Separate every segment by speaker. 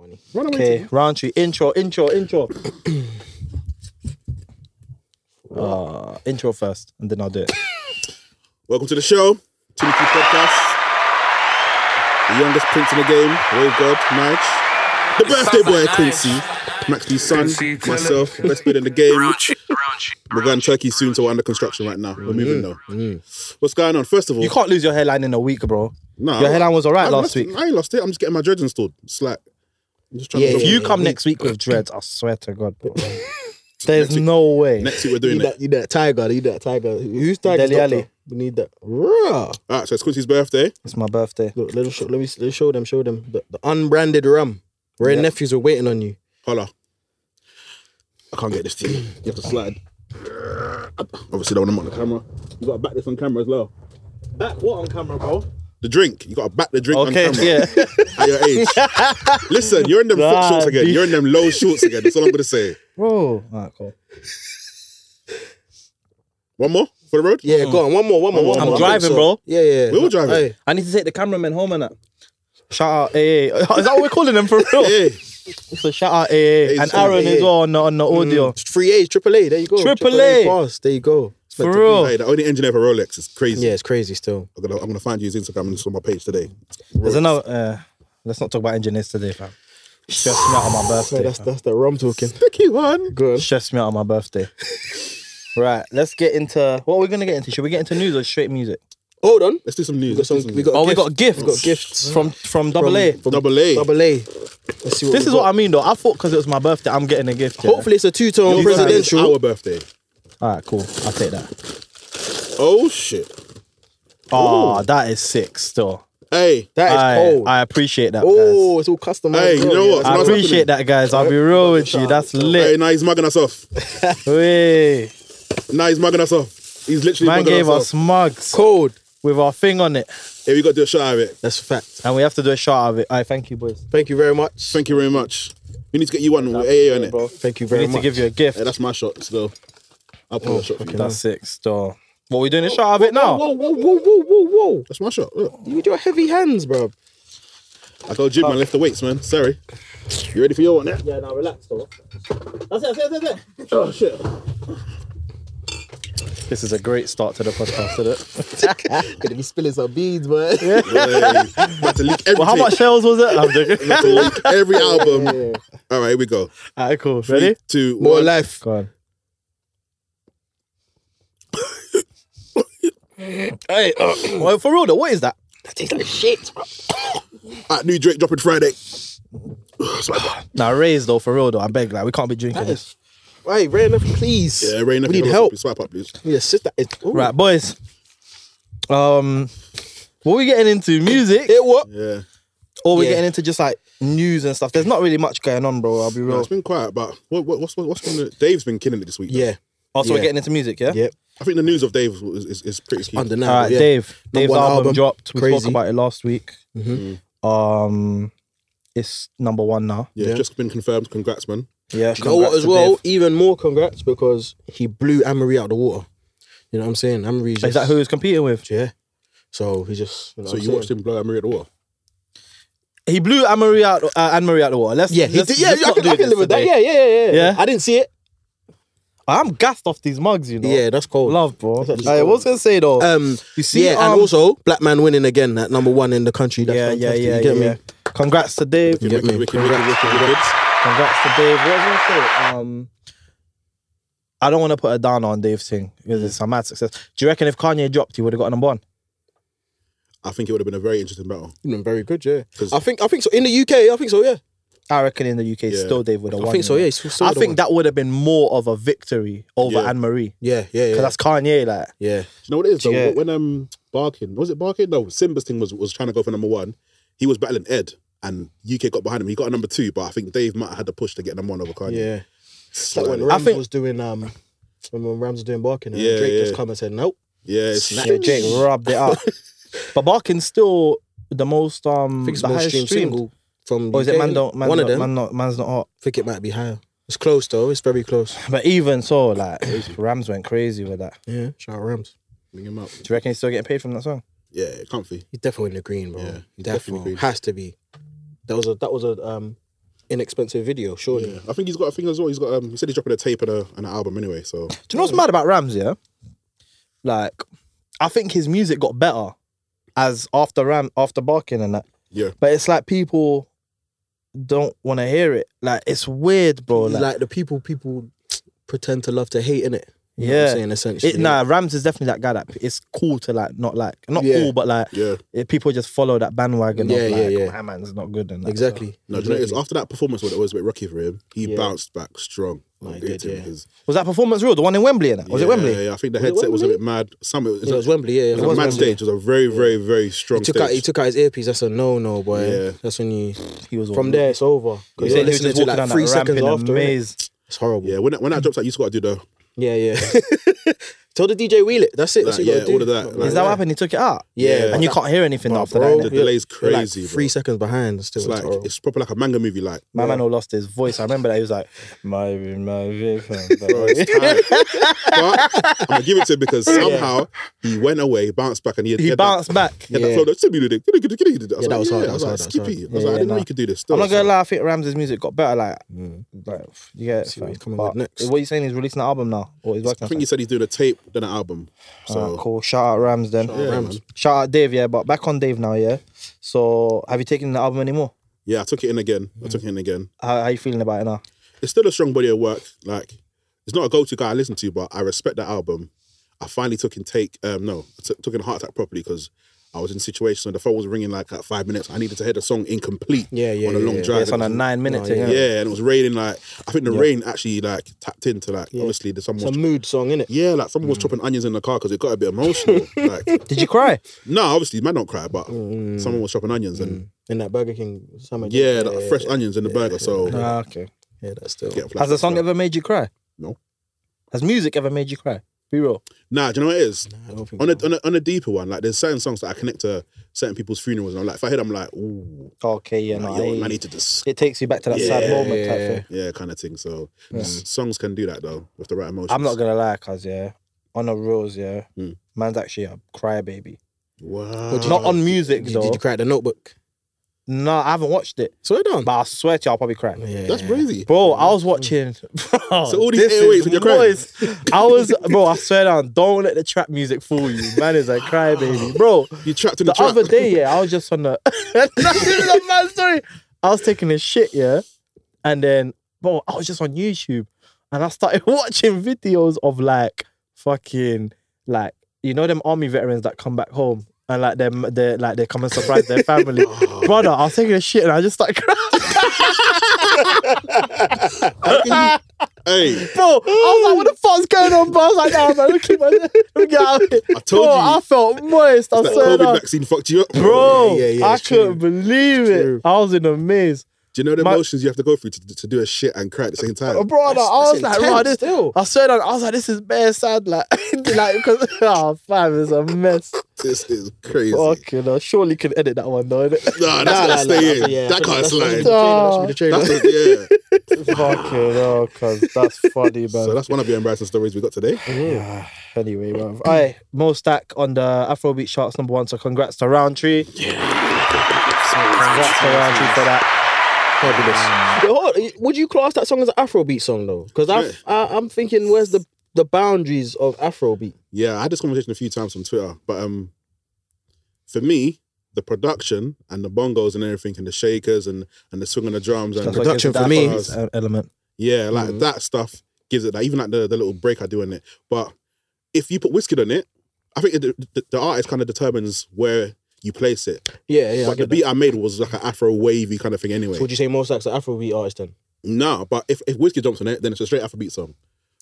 Speaker 1: on,
Speaker 2: Okay,
Speaker 1: Winty.
Speaker 2: round three. Intro, intro, intro. uh, intro first, and then I'll do it.
Speaker 3: Welcome to the show, Trinity Podcast. The youngest prince in the game, Wave God, Nige. The birthday boy, Quincy. Max D's son, myself, best bid in the game. We're going to Turkey soon, so we're under construction right now. We're moving though. What's going on? First of all,
Speaker 2: You can't lose your hairline in a week, bro.
Speaker 3: Nah,
Speaker 2: your hairline was alright
Speaker 3: I
Speaker 2: last
Speaker 3: lost-
Speaker 2: week.
Speaker 3: I ain't lost it. I'm just getting my dreads installed. It's like, I'm just trying
Speaker 2: If
Speaker 3: to.
Speaker 2: you come next week with dreads, I swear to God, bro. There's
Speaker 3: Next week-
Speaker 2: no way.
Speaker 3: Next week we're doing
Speaker 1: You
Speaker 3: it.
Speaker 1: that, you that tiger, you that tiger. Who's tiger?
Speaker 2: Dele Alli.
Speaker 1: We need that. Rah.
Speaker 3: All right, so it's Quincy's birthday.
Speaker 2: It's my birthday.
Speaker 1: Look, let, us show, let, me, let me show them, show them. The, the unbranded rum. Red nephews are waiting on you.
Speaker 3: Holla. I can't get this to you. You have to slide. Obviously, don't want them on the camera. You got to back this on camera as well.
Speaker 1: Back what on camera, bro?
Speaker 3: The drink. You got to back the drink
Speaker 2: Okay,
Speaker 3: on camera.
Speaker 2: yeah.
Speaker 3: At your age. Listen, you're in them foot
Speaker 2: Nah,
Speaker 3: shorts again.
Speaker 2: dude.
Speaker 3: You're in them low shorts again. That's all I'm going to say.
Speaker 2: Bro. Alright, cool.
Speaker 3: One more for the road?
Speaker 1: Yeah, go on. One more, one more, one
Speaker 3: I'm
Speaker 1: more. I think
Speaker 2: driving,
Speaker 1: so.
Speaker 2: bro.
Speaker 1: Yeah, yeah.
Speaker 3: We all driving.
Speaker 1: Hey,
Speaker 2: I need to take the cameraman home and that. Shout out AA. Is that what we're calling them for real?
Speaker 3: Hey,
Speaker 2: So shout out AA. And
Speaker 3: shout out
Speaker 2: Aaron
Speaker 1: AA.
Speaker 2: as well on the, on the audio.
Speaker 1: it's Three A's, triple A. There you go.
Speaker 2: Triple A.
Speaker 1: pass. There you go. It's meant
Speaker 2: For
Speaker 1: to be.
Speaker 2: real.
Speaker 3: hey, the only engineer for Rolex is crazy.
Speaker 1: Yeah, it's crazy still.
Speaker 3: I'm going to I'm gonna find you his Instagram and it's on my page today.
Speaker 2: There's another. Uh, let's not talk about engineers today, fam. Stress me out on my
Speaker 1: Hey,
Speaker 2: birthday.
Speaker 1: that's
Speaker 2: fam.
Speaker 1: that's the rum talking.
Speaker 3: Sticky one.
Speaker 1: Go on.
Speaker 2: Stress me out on my birthday. right, let's get into what we're gonna get into. Should we get into news or straight music?
Speaker 1: Hold on.
Speaker 3: Let's do some news.
Speaker 1: We got
Speaker 3: Let's do
Speaker 1: some.
Speaker 3: some
Speaker 1: We got.
Speaker 2: Oh, we
Speaker 1: gifts.
Speaker 2: got gifts.
Speaker 1: We got gifts.
Speaker 2: from from Double
Speaker 1: from-
Speaker 2: A.
Speaker 1: from
Speaker 3: Double A.
Speaker 1: Double A. Let's see what
Speaker 2: This
Speaker 1: we
Speaker 2: is what
Speaker 1: got.
Speaker 2: I mean, though. I thought because it was my birthday, I'm getting a gift. yeah.
Speaker 1: Hopefully, it's a two-tone
Speaker 3: Your birthday is
Speaker 1: presidential.
Speaker 3: Our birthday.
Speaker 2: All right, cool. I'll take that.
Speaker 3: Oh, shit.
Speaker 2: Oh, that is sick. Still,
Speaker 3: Hey.
Speaker 1: That is
Speaker 2: I
Speaker 1: cold.
Speaker 2: I appreciate that. guys.
Speaker 1: Oh, it's all customized.
Speaker 3: Hey, you
Speaker 1: as well,
Speaker 3: know
Speaker 1: yeah.
Speaker 3: what?
Speaker 2: I
Speaker 3: what's
Speaker 2: appreciate that, guys. I'll be real with you. That's
Speaker 3: Hey,
Speaker 2: lit.
Speaker 3: now he's mugging us off.
Speaker 2: Hey,
Speaker 3: Now he's mugging us off. He's literally
Speaker 2: man
Speaker 3: mugging
Speaker 2: gave us
Speaker 3: us,
Speaker 2: mugs
Speaker 1: Cold.
Speaker 2: with our thing on it,
Speaker 3: off. Yeah, we got to do a shot out of it.
Speaker 1: That's a fact.
Speaker 2: and we have to do a shot of it. All right, thank you, boys.
Speaker 1: Thank you very much.
Speaker 3: Thank you very much. We need to get you one with AA on it.
Speaker 2: bro.
Speaker 1: Thank you
Speaker 2: We
Speaker 1: very
Speaker 2: need
Speaker 1: much.
Speaker 2: to give you a gift.
Speaker 3: Hey, that's my shot. Let's go. I'll
Speaker 2: Oh,
Speaker 3: pull a shot. for you.
Speaker 2: That's sick, still. What we doing a shot of it now?
Speaker 1: Whoa, whoa, whoa, whoa, whoa, whoa!
Speaker 3: That's my shot. Look.
Speaker 1: You with your heavy hands, bro.
Speaker 3: I go gym and lift the weights, man. Sorry. You ready for your one? Yeah.
Speaker 1: Yeah, now relax, though.
Speaker 3: That's it. That's it. That's it. Oh shit.
Speaker 2: This is a great start to the podcast, isn't it?
Speaker 1: Gonna be spilling some beads, man.
Speaker 3: Hey, about to leak everything.
Speaker 2: Well, how much shells was it? I'm joking.
Speaker 3: About to leak every album. All right, here we go.
Speaker 2: All right, cool. Ready?
Speaker 3: Two,
Speaker 1: More
Speaker 3: one.
Speaker 1: life.
Speaker 2: Go on. hey, uh, well, for real though, what is that?
Speaker 3: Alright, new Drake dropping Friday. It's like that.
Speaker 2: Now, raise though, for real though, I beg, like, we can't be drinking
Speaker 1: That
Speaker 2: this.
Speaker 1: is. Hey, Ray, enough, please.
Speaker 3: yeah, Rain.
Speaker 1: We need help.
Speaker 3: Swipe up, please.
Speaker 1: Yeah, sister. It's, ooh.
Speaker 2: Right, boys. Um, what we getting into? Music,
Speaker 1: It what?
Speaker 3: Yeah.
Speaker 2: or we
Speaker 1: Yeah.
Speaker 2: getting into just like news and stuff? There's not really much going on, bro. I'll be
Speaker 3: Nah,
Speaker 2: real.
Speaker 3: it's been quiet, but what, what, what's what's been the, Dave's been killing it this week. though.
Speaker 1: Yeah.
Speaker 2: Also,
Speaker 1: Yeah.
Speaker 2: Oh, we're getting into music, yeah.
Speaker 1: Yep.
Speaker 3: I think the news of Dave is, is, is pretty key.
Speaker 1: Undeniable.
Speaker 2: All right,
Speaker 1: Uh, yeah.
Speaker 2: Dave. Dave's
Speaker 1: one
Speaker 2: album,
Speaker 1: album.
Speaker 2: dropped. We
Speaker 1: Crazy.
Speaker 2: spoke about it last week.
Speaker 1: Mhm.
Speaker 2: Um, it's number one now.
Speaker 3: yeah,
Speaker 1: Yeah.
Speaker 3: just been confirmed. Congrats, man.
Speaker 2: Yeah.
Speaker 1: You know what?
Speaker 2: congrats
Speaker 1: As
Speaker 2: to
Speaker 1: well,
Speaker 2: Dave.
Speaker 1: even more congrats because he blew Amory out of the water. You know what I'm saying? Amory.
Speaker 2: Is that who he's competing with?
Speaker 1: Yeah. So he just. You know
Speaker 3: So
Speaker 1: what
Speaker 3: you
Speaker 1: I'm
Speaker 3: watched him blow Maria at the wall.
Speaker 2: He blew Anne Marie out. Uh, Anne Marie out the water. Let's.
Speaker 1: saying? Yeah, he
Speaker 2: let's-
Speaker 1: did. Yeah,
Speaker 2: let's
Speaker 1: I
Speaker 2: not
Speaker 1: can,
Speaker 2: do
Speaker 1: I can
Speaker 2: this
Speaker 1: live with that.
Speaker 2: today.
Speaker 1: Yeah, yeah, yeah, yeah.
Speaker 2: Yeah?
Speaker 1: I didn't see it.
Speaker 2: I'm gassed off these mugs, you know.
Speaker 1: Yeah, that's cold.
Speaker 2: Love, bro.
Speaker 1: That's actually
Speaker 2: I was gonna say though.
Speaker 1: Um,
Speaker 2: you see,
Speaker 1: yeah,
Speaker 2: um,
Speaker 1: and also black man winning again at number one in the country. That's
Speaker 2: yeah, yeah,
Speaker 1: fantastic.
Speaker 2: yeah,
Speaker 1: You get
Speaker 2: yeah.
Speaker 1: me?
Speaker 2: Congrats to Dave.
Speaker 1: You get me?
Speaker 3: Wicked, wicked,
Speaker 1: Congrats.
Speaker 3: wicked, wicked, wicked.
Speaker 2: Congrats to Dave. What was I gonna say? Um, I don't want to put a down on Dave's thing because it's a mad success. Do you reckon if Kanye dropped, he would have got number one?
Speaker 3: I think it would have been a very interesting battle.
Speaker 1: You've been very good, yeah.
Speaker 3: 'Cause-
Speaker 1: I think I think so in the UK. I think so, yeah.
Speaker 2: I reckon in the UK, still Dave would have
Speaker 1: I
Speaker 2: won.
Speaker 1: think so,
Speaker 2: you know?
Speaker 1: yeah. It's still
Speaker 2: I
Speaker 1: the
Speaker 2: think
Speaker 1: one.
Speaker 2: that would have been more of a victory over
Speaker 3: Yeah.
Speaker 2: Anne Marie
Speaker 1: Yeah, yeah, yeah.
Speaker 2: because that's Kanye. Like,
Speaker 1: yeah.
Speaker 3: Do you know what it is though?
Speaker 2: Yeah.
Speaker 3: When um Barkin was it Barkin? No, Simba's thing was was trying to go for number one. He was battling Ed, and UK got behind him. He got a number two, but I think Dave might have had the push to get number one over Kanye.
Speaker 1: Yeah. It's like when
Speaker 3: Slightly.
Speaker 1: Rams
Speaker 2: think-
Speaker 1: was doing um when when Rams was doing barking and
Speaker 3: Yeah,
Speaker 1: Drake
Speaker 3: yeah.
Speaker 1: just come and said nope.
Speaker 3: yeah, it's
Speaker 2: yeah, Jake rubbed it out. but Barkin's still the most um
Speaker 1: I think it's
Speaker 2: the
Speaker 1: most
Speaker 2: highest
Speaker 1: streamed
Speaker 2: streamed.
Speaker 1: single from
Speaker 2: Or is
Speaker 1: UK.
Speaker 2: it man don't man,
Speaker 1: One
Speaker 2: not,
Speaker 1: of them.
Speaker 2: man not man's not hot.
Speaker 1: I think it might be higher. It's close though. It's very close.
Speaker 2: But even so, like Rams went crazy with that.
Speaker 1: Yeah. Shout out Rams.
Speaker 3: Bring him up.
Speaker 2: Do you reckon he's still getting paid from that song?
Speaker 3: Yeah, comfy.
Speaker 1: He's definitely in the green, bro.
Speaker 3: Yeah, he's definitely
Speaker 1: definitely
Speaker 3: green.
Speaker 1: has to be. That was a that was a um inexpensive video, surely.
Speaker 3: I think he's got a thing as well. He's got. Um, he said he's dropping a tape and, a, and an album anyway. So
Speaker 2: Do you know what's mad about Rams? Yeah, like I think his music got better as after Ram after Barking and that,
Speaker 3: yeah,
Speaker 2: but it's like people don't want to hear it. Like it's weird, bro.
Speaker 1: He's
Speaker 2: Like,
Speaker 1: Like the people people pretend to love to hate in it.
Speaker 2: yeah,
Speaker 1: saying essentially.
Speaker 2: it, nah, Rams is definitely that guy that it's cool to like not like not
Speaker 1: Yeah.
Speaker 2: cool, but like
Speaker 3: yeah.
Speaker 2: it, people just follow that bandwagon.
Speaker 1: Yeah,
Speaker 2: of
Speaker 1: yeah,
Speaker 2: like,
Speaker 1: yeah.
Speaker 2: "Oh, that man's not good and that,
Speaker 1: exactly.
Speaker 3: No, do you know what it is? After that performance, when it was a bit rocky for him, he
Speaker 1: Yeah.
Speaker 3: bounced back strong.
Speaker 1: No, he
Speaker 3: It hit
Speaker 1: did,
Speaker 3: him
Speaker 1: yeah.
Speaker 3: 'cause-
Speaker 2: So- Was that performance real? The one in Wembley? In it was it
Speaker 3: Yeah,
Speaker 2: Wembley?
Speaker 3: Yeah, I think the
Speaker 1: Was it
Speaker 3: headset was a
Speaker 1: Wembley?
Speaker 3: bit mad. Some it was,
Speaker 1: Yeah, it was Wembley, yeah.
Speaker 3: It was a mad
Speaker 1: Wembley.
Speaker 3: stage. It was a very, very, very strong
Speaker 1: He took
Speaker 3: stage.
Speaker 1: out he took out his earpiece. That's a no no, boy.
Speaker 3: Yeah.
Speaker 1: That's when you
Speaker 2: He was
Speaker 1: from there it's over.
Speaker 2: He
Speaker 1: Because
Speaker 2: said
Speaker 1: you're
Speaker 2: he was
Speaker 1: listening
Speaker 2: just
Speaker 1: to
Speaker 2: walking
Speaker 1: like
Speaker 2: down
Speaker 1: three
Speaker 2: that ramp
Speaker 1: seconds
Speaker 2: in a
Speaker 1: after. innit?
Speaker 2: maze.
Speaker 1: It's horrible.
Speaker 3: yeah, when that, when that drops out, you just got to do the
Speaker 1: Yeah, yeah. Tell the DJ wheel it. That's it. That's
Speaker 3: Like,
Speaker 1: what you
Speaker 3: yeah,
Speaker 1: gotta do.
Speaker 3: all of that, like-
Speaker 2: Is that what happened? He took it out.
Speaker 1: Yeah,
Speaker 3: Yeah.
Speaker 2: and you can't hear anything
Speaker 1: Bro,
Speaker 2: after
Speaker 1: bro.
Speaker 2: that.
Speaker 3: the
Speaker 2: innit?
Speaker 1: Yeah.
Speaker 3: delay's
Speaker 1: You're like
Speaker 3: crazy.
Speaker 1: three seconds behind. Still,
Speaker 3: bro.
Speaker 1: it's
Speaker 3: It's like
Speaker 1: horrible.
Speaker 3: it's proper like a manga movie. Like
Speaker 2: My man all lost his voice. I remember that he was like, my my
Speaker 3: bro, it's time. but I'm gonna give it to him because somehow he went away, bounced back, and he, had-
Speaker 2: He
Speaker 3: had
Speaker 2: bounced back.
Speaker 3: That,
Speaker 1: Yeah.
Speaker 3: yeah. that flow, that
Speaker 1: Yeah, that was hard,
Speaker 3: I was like,
Speaker 1: that was hard, that was
Speaker 3: Skippy. I was
Speaker 2: Yeah,
Speaker 3: like, I didn't know
Speaker 2: nah.
Speaker 3: you could do this.
Speaker 2: I'm not
Speaker 3: still,
Speaker 2: gonna
Speaker 3: so-
Speaker 2: lie. I think Ramsey's music got better. Like, like you get it,
Speaker 1: See what
Speaker 2: fam.
Speaker 1: he's coming
Speaker 2: But
Speaker 1: with next.
Speaker 2: What are you saying? He's releasing an album now, or he's working.
Speaker 3: I
Speaker 2: on
Speaker 3: think
Speaker 2: something?
Speaker 3: he said he's doing a tape, then an album.
Speaker 1: Oh,
Speaker 2: Ah,
Speaker 3: So
Speaker 2: cool. Shout out Rams then.
Speaker 1: out Yeah, Rams. man.
Speaker 2: Shout out Dave. Yeah, but back on Dave now. Yeah. So have you taken the album anymore?
Speaker 3: yeah, I took it in again. I took it in again.
Speaker 2: How, how you feeling about it now?
Speaker 3: It's still a strong body of work. Like it's not a go-to guy I listen to, but I respect that album. I finally took in take. Um, no, I took took in heart attack properly because. I was in situations where the phone was ringing like at five minutes. I needed to hear the song incomplete
Speaker 1: Yeah, yeah,
Speaker 3: on a
Speaker 1: yeah,
Speaker 3: long
Speaker 1: yeah.
Speaker 3: drive.
Speaker 2: It's on a
Speaker 3: And it was-
Speaker 2: nine minute
Speaker 1: No,
Speaker 2: thing.
Speaker 1: yeah.
Speaker 2: innit?
Speaker 3: Yeah, and it was raining. Like I think the rain actually like tapped into like obviously there's someone.
Speaker 1: it's a mood song, innit?
Speaker 3: yeah, like someone
Speaker 2: Mm.
Speaker 3: was chopping onions in the car because it got a bit emotional. like
Speaker 2: Did you cry?
Speaker 3: no, obviously man don't cry, but
Speaker 2: Mm.
Speaker 3: someone was chopping onions and
Speaker 1: Mm. In that Burger King sandwich.
Speaker 3: yeah, like, fresh onions in the burger. So
Speaker 2: Ah, okay.
Speaker 1: Yeah, that's still.
Speaker 3: get
Speaker 2: Has the song ever made you cry?
Speaker 3: No.
Speaker 2: Has music ever made you cry? Be real.
Speaker 3: Nah, do you know what it is?
Speaker 1: I don't think
Speaker 3: On a, on a on a deeper one, like there's certain songs that I connect to certain people's funerals, and I'm like, if I hear them, I'm like, ooh,
Speaker 2: Okay, yeah, no,
Speaker 3: like,
Speaker 2: I
Speaker 3: yo,
Speaker 2: hear
Speaker 3: I
Speaker 2: you.
Speaker 3: need to just
Speaker 2: It takes you back to that sad
Speaker 3: Yeah,
Speaker 2: moment type
Speaker 1: yeah.
Speaker 2: thing.
Speaker 3: yeah, kind of thing. So s- songs can do that though with the right emotions.
Speaker 2: I'm not gonna lie, cuz yeah, on the reels, yeah,
Speaker 3: Mm.
Speaker 2: man's actually a crybaby.
Speaker 3: Wow.
Speaker 2: Not on music
Speaker 1: did,
Speaker 2: though.
Speaker 1: did you crack the notebook?
Speaker 2: No, I haven't watched it,
Speaker 1: Slow down.
Speaker 2: but I swear to you, I'll probably cry.
Speaker 1: Yeah.
Speaker 3: That's crazy.
Speaker 2: Bro, I was watching. Bro,
Speaker 3: So all these
Speaker 2: this is
Speaker 3: 808s and you're crying?
Speaker 2: moist. I was, bro. I swear down. Don't let the trap music fool you. Man is a crybaby, bro.
Speaker 3: You trapped in the,
Speaker 2: The
Speaker 3: trap.
Speaker 2: other day, yeah, I was just on the. No, this is a mad story. I was taking a shit, yeah, and then, bro, I was just on YouTube, and I started watching videos of like fucking like you know them army veterans that come back home and like them they like they come and surprise their family.
Speaker 1: Oh.
Speaker 2: Brother, I was taking a shit and I just started crying,
Speaker 3: Hey,
Speaker 2: bro. I was like, what the fuck's going on, bro? I was like, nah, man, look at my, let me get out of here.
Speaker 3: I told
Speaker 2: bro,
Speaker 3: you.
Speaker 2: I felt moist. I
Speaker 3: that
Speaker 2: swear,
Speaker 3: COVID
Speaker 2: down.
Speaker 3: vaccine fucked you up,
Speaker 2: bro.
Speaker 1: Yeah, yeah,
Speaker 2: I
Speaker 1: it's true.
Speaker 2: couldn't believe it.
Speaker 1: true.
Speaker 2: I was in a maze.
Speaker 3: Do you know the
Speaker 2: My-
Speaker 3: emotions you have to go through to, to do a shit and cry at the same time?
Speaker 2: Uh, bro, like, I was
Speaker 1: that's
Speaker 2: like,
Speaker 1: intense
Speaker 2: bro, this,
Speaker 1: still.
Speaker 2: I swear on, I was like, this is bare sad, like, like because oh, fam, it's a mess.
Speaker 3: This is crazy.
Speaker 2: Okay, no, surely you can edit that one though. innit?
Speaker 3: Nah, that's
Speaker 1: nah,
Speaker 3: gotta stay
Speaker 1: nah,
Speaker 3: in.
Speaker 1: yeah,
Speaker 3: that can't
Speaker 1: that's-
Speaker 2: that's-
Speaker 3: slide.
Speaker 1: That should be the trailer.
Speaker 3: That's a- yeah.
Speaker 2: Fucking no, cause that's funny, man.
Speaker 3: So that's one of the embarrassing stories we got today.
Speaker 2: yeah. Anyway, man. Aye, Mo Stack on the Afrobeat charts number one. So congrats to Roundtree. Yeah. Congrats to Roundtree for that.
Speaker 1: Fabulous. Yo, hold- Would you class that song as an Afrobeat song though? Because I,
Speaker 3: Yeah.
Speaker 1: I, I'm thinking, where's the the boundaries of Afrobeat?
Speaker 3: Yeah, I had this conversation a few times on Twitter, but um, for me, the production and the bongos and everything and the shakers and and the swing on the drums and
Speaker 2: That's
Speaker 1: what- Production
Speaker 2: gives it that
Speaker 1: for me.
Speaker 2: Afrobeats e- element.
Speaker 3: yeah, like that stuff gives it that. Even like the, the little break I do in it, but if you put whiskey on it, I think it, the, the artist kind of determines where you place it.
Speaker 1: Yeah, yeah. I
Speaker 3: but the
Speaker 1: get
Speaker 3: beat I made was like an Afro wavy kind of thing anyway.
Speaker 1: that. Would you say most like an Afrobeat artist then?
Speaker 3: No, but if, if Whiskey jumps on it, then it's a straight Afrobeat song.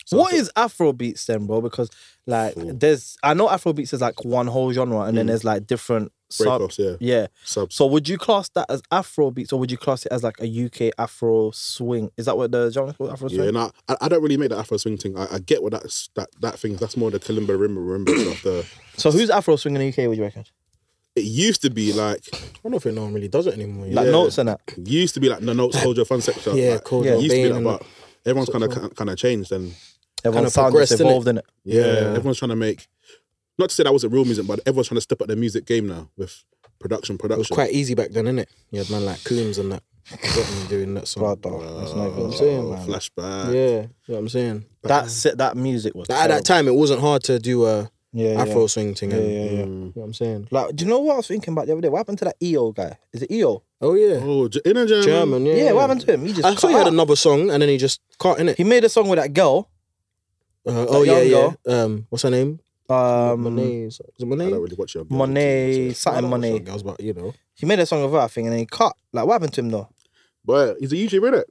Speaker 3: So
Speaker 2: What is Afrobeats then, bro? Because like, there's I know Afrobeats is like one whole genre, and
Speaker 1: Mm.
Speaker 2: then there's like different sub.
Speaker 3: Breakoffs, yeah.
Speaker 2: Yeah.
Speaker 3: Subs.
Speaker 2: So would you class that as Afrobeats, or would you class it as like a UK Afro swing? Is that what the genre is called? Afro
Speaker 3: Yeah,
Speaker 2: swing.
Speaker 3: and I, I I don't really make the Afro swing thing. I, I get what that's that that thing. That's more the Kalimba Rimba Rimba stuff. The
Speaker 2: So who's Afro swing in the UK? Would you reckon?
Speaker 3: it used to be like
Speaker 1: I don't know if it no one really does it anymore.
Speaker 2: Like
Speaker 1: yeah.
Speaker 2: notes and that.
Speaker 3: it used to be like the notes hold your fun section.
Speaker 1: Yeah,
Speaker 3: like,
Speaker 1: Cold
Speaker 3: it
Speaker 1: War
Speaker 3: used to be
Speaker 1: Bane
Speaker 3: that,
Speaker 1: and-
Speaker 3: but everyone's kind of kind of changed. And
Speaker 2: Everyone's sound
Speaker 1: progressed,
Speaker 2: just
Speaker 1: innit?
Speaker 2: evolved in it.
Speaker 3: yeah,
Speaker 1: Yeah.
Speaker 3: everyone's trying to make. Not to say that wasn't real music, but everyone's trying to step up their music game now with production.
Speaker 1: It was
Speaker 3: Production.
Speaker 1: quite easy back then, innit? You had man like Coombs and that. Got me doing that song.
Speaker 2: Brother, that's not
Speaker 1: I'm
Speaker 2: good.
Speaker 1: saying,
Speaker 2: man.
Speaker 1: Yeah,
Speaker 3: Uh, Flashback.
Speaker 1: you know what I'm saying.
Speaker 4: That set, that music was.
Speaker 1: Like, at
Speaker 4: terrible.
Speaker 1: that time, it wasn't hard to do a
Speaker 2: Yeah, yeah.
Speaker 1: Afro swing thing.
Speaker 2: Yeah,
Speaker 1: and-
Speaker 2: yeah, yeah.
Speaker 1: You know what I'm saying.
Speaker 2: Like, do you know what I was thinking about the other day? What happened to that EO guy? Is it EO?
Speaker 1: Oh yeah,
Speaker 3: Oh, J- in a German.
Speaker 1: German. Yeah,
Speaker 2: Yeah, what happened to him? He just
Speaker 1: I saw
Speaker 2: cut
Speaker 1: he had
Speaker 2: out.
Speaker 1: another song, and then he just caught in it.
Speaker 2: He made a song with that girl.
Speaker 1: oh yeah,
Speaker 2: young
Speaker 1: yeah. Um, what's her name?
Speaker 2: Um,
Speaker 1: Monet. Is it
Speaker 3: I
Speaker 1: Monet?
Speaker 3: don't really watch your
Speaker 2: Monet,
Speaker 3: so-
Speaker 2: something Monet.
Speaker 1: Girls, but you know,
Speaker 2: He made a song of her, I think, and then he cut. Like, what happened to him though?
Speaker 3: But he's a YouTuber, innit?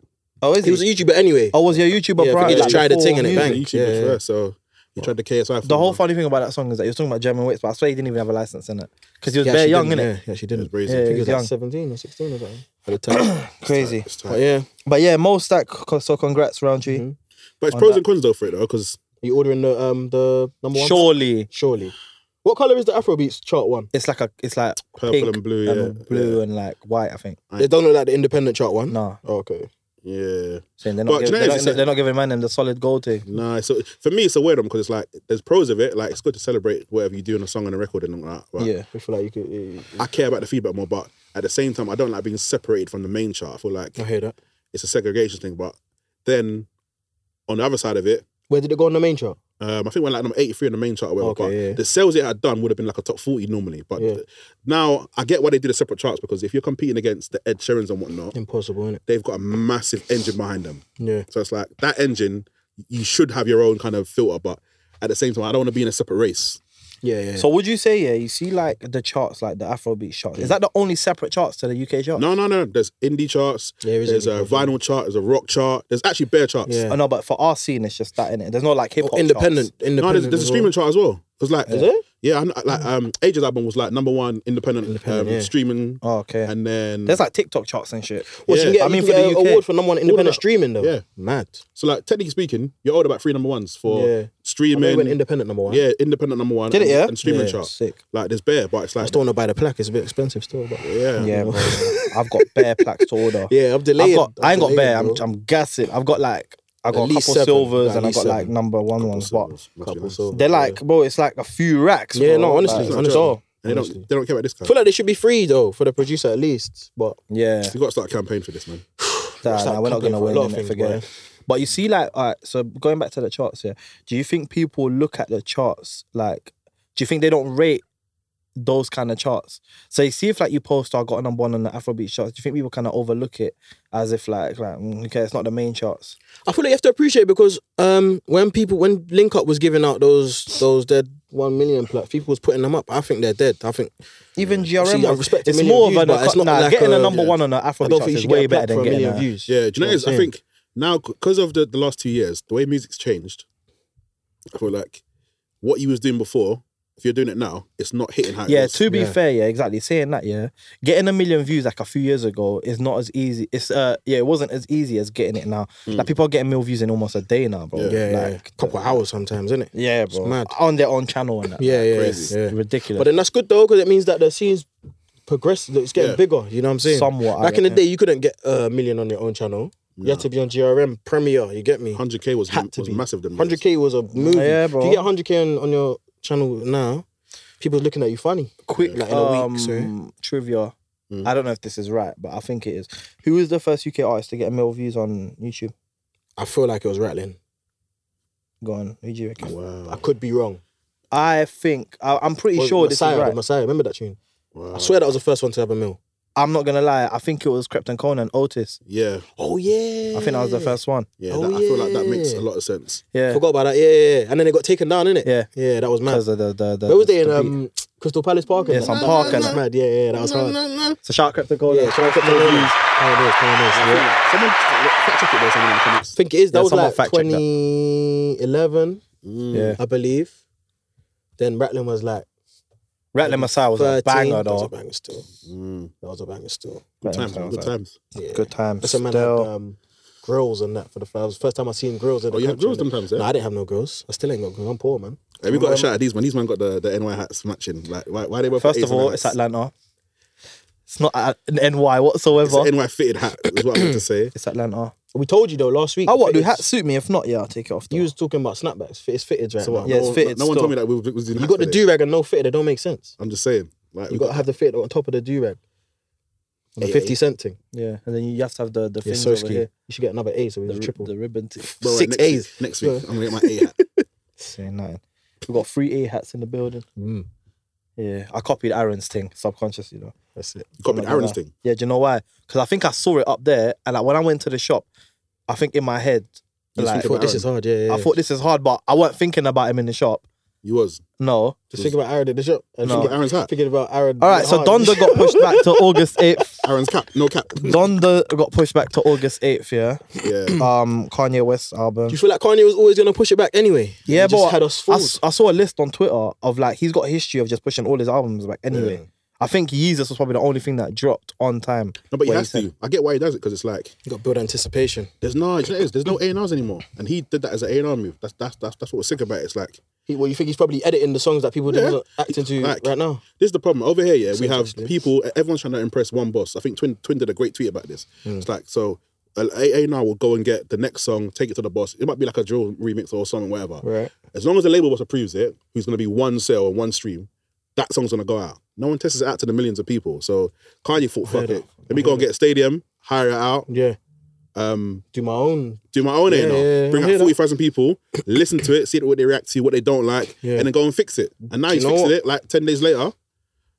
Speaker 2: Oh, is he?
Speaker 1: he was a YouTuber anyway.
Speaker 2: oh, was he a YouTuber?
Speaker 1: Yeah, I
Speaker 2: prior
Speaker 1: think he
Speaker 2: to
Speaker 1: just
Speaker 2: that
Speaker 1: tried a
Speaker 2: before
Speaker 1: thing and it
Speaker 2: music?
Speaker 3: He's a
Speaker 1: banged.
Speaker 3: YouTuber
Speaker 1: Yeah.
Speaker 3: first, so he tried the KSI.
Speaker 2: The whole
Speaker 3: thing.
Speaker 2: funny thing about that song is that he was talking about German wits, but I swear he didn't even have a license in it because he was
Speaker 1: Yeah,
Speaker 2: bare
Speaker 1: she
Speaker 2: young,
Speaker 1: didn't,
Speaker 2: innit?
Speaker 1: Yeah, yeah, she didn't.
Speaker 3: It's crazy.
Speaker 2: Yeah,
Speaker 1: I think
Speaker 2: he was
Speaker 1: it was like
Speaker 2: young.
Speaker 1: 17 or 16 or something at the time.
Speaker 2: Crazy.
Speaker 3: It's tight.
Speaker 1: but yeah,
Speaker 2: But yeah, Mo Stack. co- So congrats, Roundtree.
Speaker 1: Mhm.
Speaker 3: But it's
Speaker 2: on
Speaker 3: pros
Speaker 2: that.
Speaker 3: and cons though for it though, because
Speaker 1: you ordering the um the number one?
Speaker 4: surely
Speaker 1: Surely. What color is the Afrobeats chart one?
Speaker 2: It's like a, it's like
Speaker 3: purple
Speaker 2: Pink
Speaker 3: and blue, yeah,
Speaker 2: um, blue and like white. I think.
Speaker 3: Right.
Speaker 1: It don't look like the independent chart one.
Speaker 2: No,
Speaker 1: Oh, okay.
Speaker 3: yeah, yeah.
Speaker 2: saying they're not,
Speaker 3: But do you
Speaker 2: giving,
Speaker 3: know
Speaker 2: they're,
Speaker 3: it's
Speaker 2: not,
Speaker 3: just like-
Speaker 2: they're not giving man them the solid gold thing.
Speaker 3: Nah, so for me, it's a weird one because it's like there's pros of it. Like it's good to celebrate whatever you do in a song and a record and all that. But
Speaker 2: Yeah.
Speaker 1: I feel like you could. eh,
Speaker 3: I care about the feedback more, but at the same time, I don't like being separated from the main chart. I feel like
Speaker 1: I hear that.
Speaker 3: it's a segregation thing. But then on the other side of it,
Speaker 1: Where did it go on the main chart?
Speaker 3: Um, I think we're like number 83 on the main chart or whatever.
Speaker 1: Okay,
Speaker 3: but
Speaker 1: yeah.
Speaker 3: the sales it had done would have been like a top 40 normally. But
Speaker 1: Yeah.
Speaker 3: th- now I get why they do the separate charts because if you're competing against the Ed Sheerans and whatnot,
Speaker 1: Impossible, innit?
Speaker 3: they've got a massive engine behind them.
Speaker 1: Yeah.
Speaker 3: So it's like that engine, you should have your own kind of filter. But at the same time, I don't want to be in a separate race.
Speaker 1: Yeah, yeah.
Speaker 2: So would you say yeah? You see like the charts, like the Afrobeat chart. Is that the only separate charts to the UK chart?
Speaker 3: No, no, no. There's indie charts.
Speaker 1: Oh. There is
Speaker 3: there's
Speaker 1: indie
Speaker 3: a
Speaker 1: charts,
Speaker 3: vinyl chart. There's a rock chart. There's actually bear charts.
Speaker 1: Yeah.
Speaker 2: I know, but for our scene, it's just that in it. There's no like hip hop.
Speaker 1: independent. Independent.
Speaker 3: No, there's,
Speaker 1: as
Speaker 3: there's a
Speaker 1: well.
Speaker 3: streaming chart as well. Cause like,
Speaker 1: Is it?
Speaker 3: yeah, I kn- like um, Age's album was like number one independent,
Speaker 1: Independent,
Speaker 3: um,
Speaker 1: yeah.
Speaker 3: streaming,
Speaker 2: Oh, okay.
Speaker 3: and then
Speaker 2: There's like TikTok charts and shit.
Speaker 1: Well,
Speaker 3: Yeah.
Speaker 1: you can get,
Speaker 2: I
Speaker 1: you
Speaker 2: mean,
Speaker 1: can
Speaker 2: for
Speaker 1: get
Speaker 2: the
Speaker 1: an
Speaker 2: UK.
Speaker 1: award for number one independent
Speaker 3: that.
Speaker 1: streaming though.
Speaker 3: Yeah.
Speaker 1: Mad.
Speaker 3: So like technically speaking, you're owed about three number ones for
Speaker 1: Yeah. I know
Speaker 3: streaming.
Speaker 1: it went independent number one.
Speaker 3: yeah, independent number one.
Speaker 2: Did it,
Speaker 3: and,
Speaker 2: yeah?
Speaker 3: And streaming
Speaker 1: Yeah.
Speaker 3: chart.
Speaker 2: Sick.
Speaker 3: Like there's bare, but it's
Speaker 1: I
Speaker 3: like
Speaker 1: still want to buy the plaque. It's a bit expensive still, but
Speaker 3: yeah.
Speaker 2: Yeah, bro. I've got bare plaques to order.
Speaker 1: yeah, I'm delayed.
Speaker 2: I've got,
Speaker 1: I'm
Speaker 2: I ain't got
Speaker 1: delayed,
Speaker 2: bare. I'm,
Speaker 1: bro.
Speaker 2: I'm gassing. I've got like, I got a couple
Speaker 1: least seven.
Speaker 2: silvers
Speaker 1: At
Speaker 2: and I
Speaker 1: least
Speaker 2: got like
Speaker 1: seven.
Speaker 2: number one ones,
Speaker 3: So
Speaker 2: but
Speaker 3: it's- must be
Speaker 1: couple
Speaker 3: nice.
Speaker 1: silver.
Speaker 2: they're like, bro, it's like a few racks. bro.
Speaker 1: Yeah, no, honestly,
Speaker 2: Like,
Speaker 3: It's
Speaker 1: it's
Speaker 3: not
Speaker 1: honestly.
Speaker 3: joke. And they
Speaker 1: Honestly.
Speaker 3: don't they don't care about this guy.
Speaker 1: I feel like they should be free though for the producer at least. But
Speaker 2: yeah,
Speaker 3: You got to start campaigning for this man.
Speaker 2: nah,
Speaker 1: that
Speaker 2: nah, we're not
Speaker 1: company
Speaker 2: gonna
Speaker 1: for a
Speaker 2: win.
Speaker 1: lot of
Speaker 2: innit,
Speaker 1: things,
Speaker 2: Forget.
Speaker 1: bro.
Speaker 2: it. But you see, like, all right, so going back to the charts, yeah. Do you think people look at the charts like? Do you think they don't rate those kind of charts? So you see, if like you post, I got a number one on the Afrobeat charts. Do you think people kind of overlook it as if like, like, mm, okay, it's not the main charts?
Speaker 1: I feel like you have to appreciate because um, when people when Link Up was giving out those those dead one million plaques, people was putting them up. I think they're dead. I think
Speaker 2: Even GRM,
Speaker 1: See, I
Speaker 2: was-
Speaker 1: respect a
Speaker 2: it's
Speaker 1: million
Speaker 2: more
Speaker 1: views,
Speaker 2: of an.
Speaker 1: but it's not
Speaker 2: nah,
Speaker 1: like
Speaker 2: getting a
Speaker 1: a-
Speaker 2: number
Speaker 1: yeah.
Speaker 2: one on the
Speaker 1: I
Speaker 2: Afrobeat
Speaker 1: don't think you
Speaker 2: charts is
Speaker 1: should get
Speaker 2: way
Speaker 1: a
Speaker 2: better
Speaker 1: plaque for
Speaker 2: than
Speaker 1: a
Speaker 2: getting
Speaker 1: million
Speaker 2: a.
Speaker 1: views.
Speaker 3: Yeah, do you know,
Speaker 1: what
Speaker 3: what it is?
Speaker 1: I'm
Speaker 3: I
Speaker 1: saying?
Speaker 3: think now because of the, the last two years, the way music's changed, I feel like what you was doing before, if you're doing it now, it's not hitting how it
Speaker 2: Yeah,
Speaker 3: was.
Speaker 2: to be
Speaker 1: Yeah.
Speaker 2: fair, yeah, exactly. Saying that, yeah, getting a million views like a few years ago is not as easy. It's uh, yeah, it wasn't as easy as getting it now. Like people are getting mil views in almost a day now, bro.
Speaker 3: Yeah.
Speaker 1: Hmm. Yeah, yeah,
Speaker 2: like,
Speaker 1: a couple of hours sometimes, isn't it?
Speaker 2: yeah, bro.
Speaker 1: mad.
Speaker 2: On their own channel and that.
Speaker 1: Yeah, yeah,
Speaker 3: crazy.
Speaker 1: yeah.
Speaker 2: ridiculous.
Speaker 1: But then that's good though because it means that the scene's progressing. It's getting
Speaker 3: Yeah.
Speaker 1: bigger. You know what I'm saying?
Speaker 2: Somewhat, I
Speaker 1: Back in the
Speaker 2: reckon.
Speaker 1: day, you couldn't get a million on your own channel. You had to be on GRM Premiere. You get me?
Speaker 3: 100k was,
Speaker 1: Had to
Speaker 3: was
Speaker 1: be.
Speaker 3: massive. Them years.
Speaker 1: 100k was a movie.
Speaker 2: Yeah, bro.
Speaker 1: If you get 100k on, on your channel now, people looking at you funny.
Speaker 2: quick
Speaker 1: Like in a
Speaker 2: um,
Speaker 1: week, sorry. Hmm.
Speaker 2: trivia. I don't know if this is right, but I think it is. Who was the first UK artist to get a mil views on YouTube?
Speaker 1: I feel like it was rattling.
Speaker 2: Go on, who do you reckon?
Speaker 1: I
Speaker 3: Wow,
Speaker 1: could be wrong.
Speaker 2: I think I, I'm pretty
Speaker 1: Was it
Speaker 2: sure this
Speaker 1: Messiah,
Speaker 2: is right.
Speaker 1: The Messiah, remember that tune?
Speaker 3: wow.
Speaker 1: I swear that was the first one to have a mill.
Speaker 2: I'm not gonna lie. I think it was Krypton Conan Otis.
Speaker 3: Yeah,
Speaker 1: Oh yeah.
Speaker 2: I think that was the first one.
Speaker 3: yeah.
Speaker 1: Oh,
Speaker 3: that, I feel like that makes
Speaker 1: yeah.
Speaker 3: a lot of sense.
Speaker 2: Yeah,
Speaker 1: Forgot about that. Yeah, yeah, yeah. And then it got taken down, innit?
Speaker 2: Yeah.
Speaker 1: Yeah, that was mad.
Speaker 2: because of the the, the
Speaker 1: Where was they in
Speaker 2: the beat.
Speaker 1: um, Crystal Palace Park? and
Speaker 2: Yeah,
Speaker 1: that?
Speaker 2: some park and
Speaker 1: That's
Speaker 2: that.
Speaker 1: mad. Yeah, yeah, that was
Speaker 3: No,
Speaker 1: hard.
Speaker 3: no, no.
Speaker 2: So shout out to
Speaker 1: Yeah, shout out to Pioneers. Pioneers, Pioneers, yeah.
Speaker 3: Someone fact check it there. Someone in the comments.
Speaker 1: I think it is. That
Speaker 2: Yeah,
Speaker 1: was
Speaker 2: someone
Speaker 1: like
Speaker 2: fact checked that.
Speaker 1: 2011,
Speaker 3: Mm,
Speaker 2: Yeah,
Speaker 1: I believe. Then Rattling was like
Speaker 2: Rattler Messiah was
Speaker 1: 13.
Speaker 2: a banger
Speaker 1: that was a
Speaker 2: though.
Speaker 1: banger still.
Speaker 3: Mm.
Speaker 1: That was a banger still.
Speaker 3: Good times,
Speaker 2: Sounds
Speaker 3: good
Speaker 2: like-
Speaker 3: times.
Speaker 1: Yeah.
Speaker 2: Good times.
Speaker 1: That's a man had
Speaker 2: Still,
Speaker 1: um, grills and that for the first, first time I seen grills. in
Speaker 3: Oh,
Speaker 1: the
Speaker 3: you have
Speaker 1: country,
Speaker 3: grills
Speaker 1: innit?
Speaker 3: sometimes, yeah?
Speaker 1: No, I didn't have no grills. I still ain't got grills. I'm poor, man.
Speaker 3: Hey, we got a shout at these man. These man got the, the NY hats matching. Like, why, why they were
Speaker 2: first of all, it's Atlanta. It's not a- an NY whatsoever. It's,
Speaker 3: an NY fitted hat. Is what I meant to say.
Speaker 2: Atlanta.
Speaker 1: We told you though last week.
Speaker 2: Oh, what do
Speaker 1: fitteds.
Speaker 2: hats suit me? If not, yeah, I'll take it off.
Speaker 1: You
Speaker 2: though.
Speaker 1: was talking about snapbacks. Fit- It's fitted right
Speaker 3: So
Speaker 1: now.
Speaker 3: what?
Speaker 2: Yeah,
Speaker 3: no
Speaker 2: it's
Speaker 3: one,
Speaker 2: fitted
Speaker 3: No one
Speaker 2: still.
Speaker 3: told me that we was, was doing
Speaker 1: You
Speaker 3: hats
Speaker 1: got the
Speaker 3: today.
Speaker 1: do rag and no fitted. It don't make sense.
Speaker 3: I'm just saying. Like,
Speaker 1: You got to have the fitted on top of the do rag. The
Speaker 3: Yeah,
Speaker 1: 50 cent thing.
Speaker 2: Yeah, and then you have to have the the
Speaker 1: Yeah,
Speaker 2: things
Speaker 1: Soski.
Speaker 2: over here,
Speaker 1: You should get another A, so we
Speaker 2: the,
Speaker 1: do
Speaker 2: ri-
Speaker 1: triple.
Speaker 2: the ribbon. T-
Speaker 3: Bro,
Speaker 1: Six
Speaker 3: next week-
Speaker 1: A's.
Speaker 3: next week.
Speaker 1: Yeah.
Speaker 3: I'm gonna get my A hat.
Speaker 2: Say nothing. We got three A hats in the building.
Speaker 1: Mm,
Speaker 2: Yeah, I copied Aaron's thing subconsciously though.
Speaker 1: that's it.
Speaker 3: You copied
Speaker 2: not
Speaker 3: Aaron's
Speaker 2: gonna-
Speaker 3: thing.
Speaker 2: Yeah, do you know why? Because I think I saw it up there, and like when I went to the shop, I think in my head,
Speaker 3: You
Speaker 1: I
Speaker 2: like,
Speaker 3: think
Speaker 1: thought
Speaker 3: about
Speaker 1: this
Speaker 3: Aaron.
Speaker 1: is hard, yeah, yeah.
Speaker 2: I thought this is hard, but I weren't thinking about him in the shop.
Speaker 3: You was.
Speaker 2: No.
Speaker 1: Just think about Aaron at the shop. And
Speaker 2: No.
Speaker 3: Think about Aaron's hat.
Speaker 1: Thinking about Aaron.
Speaker 2: All right, so
Speaker 1: Hard.
Speaker 2: Donda got pushed back to August eighth.
Speaker 3: Aaron's cap. No cap.
Speaker 2: Donda got pushed back to August eighth. Yeah.
Speaker 3: yeah.
Speaker 2: Um, Kanye West album.
Speaker 1: Do you feel like Kanye was always gonna push it back anyway?
Speaker 2: Yeah,
Speaker 1: he
Speaker 2: but
Speaker 1: just had us
Speaker 2: I,
Speaker 1: fooled.
Speaker 2: s- I saw a list on Twitter of like he's got a history of just pushing all his albums back. Anyway, I think Yeezus was probably the only thing that dropped on time.
Speaker 3: No, but he
Speaker 2: What he
Speaker 3: has to. I get why he does it because it's like
Speaker 1: You got build anticipation.
Speaker 3: there's no, you know what it is? there's no A and R's anymore, and he did that as an A and R move. That's that's that's that's what we're sick about. It's like
Speaker 1: He, well, you think he's probably editing the songs that people
Speaker 3: Yeah.
Speaker 1: didn't act into
Speaker 3: Like-
Speaker 1: right now?
Speaker 3: This is the problem over here. Yeah, we have
Speaker 1: Essentially.
Speaker 3: people. Everyone's trying to impress one boss. I think Twin Twin did a great tweet about this.
Speaker 1: Hmm.
Speaker 3: It's like so. uh, A A now will go and get the next song, take it to the boss. It might be like a drill remix or something, whatever.
Speaker 1: Right.
Speaker 3: As long as the label boss approves it, who's going to be one sale and one stream, that song's going to go out. No one tests it out to the millions of people. So Kanye thought, fuck it. Let me go and get a stadium, hire it out,
Speaker 1: Yeah.
Speaker 3: um,
Speaker 1: Do my own.
Speaker 3: do my own
Speaker 1: Yeah,
Speaker 3: A&R,
Speaker 1: yeah, yeah.
Speaker 3: bring
Speaker 1: I
Speaker 3: out
Speaker 1: hear that.
Speaker 3: 40,000 people, listen to it, see what they react to, what they don't like,
Speaker 1: Yeah.
Speaker 3: and then go and fix it. And now he's
Speaker 1: know
Speaker 3: fixing
Speaker 1: what?
Speaker 3: it like 10 days later.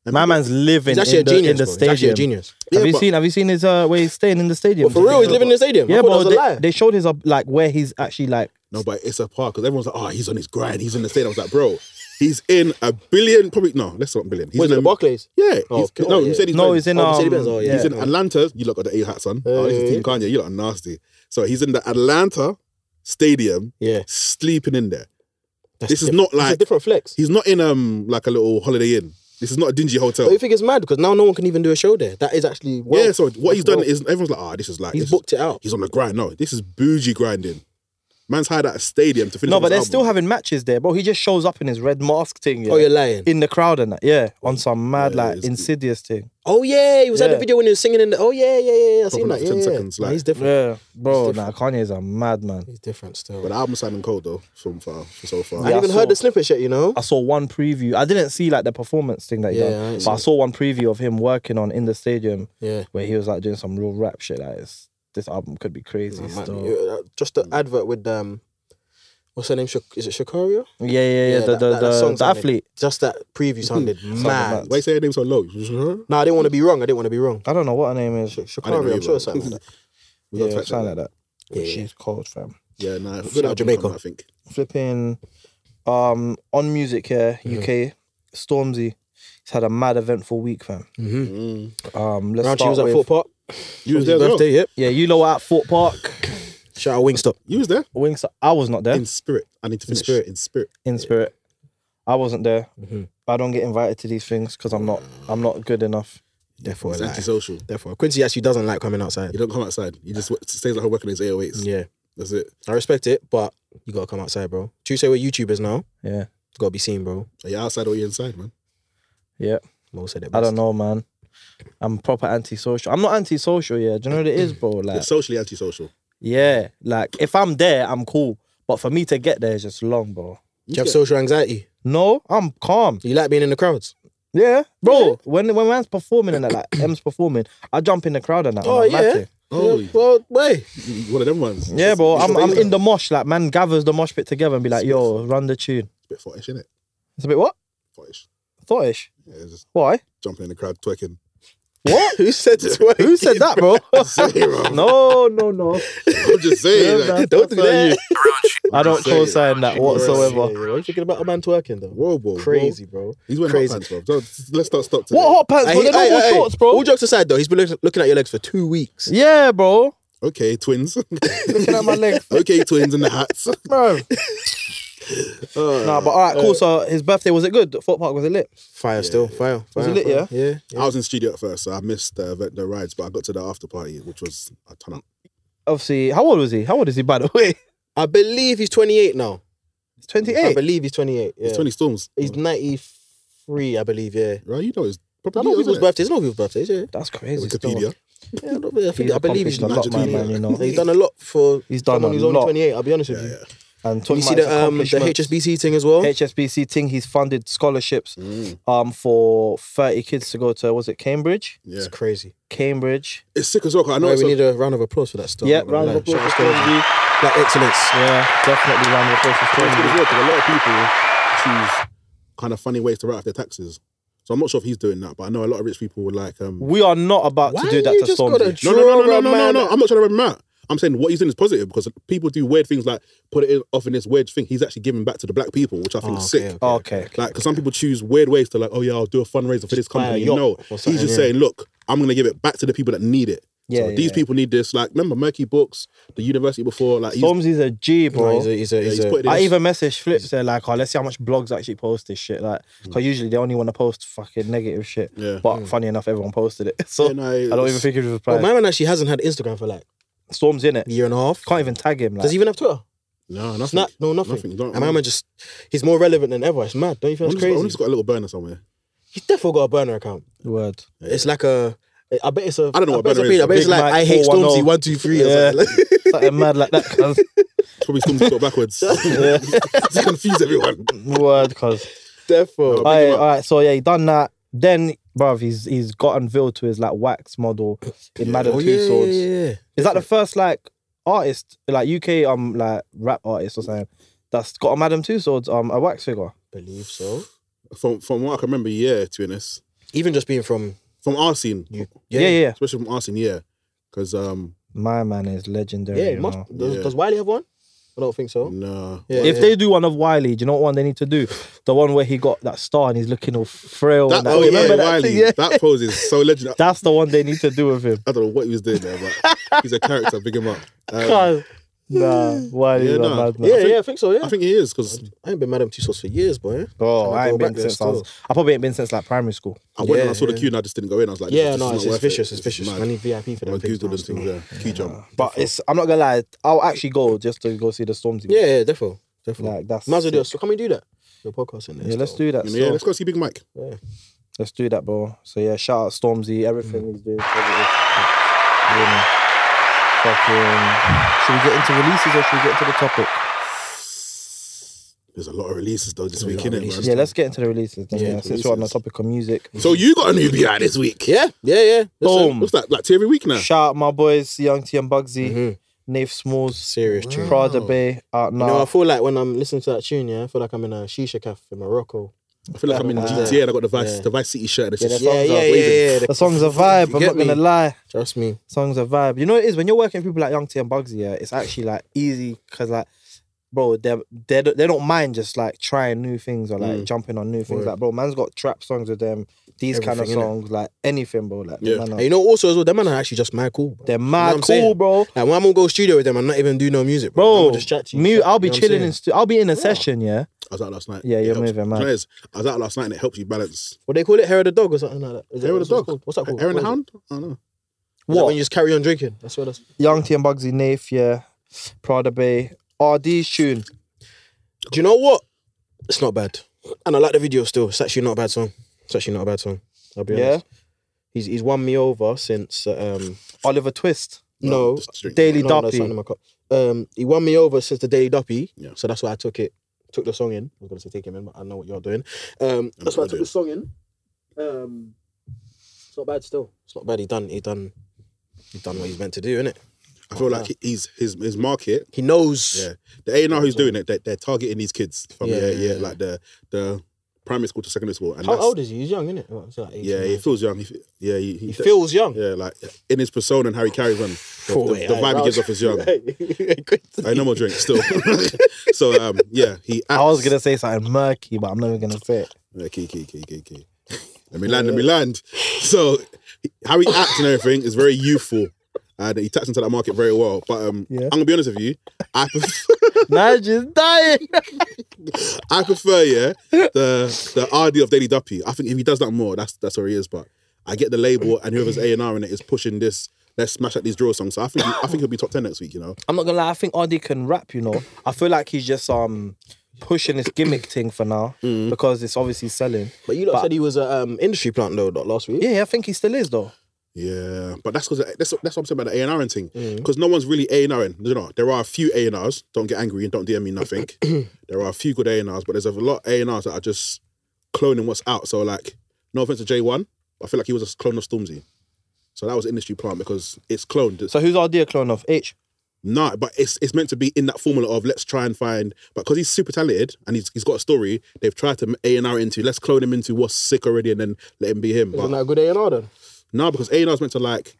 Speaker 3: And
Speaker 2: My man's living
Speaker 1: He's actually
Speaker 2: in the,
Speaker 1: a genius.
Speaker 2: in the
Speaker 1: bro. He's
Speaker 2: stadium.
Speaker 1: actually a genius.
Speaker 3: Yeah,
Speaker 2: have you
Speaker 3: but-
Speaker 2: seen? Have you seen his uh, where he's staying in the stadium?
Speaker 1: For real, he's living in the stadium.
Speaker 2: Yeah,
Speaker 1: I thought that
Speaker 2: but
Speaker 1: was a lie.
Speaker 2: they, they showed his up like where he's actually like.
Speaker 3: No, but it's a part because everyone's like, oh, he's on his grind, he's in the state. I was like, bro, he's in a billion, probably, no, let's not billion. He's
Speaker 1: What is
Speaker 3: in
Speaker 1: it,
Speaker 3: a,
Speaker 1: the Barclays?
Speaker 3: yeah,
Speaker 1: Oh,
Speaker 3: he's,
Speaker 1: okay.
Speaker 3: no,
Speaker 1: Oh,
Speaker 3: he
Speaker 1: yeah.
Speaker 3: said he's
Speaker 2: No,
Speaker 3: going-
Speaker 2: he's in.
Speaker 1: Oh,
Speaker 2: Um,
Speaker 1: Mercedes-Benz, oh, yeah.
Speaker 3: He's in
Speaker 1: Yeah.
Speaker 3: Atlanta. You look at the A hat, son. oh, this is
Speaker 1: Hey.
Speaker 3: Team Kanye. You look nasty. So he's in the Atlanta stadium,
Speaker 1: Yeah.
Speaker 3: sleeping in there.
Speaker 1: That's
Speaker 3: This is
Speaker 1: diff-
Speaker 3: not
Speaker 1: It's a
Speaker 3: like
Speaker 1: different flex.
Speaker 3: he's not in um like a little Holiday Inn. This is not a dingy hotel.
Speaker 1: But you think it's mad because now no one can even do a show there. That is actually well.
Speaker 3: yeah. So what he's
Speaker 1: That's
Speaker 3: done
Speaker 1: wealth.
Speaker 3: is everyone's like, ah, this is like
Speaker 1: he's
Speaker 3: this is-
Speaker 1: booked it out.
Speaker 3: he's on the grind. No, this is bougie grinding. Man's hired at a stadium to finish.
Speaker 2: No,
Speaker 3: off
Speaker 2: but they're
Speaker 3: his
Speaker 2: still
Speaker 3: album.
Speaker 2: having matches there, bro. He just shows up in his red mask thing. Yeah,
Speaker 1: Oh, you're lying.
Speaker 2: in the crowd and that. Yeah, on some mad
Speaker 3: Yeah,
Speaker 2: like
Speaker 3: it's-
Speaker 2: insidious thing.
Speaker 1: oh yeah, he was at the
Speaker 2: Yeah.
Speaker 1: video when he was singing in the. Oh yeah, yeah, yeah. yeah. I seen
Speaker 3: Couple
Speaker 1: that.
Speaker 3: of
Speaker 1: Yeah,
Speaker 3: 10
Speaker 1: yeah.
Speaker 3: seconds,
Speaker 1: Nah,
Speaker 3: like-
Speaker 1: he's different.
Speaker 2: Yeah, bro.
Speaker 1: It's
Speaker 2: Nah, Kanye's a madman.
Speaker 1: He's different still.
Speaker 3: But the album's sounding cold though, from far, from so far.
Speaker 1: I
Speaker 2: Yeah,
Speaker 1: ain't even
Speaker 2: I
Speaker 1: heard
Speaker 2: saw-
Speaker 1: the snippet yet. You know.
Speaker 2: I saw one preview. I didn't see like the performance thing that he
Speaker 1: Yeah, I
Speaker 2: done,
Speaker 1: ain't
Speaker 2: but I
Speaker 1: seen
Speaker 2: saw one preview of him working on in the stadium
Speaker 1: Yeah.
Speaker 2: where he was like doing some real rap shit. Like it's, this album could be crazy.
Speaker 1: Nah, man,
Speaker 2: still. Yeah,
Speaker 1: you- uh, just the advert with um, what's her name? Shak- Is it Shakaria?
Speaker 2: yeah, yeah.
Speaker 1: Yeah,
Speaker 2: the
Speaker 1: that-
Speaker 2: the,
Speaker 1: that- that
Speaker 2: the,
Speaker 1: song
Speaker 2: the
Speaker 1: sounded-
Speaker 2: athlete.
Speaker 1: Just that preview sounded mad.
Speaker 2: mad.
Speaker 3: Why you say your name so low?
Speaker 1: No, I didn't want to be wrong. I didn't want to be wrong.
Speaker 2: I don't know what her name is.
Speaker 3: I didn't know
Speaker 1: Shakaria, I'm
Speaker 3: either.
Speaker 1: sure it's something like that.
Speaker 3: We
Speaker 2: yeah,
Speaker 3: don't touch
Speaker 2: something like
Speaker 3: that.
Speaker 2: that.
Speaker 1: Yeah, yeah.
Speaker 2: She's cold, fam.
Speaker 3: Yeah, nah,
Speaker 1: out
Speaker 3: good album
Speaker 1: Jamaica.
Speaker 3: coming, I think.
Speaker 2: Flipping, um, on music here,
Speaker 1: Mm-hmm.
Speaker 2: UK, Stormzy. He's had a mad eventful week, fam.
Speaker 1: Mm-hmm.
Speaker 3: Mm.
Speaker 2: Um, let's
Speaker 1: Round she
Speaker 2: start
Speaker 1: was at
Speaker 2: with-
Speaker 1: Fort Park.
Speaker 3: You was
Speaker 1: It was
Speaker 3: there,
Speaker 1: his
Speaker 3: as well.
Speaker 1: birthday. Yep.
Speaker 2: Yeah, you know what? At Fort Park,
Speaker 1: Shout out Wingstop.
Speaker 3: You was there
Speaker 2: Wings. I was not there
Speaker 3: in spirit. I need to finish.
Speaker 1: spirit.
Speaker 3: in spirit.
Speaker 2: in spirit. I wasn't there.
Speaker 1: Mhm.
Speaker 2: I don't get invited to these things because I'm not. I'm not good enough.
Speaker 1: Therefore,
Speaker 3: It's
Speaker 1: like-
Speaker 3: antisocial.
Speaker 1: therefore, Quincy actually doesn't like coming outside.
Speaker 3: You don't come outside. You just w- stays at home working his 808s.
Speaker 1: Yeah,
Speaker 3: That's it.
Speaker 1: I respect it, but you gotta come outside, bro. Tuesday we're YouTubers now.
Speaker 2: Yeah,
Speaker 1: Gotta be seen, bro.
Speaker 3: Are you outside or you inside, man?
Speaker 2: yeah.
Speaker 1: Mo said it.
Speaker 2: I
Speaker 1: best.
Speaker 2: don't know, man. I'm proper antisocial. I'm not antisocial. Yeah, do you know what it is, bro? Like,
Speaker 3: It's socially antisocial.
Speaker 2: yeah, like if I'm there, I'm cool. But for me to get there is just long, bro.
Speaker 1: Do you have social anxiety?
Speaker 2: No, I'm calm.
Speaker 1: You like being in the crowds?
Speaker 2: Yeah, bro. When when man's performing and that, like M's performing, I jump in the crowd and that.
Speaker 1: Oh,
Speaker 2: I'm
Speaker 1: yeah.
Speaker 2: matting.
Speaker 3: Oh,
Speaker 1: Yeah, well, wait.
Speaker 3: you- one of them ones.
Speaker 2: Yeah, bro.
Speaker 3: It's
Speaker 2: I'm
Speaker 3: not
Speaker 2: I'm
Speaker 3: easy.
Speaker 2: in the mosh. Like, man gathers the mosh pit together and be like, yo, run the tune.
Speaker 3: It's a bit fottish, isn't it?
Speaker 2: It's a bit what?
Speaker 3: Fottish.
Speaker 2: Thoughtish.
Speaker 3: Yeah, it's just
Speaker 2: Why?
Speaker 3: jumping in the crowd, twerking.
Speaker 1: What? Who said this? Word?
Speaker 2: Who said that, bro?
Speaker 3: Zero.
Speaker 2: no, no, no.
Speaker 3: I'm just saying.
Speaker 2: Yeah,
Speaker 3: like,
Speaker 2: man.
Speaker 1: Don't do
Speaker 2: That's
Speaker 1: that.
Speaker 2: I don't
Speaker 3: Say it.
Speaker 2: co-sign that
Speaker 1: Yeah,
Speaker 2: whatsoever.
Speaker 1: yeah, yeah. What are you thinking about a man twerking though?
Speaker 3: whoa, whoa, whoa.
Speaker 1: Crazy, bro.
Speaker 3: He's wearing
Speaker 1: Crazy.
Speaker 3: hot pants, bro. Don't- Let's not stop today.
Speaker 2: What hot pants?
Speaker 1: Hey,
Speaker 2: Bro, they're
Speaker 1: hey,
Speaker 2: normal
Speaker 1: hey, hey.
Speaker 2: shorts, bro.
Speaker 1: All jooks aside, though, he's been look- looking at your legs for two weeks.
Speaker 2: Yeah, bro.
Speaker 3: Okay, twins.
Speaker 2: Looking at my leg,
Speaker 3: okay, twins in the hats.
Speaker 2: bro.
Speaker 3: Uh,
Speaker 2: Nah, but all right, cool. So his birthday was it good? The Fort Park was it lit?
Speaker 1: Fire still, fire. fire
Speaker 2: it lit,
Speaker 1: fire. yeah?
Speaker 3: I was in studio at first, so I missed the event, the rides, but I got to the after party, which was a ton of.
Speaker 2: Obviously, how old was he? How old is he by the way?
Speaker 1: I believe he's 28 now.
Speaker 2: He's twenty
Speaker 1: I
Speaker 2: eight.
Speaker 1: believe he's 28. Yeah.
Speaker 3: It's twenty storms,
Speaker 1: He's 93, I believe, yeah.
Speaker 3: right? You know, it's
Speaker 1: I
Speaker 3: probably
Speaker 1: don't know people's birthdays. I know people's birthdays, yeah.
Speaker 2: That's crazy.
Speaker 3: Wikipedia.
Speaker 2: Still.
Speaker 1: yeah I, don't- I think, I believe he's
Speaker 2: accomplished a lot, my
Speaker 1: 19.
Speaker 2: man. You know,
Speaker 1: He's done a lot for
Speaker 2: He's done
Speaker 1: someone
Speaker 2: a
Speaker 1: who's only
Speaker 2: lot.
Speaker 1: 28, I'll be honest with
Speaker 3: Yeah,
Speaker 1: you.
Speaker 3: yeah.
Speaker 2: And
Speaker 1: You
Speaker 2: talking
Speaker 1: see
Speaker 2: about his
Speaker 1: the um the
Speaker 2: accomplishments.
Speaker 1: HSBC thing as well.
Speaker 2: HSBC thing. He's funded scholarships
Speaker 3: Mm,
Speaker 2: um for thirty kids to go to was it Cambridge?
Speaker 3: yeah.
Speaker 1: It's crazy.
Speaker 2: Cambridge.
Speaker 3: It's sick as well. 'cause I know
Speaker 1: No,
Speaker 3: it's
Speaker 1: we
Speaker 3: a,
Speaker 1: need a round of applause for that stuff.
Speaker 2: yeah,
Speaker 1: Not gonna
Speaker 2: round of
Speaker 1: lie.
Speaker 2: applause.
Speaker 1: Shout
Speaker 2: for
Speaker 1: out to
Speaker 2: Cambridge.
Speaker 1: Black excellence.
Speaker 2: Yeah, definitely round of applause. for
Speaker 3: it's good
Speaker 2: Cambridge.
Speaker 3: as well, 'cause a lot of people choose kind of funny ways to write off their taxes. So I'm not sure if he's doing that, but I know a lot of rich people would like. Um,
Speaker 2: We are not about
Speaker 1: Why
Speaker 2: to do that
Speaker 1: you
Speaker 2: to
Speaker 1: just
Speaker 2: Stormzy.
Speaker 1: gotta
Speaker 3: No, no, no,
Speaker 1: Draw
Speaker 3: no, no,
Speaker 1: a
Speaker 3: no, no,
Speaker 1: man-
Speaker 3: no. I'm not trying to run out. I'm saying what he's doing is positive because people do weird things like put it in, off in this weird thing. He's actually giving back to the black people, which I think
Speaker 1: Oh,
Speaker 3: is sick.
Speaker 1: okay,
Speaker 2: Oh, okay.
Speaker 3: Like, because some people choose weird ways to like, oh yeah, I'll do a fundraiser for this
Speaker 1: buy a
Speaker 3: company.
Speaker 1: yacht
Speaker 3: No,
Speaker 1: or
Speaker 3: he's
Speaker 1: something,
Speaker 3: just
Speaker 1: yeah.
Speaker 3: saying, look, I'm gonna give it back to the people that need it.
Speaker 2: Yeah,
Speaker 3: so these
Speaker 2: yeah.
Speaker 3: people need this. Like, remember Murky Books, the university before, like, he's,
Speaker 2: Stormzy's a G,
Speaker 1: No,
Speaker 2: Oh, bro.
Speaker 1: he's a, he's a,
Speaker 3: yeah,
Speaker 1: he's
Speaker 3: he's
Speaker 1: a-
Speaker 3: put it in
Speaker 2: I
Speaker 3: his-
Speaker 2: even message Flip said like, "Oh, let's see how much blogs actually post this shit." Like, because usually they only want to post fucking negative shit.
Speaker 3: Mm. Yeah.
Speaker 2: But funny enough, everyone posted it, so
Speaker 3: Yeah, no,
Speaker 2: I don't
Speaker 3: it's-
Speaker 2: even think he was
Speaker 1: Well,
Speaker 2: replied.
Speaker 1: my Oh, man actually hasn't had Instagram for like
Speaker 2: Storm's in it.
Speaker 1: a year and a half.
Speaker 2: Can't even tag him. Like,
Speaker 1: Does he even have Twitter?
Speaker 3: no, nothing.
Speaker 1: Snap? No, nothing.
Speaker 3: Nothing, don't-
Speaker 1: and my man just, he's more relevant than ever. It's mad. Don't you think
Speaker 3: Only's
Speaker 1: it's
Speaker 3: got,
Speaker 1: crazy?
Speaker 3: Only's got a little burner somewhere.
Speaker 1: He's definitely got a burner account.
Speaker 2: Word.
Speaker 1: It's like a. I bet it's a.
Speaker 3: I don't know what
Speaker 1: bet it's a
Speaker 3: burner is.
Speaker 1: page- I bet it's
Speaker 2: Big
Speaker 1: like
Speaker 2: Mac
Speaker 1: I hate Stormzy
Speaker 2: 410.
Speaker 1: one two three. or
Speaker 2: Yeah.
Speaker 1: something. Like-
Speaker 2: Something mad like that. 'cause-
Speaker 3: It's Probably Stormzy's got backwards. to confuse everyone.
Speaker 2: word, cause.
Speaker 1: Defo.
Speaker 2: All
Speaker 3: Big
Speaker 2: right,
Speaker 3: him up.
Speaker 2: all right. So yeah, he done that. Then, bruv, he's he's got unveiled to his like wax model in Madden
Speaker 1: Oh,
Speaker 2: Two
Speaker 1: yeah,
Speaker 2: Swords.
Speaker 1: yeah, yeah, yeah.
Speaker 2: Is that the first like artist, like UK um like rap artist or something that's got a Madam Two Swords um a wax figure?
Speaker 1: Believe so.
Speaker 3: From from what I can remember, yeah, to be honest,
Speaker 1: Even just being from
Speaker 3: from our scene,
Speaker 2: Yeah, yeah. yeah.
Speaker 3: especially from our scene, yeah, because um,
Speaker 2: My man is legendary.
Speaker 1: Yeah,
Speaker 2: you
Speaker 1: it must,
Speaker 2: know.
Speaker 1: does,
Speaker 3: Yeah.
Speaker 1: does Wiley have one? I don't think so.
Speaker 3: nah,
Speaker 1: Oh. Yeah,
Speaker 2: If
Speaker 1: yeah.
Speaker 2: they do one of Wiley, do you know what one they need to do? The one where he got that star and he's looking all frail.
Speaker 3: that,
Speaker 2: and that,
Speaker 3: oh, yeah,
Speaker 2: remember that
Speaker 3: Wiley,
Speaker 2: thing? Yeah.
Speaker 3: that pose is so legendary.
Speaker 2: That's the one they need to do with him.
Speaker 3: I don't know what he was doing there, but he's a character. Big him up. Um,
Speaker 2: Cause, nah, Wiley's
Speaker 3: Yeah,
Speaker 2: a
Speaker 3: nah.
Speaker 2: madman.
Speaker 1: yeah, yeah, I think so. Yeah,
Speaker 3: I think he is because
Speaker 1: I ain't been Madam Two Swords for years, boy.
Speaker 2: Oh, I
Speaker 1: Go
Speaker 2: ain't
Speaker 1: back
Speaker 2: been
Speaker 1: there
Speaker 2: since I,
Speaker 1: still.
Speaker 2: was, I probably ain't been since like primary school.
Speaker 3: I went and
Speaker 1: Yeah,
Speaker 3: I saw the
Speaker 1: yeah.
Speaker 3: queue and I just didn't go in. I was like,
Speaker 1: Yeah,
Speaker 3: this,
Speaker 1: no,
Speaker 3: this
Speaker 1: it's,
Speaker 3: is not
Speaker 1: it's
Speaker 3: worth it.
Speaker 1: vicious. It's
Speaker 3: This is
Speaker 1: vicious.
Speaker 3: mad.
Speaker 1: I need VIP for
Speaker 3: I
Speaker 1: that.
Speaker 3: googled those things. Yeah, queue jump.
Speaker 2: But it's I'm not gonna lie, I'll actually go just to go see the Stormzy.
Speaker 1: Yeah, yeah, defo, defo.
Speaker 2: like that's
Speaker 1: Might as well do a- So can we do that? The podcast in there.
Speaker 2: Yeah, let's
Speaker 1: still.
Speaker 2: do that.
Speaker 3: I mean,
Speaker 2: still.
Speaker 3: yeah, let's go see Big Mike.
Speaker 2: Let's do that, bro. So yeah, shout out Stormzy, everything he's doing. Positive. Yeah. Fucking. Should we get into releases or should we get into the topic?
Speaker 3: There's a lot of releases though this
Speaker 1: There's a
Speaker 3: week,
Speaker 1: lot of
Speaker 3: innit,
Speaker 1: releases.
Speaker 3: man?
Speaker 2: Yeah, let's get into the releases. Then, yeah,
Speaker 1: Yeah,
Speaker 2: since we're on the
Speaker 3: releases.
Speaker 2: topic of music.
Speaker 3: So you got a newbie out this week.
Speaker 1: Yeah, yeah, yeah. Listen,
Speaker 2: Boom.
Speaker 3: What's that? Like two every week now.
Speaker 2: Shout out my boys, Young T and Bugsy,
Speaker 1: Mhm.
Speaker 2: Nath Smalls,
Speaker 1: Serious tune.
Speaker 2: Prada Bay uh, out
Speaker 1: You
Speaker 2: now.
Speaker 1: know, I feel like when I'm listening to that tune, yeah, I feel like I'm in a shisha cafe in Morocco.
Speaker 3: I feel like I'm in
Speaker 1: Yeah.
Speaker 3: GTA and I got the Vice,
Speaker 1: Yeah.
Speaker 3: the Vice City shirt. And it's
Speaker 2: Yeah,
Speaker 3: just,
Speaker 2: that's-
Speaker 1: Yeah,
Speaker 2: songs
Speaker 1: yeah,
Speaker 2: are
Speaker 1: yeah,
Speaker 3: waving.
Speaker 1: yeah.
Speaker 2: the song's a vibe. I'm
Speaker 1: Get
Speaker 2: not gonna
Speaker 1: me.
Speaker 2: lie.
Speaker 1: Trust me.
Speaker 2: Songs a vibe. You know what it is when you're working with people like Young T and Bugsy. Yeah, it's actually like easy because like, bro, they they they don't mind just like trying new things or like
Speaker 3: Mm.
Speaker 2: jumping on new things.
Speaker 1: Word.
Speaker 2: Like, bro, man's got trap songs with them. These kind of
Speaker 1: Everything, innit?
Speaker 2: songs, like anything, bro. Like,
Speaker 3: Yeah.
Speaker 2: man are-
Speaker 1: And you know, also as well, them man are actually just mad cool. Bro.
Speaker 2: they're
Speaker 1: You know what
Speaker 2: mad
Speaker 1: I'm
Speaker 2: cool,
Speaker 1: saying?
Speaker 2: bro.
Speaker 1: Like when I'm gonna go studio with them, I'm not even doing no music, bro.
Speaker 2: Bro,
Speaker 1: I'm just chat to you.
Speaker 2: me,
Speaker 1: Chat,
Speaker 2: I'll
Speaker 1: you
Speaker 2: be
Speaker 1: know what I'm
Speaker 2: chilling
Speaker 1: saying?
Speaker 2: in stu- I'll be in a session, yeah.
Speaker 3: I was out last night.
Speaker 2: Yeah,
Speaker 3: It
Speaker 2: you're
Speaker 3: helps.
Speaker 2: moving, man.
Speaker 3: Do you know what it is? I was out last night and it helps you balance.
Speaker 1: What they call it, hair of the dog or something like that. Is it-
Speaker 3: Hair of the
Speaker 1: what's that
Speaker 3: dog?
Speaker 1: called? What's that called?
Speaker 3: Aaron the
Speaker 1: What is it?
Speaker 3: Hound? I don't know.
Speaker 1: Is that
Speaker 2: What?
Speaker 1: When you just carry on drinking. That's what that's.
Speaker 2: Young T and Bugsy, Nafe, yeah, Prada Bay, RD's tune.
Speaker 1: Do you know what? It's not bad, and I like the video still. It's actually not a bad song. It's actually not a bad song. I'll be
Speaker 2: Yeah.
Speaker 1: honest. He's he's won me over since uh, um
Speaker 2: Oliver Twist,
Speaker 1: no
Speaker 3: Just drink.
Speaker 2: Daily
Speaker 1: no, no,
Speaker 2: Duppy.
Speaker 1: something in my cup. Um, he won me over since the Daily Doppy.
Speaker 3: Yeah.
Speaker 1: So that's why I took it. Took the song in. I was gonna say take him in, but I know what you're doing.
Speaker 3: I
Speaker 1: Um,
Speaker 3: know
Speaker 1: that's why I
Speaker 3: what
Speaker 1: took
Speaker 3: you're
Speaker 1: the song in. Um, it's not bad still. It's not bad. He done. He done. He done what he's meant to do, innit?
Speaker 3: I feel like he's his his market
Speaker 1: He knows.
Speaker 3: Yeah, the A and R who's doing it, they, they're targeting these kids from
Speaker 1: Yeah,
Speaker 3: yeah,
Speaker 1: yeah,
Speaker 3: yeah,
Speaker 1: yeah.
Speaker 3: like the the primary school to secondary school. And
Speaker 1: How
Speaker 3: that's,
Speaker 1: old is he? He's young, isn't it? Well, it's like 18,
Speaker 3: yeah, he
Speaker 1: 19.
Speaker 3: feels young. He, fe- yeah, he,
Speaker 1: he feels young.
Speaker 3: yeah, like in his persona and how he carries on. The,
Speaker 1: Oh,
Speaker 3: the-
Speaker 1: wait,
Speaker 3: the
Speaker 1: aye,
Speaker 3: vibe he
Speaker 1: wow.
Speaker 3: gives off is young.
Speaker 1: Good.
Speaker 3: I no more drink still. so um, yeah, he. Acts.
Speaker 2: I was gonna say something murky, but I'm not even gonna say it.
Speaker 3: Yeah, key, key, key, key, key. Let me land. Let me land. So he- how he acts and everything is very youthful. And he taps into that market very well. But um,
Speaker 2: Yeah.
Speaker 3: I'm gonna be honest with you. I prefer,
Speaker 2: Nigel's dying.
Speaker 3: I prefer, yeah, the the RD of Daily Duppy. I think if he does that more, that's that's where he is. But I get the label and whoever's A and R in it is pushing this. Let's smash out these draw songs. So I think he- I think he'll be top ten next week. You know,
Speaker 2: I'm not gonna lie, I think Ardy can rap, you know. I feel like he's just um pushing this gimmick thing for now because it's obviously selling.
Speaker 1: But you lot
Speaker 2: But-
Speaker 1: said he was a um, industry plant though, like, last week.
Speaker 2: Yeah, I think he still is though.
Speaker 3: Yeah, but that's because that's, that's what I'm saying about the A and R thing. Because no one's really A and Ring. You know, there are a few A and R's. Don't get angry and don't DM me nothing. there are a few good A and R's, but there's a lot A and R's that are just cloning what's out. So like, no offense to J One, I feel like he was a clone of Stormzy. So that was industry plant because it's cloned. It's-
Speaker 2: So who's our dear clone of H?
Speaker 3: no, but it's it's meant to be in that formula of let's try and find. But because he's super talented and he's he's got a story, they've tried to A and R into let's clone him into what's sick already and then let him be him. But
Speaker 1: Isn't that a good A and R then?
Speaker 3: no, because A and R's meant to like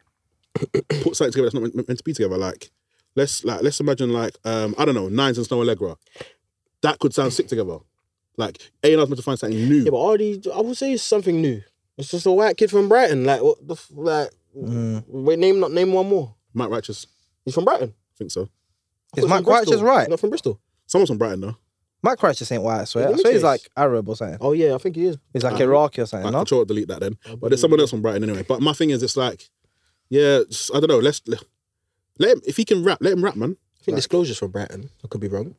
Speaker 3: put something together that's not meant, meant to be together. Like let's like let's imagine like um I don't know Nines and Snow Allegra. That could sound sick together. Like A and R's meant to find something new.
Speaker 1: Yeah, but already, I would say it's something new. It's just a white kid from Brighton. Like what the f- like?
Speaker 2: Mm.
Speaker 1: Wait, name not name one more.
Speaker 3: Mike Righteous,
Speaker 1: He's from Brighton.
Speaker 3: I think so.
Speaker 1: I
Speaker 2: Is
Speaker 1: thought
Speaker 2: Mike
Speaker 1: he's from
Speaker 2: Righteous
Speaker 1: Bristol.
Speaker 2: right?
Speaker 1: Not from Bristol.
Speaker 3: Someone's from Brighton though.
Speaker 2: Mike Christ just ain't white, I swear. I
Speaker 1: Let me
Speaker 2: swear he's
Speaker 1: chase.
Speaker 2: like Arab or something.
Speaker 1: Oh yeah, I think he is.
Speaker 2: He's Uh-huh. like Iraqi or
Speaker 3: I
Speaker 2: something, no?
Speaker 3: control sure I'll delete that then. But there's someone else from Brighton anyway. But my thing is, it's like, yeah, it's- I don't know. Let's let, let him if he can rap, let him rap, man.
Speaker 1: I think Disclosure's from Brighton. I could be wrong.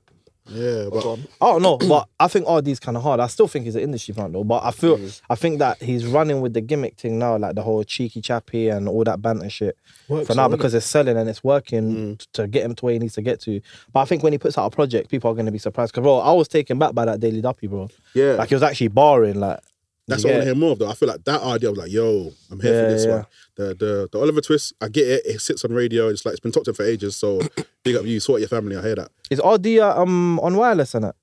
Speaker 3: Yeah, but
Speaker 2: I don't know, Oh, but I think RD's kind of hard. I still think he's an industry fan though, but I feel I think that he's running with the gimmick thing now, like the whole cheeky chappy and all that banter shit.
Speaker 1: Works,
Speaker 2: for now
Speaker 1: though,
Speaker 2: because it's selling and it's working t- to get him to where he needs to get to. But I think when he puts out a project, people are going to be surprised. Cause bro, I was taken back by that Daily Duppy, bro.
Speaker 3: yeah,
Speaker 2: Like he was actually barring, like
Speaker 3: that's
Speaker 2: you
Speaker 3: what I want to
Speaker 2: get
Speaker 3: hear more of. Though I feel like that idea of like, yo, I'm here for
Speaker 2: Yeah,
Speaker 3: this
Speaker 2: yeah.
Speaker 3: one. The the the Oliver Twist, I get it. It sits on radio. It's like it's been talked to for ages. So big up you, sort your family. I hear that.
Speaker 2: is RD uh, um on wireless and it?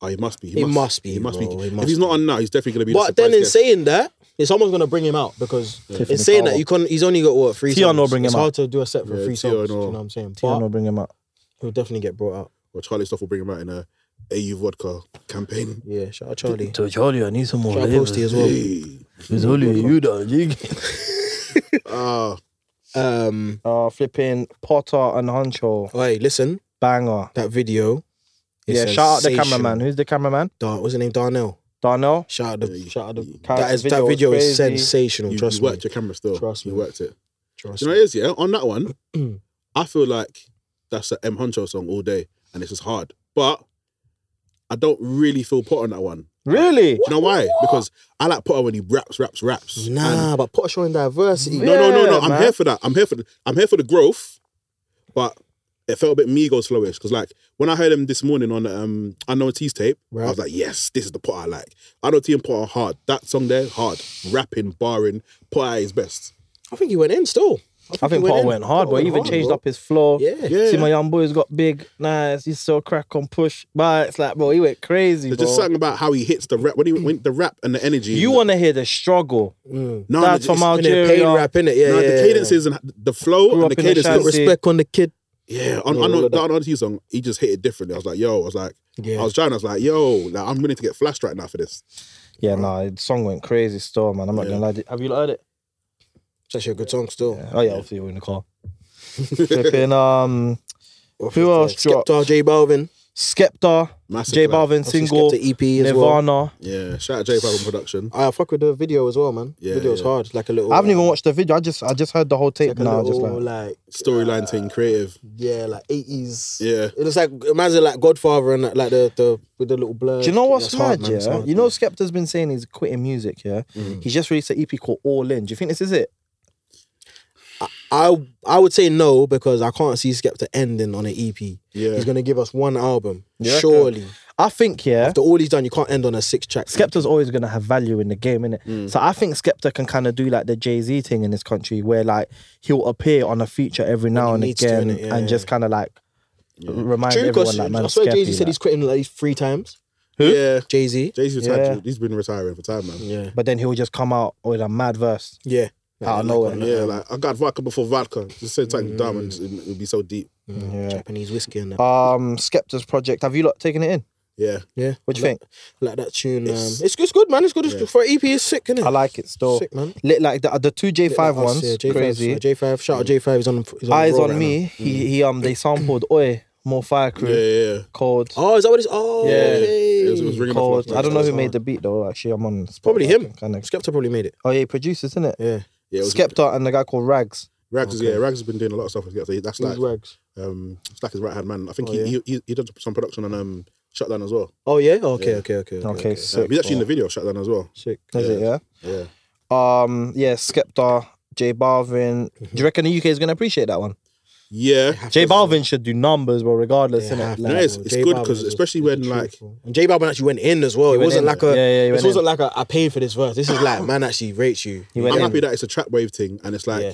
Speaker 3: Oh, he must be. He,
Speaker 1: He
Speaker 3: must,
Speaker 1: must be,
Speaker 3: He must
Speaker 1: bro,
Speaker 3: be.
Speaker 1: he
Speaker 3: if
Speaker 1: must
Speaker 3: he's not
Speaker 1: be.
Speaker 3: on now, he's definitely gonna be.
Speaker 1: But then in
Speaker 3: insane.
Speaker 1: saying that, it's almost gonna bring him out because in
Speaker 2: Tiffany
Speaker 1: saying
Speaker 2: Power.
Speaker 1: that you can he's only got what three.
Speaker 2: Tion will
Speaker 1: songs.
Speaker 2: bring him
Speaker 1: it's
Speaker 2: out.
Speaker 1: hard to do a set for
Speaker 3: Yeah,
Speaker 1: three
Speaker 3: Tion
Speaker 1: songs. Do you
Speaker 3: will.
Speaker 1: know what I'm saying?
Speaker 2: Tion
Speaker 1: But
Speaker 2: will bring him out.
Speaker 1: he'll definitely get brought out.
Speaker 3: Well, Charlie Stuff will bring him out in a AU vodka campaign.
Speaker 1: Yeah, shout out Charlie.
Speaker 2: So Charlie, I need some more.
Speaker 1: Shout out Posty as well.
Speaker 3: Hey.
Speaker 2: It's only you done.
Speaker 3: Ah,
Speaker 1: Um,
Speaker 2: Uh, flipping Potter and Honcho
Speaker 1: hey, listen,
Speaker 2: banger.
Speaker 1: that video. is
Speaker 2: yeah, shout out the
Speaker 1: sensational.
Speaker 2: cameraman. Who's the cameraman?
Speaker 1: Dar- what's his name? Darnell.
Speaker 2: Darnell.
Speaker 1: Shout out the
Speaker 3: Yeah,
Speaker 1: shout out the
Speaker 3: yeah.
Speaker 1: that is
Speaker 2: Character
Speaker 1: that video
Speaker 2: was
Speaker 1: is
Speaker 2: crazy.
Speaker 1: sensational.
Speaker 3: you,
Speaker 1: trust
Speaker 3: you
Speaker 1: me.
Speaker 3: worked your camera still.
Speaker 1: Trust
Speaker 3: you
Speaker 1: me.
Speaker 3: worked it.
Speaker 1: Trust
Speaker 3: Do you know
Speaker 1: me.
Speaker 3: what it is, yeah? On that one, I feel like that's an M Honcho song all day, and it's just hard. But I don't really feel Potter on that one.
Speaker 2: Really?
Speaker 3: Do you know why? Because I like Potter when he raps, raps, raps.
Speaker 1: Nah, but Potter showing diversity.
Speaker 3: And- no, no, no, no.
Speaker 2: Yeah,
Speaker 3: I'm
Speaker 2: man.
Speaker 3: here for that. I'm here for the, I'm here for the growth, but it felt a bit Migos flowish. Because like when I heard him this morning on um Unknown T's tape, I
Speaker 1: Right.
Speaker 3: was like, yes, this is the Potter I like. I know T and Potter are hard. That song there, hard. Rapping, barring, Potter at his best.
Speaker 1: I think he went in still.
Speaker 2: I think
Speaker 1: he
Speaker 2: Potter
Speaker 1: in.
Speaker 2: went hard,
Speaker 1: Potter
Speaker 2: but
Speaker 1: went
Speaker 2: he even
Speaker 1: hard,
Speaker 2: changed
Speaker 1: bro.
Speaker 2: up his flow.
Speaker 1: Yeah.
Speaker 3: Yeah.
Speaker 2: See, my young boy's got big, nice. He's so crack on push. But it's like, bro, he went crazy,
Speaker 3: There's
Speaker 2: bro.
Speaker 3: just something about how he hits the rap when he when the rap and the energy.
Speaker 2: Hmm. you want to hear the struggle.
Speaker 3: no,
Speaker 2: That's
Speaker 3: no,
Speaker 2: from
Speaker 3: it's-
Speaker 1: Mm. In a pain
Speaker 2: Mm. Algeria.
Speaker 1: rap in it. Yeah,
Speaker 3: no,
Speaker 1: yeah,
Speaker 3: the
Speaker 1: yeah,
Speaker 3: cadences and the flow
Speaker 2: Grew
Speaker 3: and
Speaker 2: up
Speaker 3: the
Speaker 2: in the
Speaker 1: yeah.
Speaker 3: cadences.
Speaker 1: Put
Speaker 2: shanty.
Speaker 1: respect on the kid.
Speaker 3: yeah, on,
Speaker 1: Yeah,
Speaker 3: on,
Speaker 1: all
Speaker 3: on
Speaker 1: of that.
Speaker 3: that Odyssey song, he just hit it differently. I was like, yo, I was like,
Speaker 1: Yeah.
Speaker 3: I was trying. I was like, yo, like, I'm willing to get flashed right now for this.
Speaker 2: Yeah, nah, the song went crazy still, man. I'm not gonna lie. Did- Have you heard it?
Speaker 1: It's actually a good song still.
Speaker 2: Oh yeah, obviously you're in the car. Flipping um Who else dropped?
Speaker 1: Skepta, J Balvin.
Speaker 2: Skepta,
Speaker 3: Massive
Speaker 2: J
Speaker 3: collab.
Speaker 2: Balvin single,
Speaker 1: Skepta EP E as well.
Speaker 2: Nirvana.
Speaker 3: Yeah, shout out J Balvin production.
Speaker 1: I fuck with the video as well, man.
Speaker 3: Yeah,
Speaker 1: Video's
Speaker 3: yeah.
Speaker 1: hard, like a little.
Speaker 2: I haven't even
Speaker 1: uh,
Speaker 2: watched the video. I just I just heard the whole tape
Speaker 1: Like a
Speaker 2: now. Just
Speaker 1: little,
Speaker 2: like
Speaker 1: like
Speaker 3: Storyline thing, creative.
Speaker 1: yeah, like eighties.
Speaker 3: Yeah.
Speaker 1: it looks like imagine like Godfather and that, like the the with the little blur.
Speaker 2: do you know what's
Speaker 1: That's hard,
Speaker 2: mad,
Speaker 1: man.
Speaker 2: yeah?
Speaker 1: It's hard, Mm.
Speaker 2: you know
Speaker 1: man.
Speaker 2: Skepta's been saying he's quitting music, yeah? He's just released an EP called All In. Do you think this is it?
Speaker 1: I I would say no because I can't see Skepta ending on an EP.
Speaker 3: Yeah.
Speaker 1: He's gonna give us one album,
Speaker 2: You reckon?
Speaker 1: surely.
Speaker 2: I think, yeah.
Speaker 1: After all he's done, you can't end on a six track.
Speaker 2: Skepta's always going to have value in the game, innit?
Speaker 1: Mm.
Speaker 2: So I think Skepta can kind of do like the Jay Z thing in this country, where like he'll appear on a feature every now
Speaker 1: he
Speaker 2: and
Speaker 1: needs to,
Speaker 2: again
Speaker 1: innit? Yeah,
Speaker 2: and
Speaker 1: yeah.
Speaker 2: just kind of like remind
Speaker 1: True,
Speaker 2: everyone
Speaker 1: because
Speaker 2: that man.
Speaker 1: I swear Jay Z said
Speaker 2: like.
Speaker 1: he's quitting like three times.
Speaker 3: Yeah,
Speaker 1: Jay Z.
Speaker 3: Jay Z
Speaker 2: Yeah.
Speaker 3: He's been retiring for time, man.
Speaker 1: Yeah.
Speaker 2: but then he'll just come out with a mad verse.
Speaker 1: Yeah.
Speaker 2: Out of nowhere.
Speaker 3: Yeah, like I got vodka before vodka. Just say like diamonds, it
Speaker 2: Mm.
Speaker 3: would be so deep.
Speaker 2: Yeah.
Speaker 1: Mm, Japanese whiskey and that.
Speaker 2: Um, Skepta's project. Have you lot taken it in?
Speaker 3: Yeah,
Speaker 1: yeah.
Speaker 2: What do you think?
Speaker 1: Like that tune. Um,
Speaker 3: It's-
Speaker 1: it's, it's good, man. It's good. It's, For an EP, it's sick, innit?
Speaker 2: I like it still.
Speaker 1: Sick, man.
Speaker 2: Lit like the, the two J five
Speaker 1: Like us,
Speaker 2: ones.
Speaker 1: yeah, J5,
Speaker 2: crazy.
Speaker 1: J5. Shout out J5. He's on. He's on
Speaker 2: Eyes
Speaker 1: roll
Speaker 2: on
Speaker 1: right
Speaker 2: me.
Speaker 1: now. Mm.
Speaker 2: He he um they sampled Oi more fire crew
Speaker 3: yeah, yeah. yeah.
Speaker 2: called
Speaker 1: Oh, is that what it's? Oh,
Speaker 2: Yeah.
Speaker 1: hey.
Speaker 3: It was, it was ringing off
Speaker 2: called.
Speaker 3: last
Speaker 2: I don't know
Speaker 3: night.
Speaker 2: who made the beat though. Actually, I'm on the spot.
Speaker 1: Probably him.
Speaker 2: Kind of.
Speaker 1: Skepta probably made it.
Speaker 2: Oh yeah, he produces, isn't it?
Speaker 1: Yeah.
Speaker 3: Yeah, it was,
Speaker 2: Skepta and the guy called Rags.
Speaker 3: Rags. is Yeah, Rags has been doing a lot of stuff. with Skepta. That's like
Speaker 1: Rags.
Speaker 3: um, it's like his right hand man. I think he, he he he did some production on um Shutdown as well.
Speaker 1: Oh yeah. Okay. Okay. Okay. Okay.
Speaker 2: Okay,
Speaker 3: Yeah,
Speaker 2: sick.
Speaker 1: Oh.
Speaker 3: he's actually in the video of Shutdown as well.
Speaker 1: Sick.
Speaker 2: Is it yeah?
Speaker 3: Yeah,
Speaker 2: Um, yeah, Skepta J Balvin. Do
Speaker 1: Mm-hmm.
Speaker 2: you reckon the UK is gonna appreciate that one?
Speaker 3: Yeah.
Speaker 2: J Balvin should do numbers, but regardless,
Speaker 1: They
Speaker 2: innit?
Speaker 1: have
Speaker 2: Like,
Speaker 1: to.
Speaker 3: No, it's, it's
Speaker 1: J
Speaker 3: good
Speaker 1: Balvin
Speaker 3: because
Speaker 1: was-
Speaker 3: especially when like
Speaker 1: And J Balvin actually went in as well.
Speaker 2: He
Speaker 1: It
Speaker 2: went
Speaker 1: wasn't
Speaker 2: in.
Speaker 1: like a.
Speaker 2: Yeah, yeah, he
Speaker 1: It
Speaker 2: went
Speaker 1: wasn't like a. I paid for this verse. This is like man actually rates you.
Speaker 2: He went
Speaker 3: I'm
Speaker 2: in.
Speaker 3: happy that it's a trap wave thing and it's like
Speaker 1: Yeah.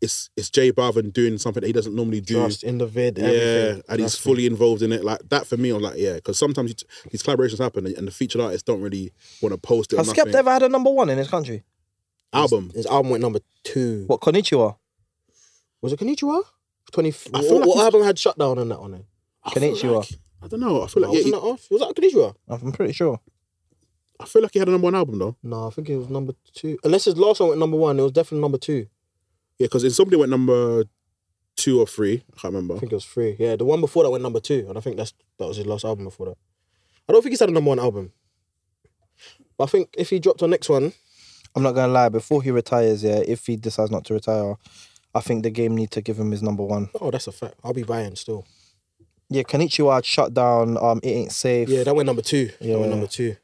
Speaker 3: it's it's Jay Barvin doing something that he doesn't normally do.
Speaker 1: Trust in the vid.
Speaker 3: yeah,
Speaker 1: everything.
Speaker 3: and he's
Speaker 1: Trust
Speaker 3: fully involved in it. Like that for me, I'm like, yeah, because sometimes you t- these collaborations happen and, and the featured artists don't really want to post it.
Speaker 2: Has
Speaker 3: or nothing.
Speaker 2: Skepta ever had a number one in his country?
Speaker 3: album?
Speaker 1: His album went number two.
Speaker 2: What Konnichiwa?
Speaker 1: Was it Konnichiwa? 20,
Speaker 3: I
Speaker 1: what
Speaker 3: feel like
Speaker 1: what
Speaker 3: he's-
Speaker 1: album had Shutdown on that one? Then?
Speaker 3: I feel
Speaker 2: Konnichiwa.
Speaker 3: like- I don't know. I feel
Speaker 1: But
Speaker 3: like yeah, he,
Speaker 1: that off? Was that Konnichiwa?
Speaker 2: I'm pretty sure.
Speaker 3: I feel like he had a number one album though.
Speaker 1: No, I think it was number two. Unless his last one went number one, it was definitely number two.
Speaker 3: Yeah, because Insomnia went number two or three. I can't remember.
Speaker 1: I think it was three. Yeah, the one before that went number two, and I think that's that was his last album before that. I don't think he's had a number one album. But I think if he dropped on next one,
Speaker 2: I'm not gonna lie. Before he retires, yeah, if he decides not to retire, I think the game need to give him his number one.
Speaker 1: oh, that's a fact. I'll be buying still.
Speaker 2: Yeah, Konnichiwa shut down. Um, it ain't safe.
Speaker 1: Yeah, that went number two. That
Speaker 2: Yeah.
Speaker 1: went number two.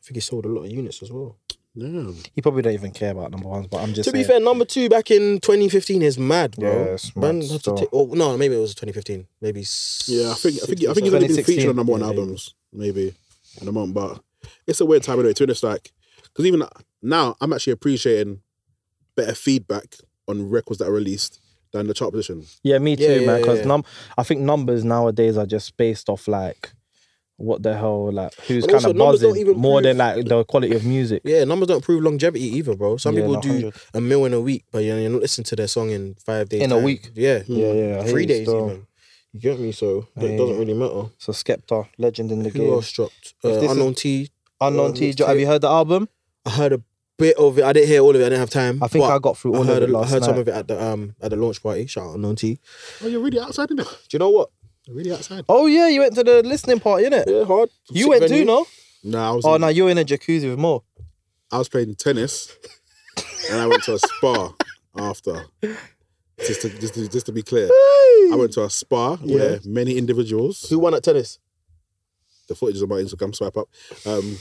Speaker 1: I think he sold a lot of units as well.
Speaker 3: Yeah.
Speaker 2: he probably don't even care about number ones. But I'm just
Speaker 1: to be
Speaker 2: saying.
Speaker 1: fair, number two back in 2015 is mad, bro.
Speaker 2: Yeah, it's
Speaker 1: Man
Speaker 2: mad
Speaker 1: had to
Speaker 2: still.
Speaker 1: take. Oh no, maybe it was 2015. Maybe. s-
Speaker 3: Yeah, I think I think I
Speaker 1: 16,
Speaker 3: think he's only been
Speaker 2: 2016.
Speaker 3: featured on number one
Speaker 2: Yeah, maybe.
Speaker 3: albums, maybe in a month. But it's a weird time anyway. To be honest, like because even now I'm actually appreciating better feedback on records that are released than the chart position.
Speaker 2: Yeah, me too, man.
Speaker 1: Yeah,
Speaker 2: 'Cause man.
Speaker 1: yeah,
Speaker 2: Because
Speaker 1: yeah.
Speaker 2: num, I think numbers nowadays are just based off like, what the hell, like who's
Speaker 1: But
Speaker 2: kind
Speaker 1: also
Speaker 2: of
Speaker 1: numbers don't
Speaker 2: buzzing
Speaker 1: even
Speaker 2: more than
Speaker 1: prove-
Speaker 2: like the quality of music.
Speaker 1: Yeah, numbers don't prove longevity either, bro. Some
Speaker 2: Yeah,
Speaker 1: people
Speaker 2: no,
Speaker 1: do
Speaker 2: 100.
Speaker 1: a mil in a week, but you're, you're not listening to their song in five days.
Speaker 2: In a
Speaker 1: time.
Speaker 2: week?
Speaker 1: Yeah.
Speaker 2: Yeah, yeah, I hear
Speaker 1: Three
Speaker 2: you
Speaker 1: days
Speaker 2: still.
Speaker 1: even. You get me? So
Speaker 2: Yeah.
Speaker 1: it doesn't really matter.
Speaker 2: So Skepta, legend in the
Speaker 1: Who
Speaker 2: game.
Speaker 1: else dropped?
Speaker 2: If
Speaker 1: Uh,
Speaker 2: this is-
Speaker 1: Unknown T.
Speaker 2: Unknown
Speaker 1: Uh,
Speaker 2: T. Have you heard the album?
Speaker 1: I heard a bit of it. I didn't hear all of it. I didn't have time.
Speaker 2: I think
Speaker 1: but
Speaker 2: I got through all
Speaker 1: I
Speaker 2: of
Speaker 1: heard,
Speaker 2: it
Speaker 1: a- I
Speaker 2: last
Speaker 1: heard some
Speaker 2: night.
Speaker 1: of it at the um at the launch party. Shout out Unknown T.
Speaker 3: Oh, you're really outside, innit?
Speaker 1: Do you know what?
Speaker 3: You're really outside.
Speaker 2: Oh yeah, you went to the listening party, innit?
Speaker 1: Yeah, hard.
Speaker 2: You went too,
Speaker 1: no?
Speaker 2: no?
Speaker 3: Nah, I was
Speaker 2: Oh
Speaker 3: in-
Speaker 2: no, you're in a jacuzzi with Mo.
Speaker 3: I was playing tennis, and I went to a spa after. Just to, just, to, just to be clear, I went to a spa where many individuals.
Speaker 1: Who won at tennis?
Speaker 3: The footage is on my Instagram. Swipe up. Um,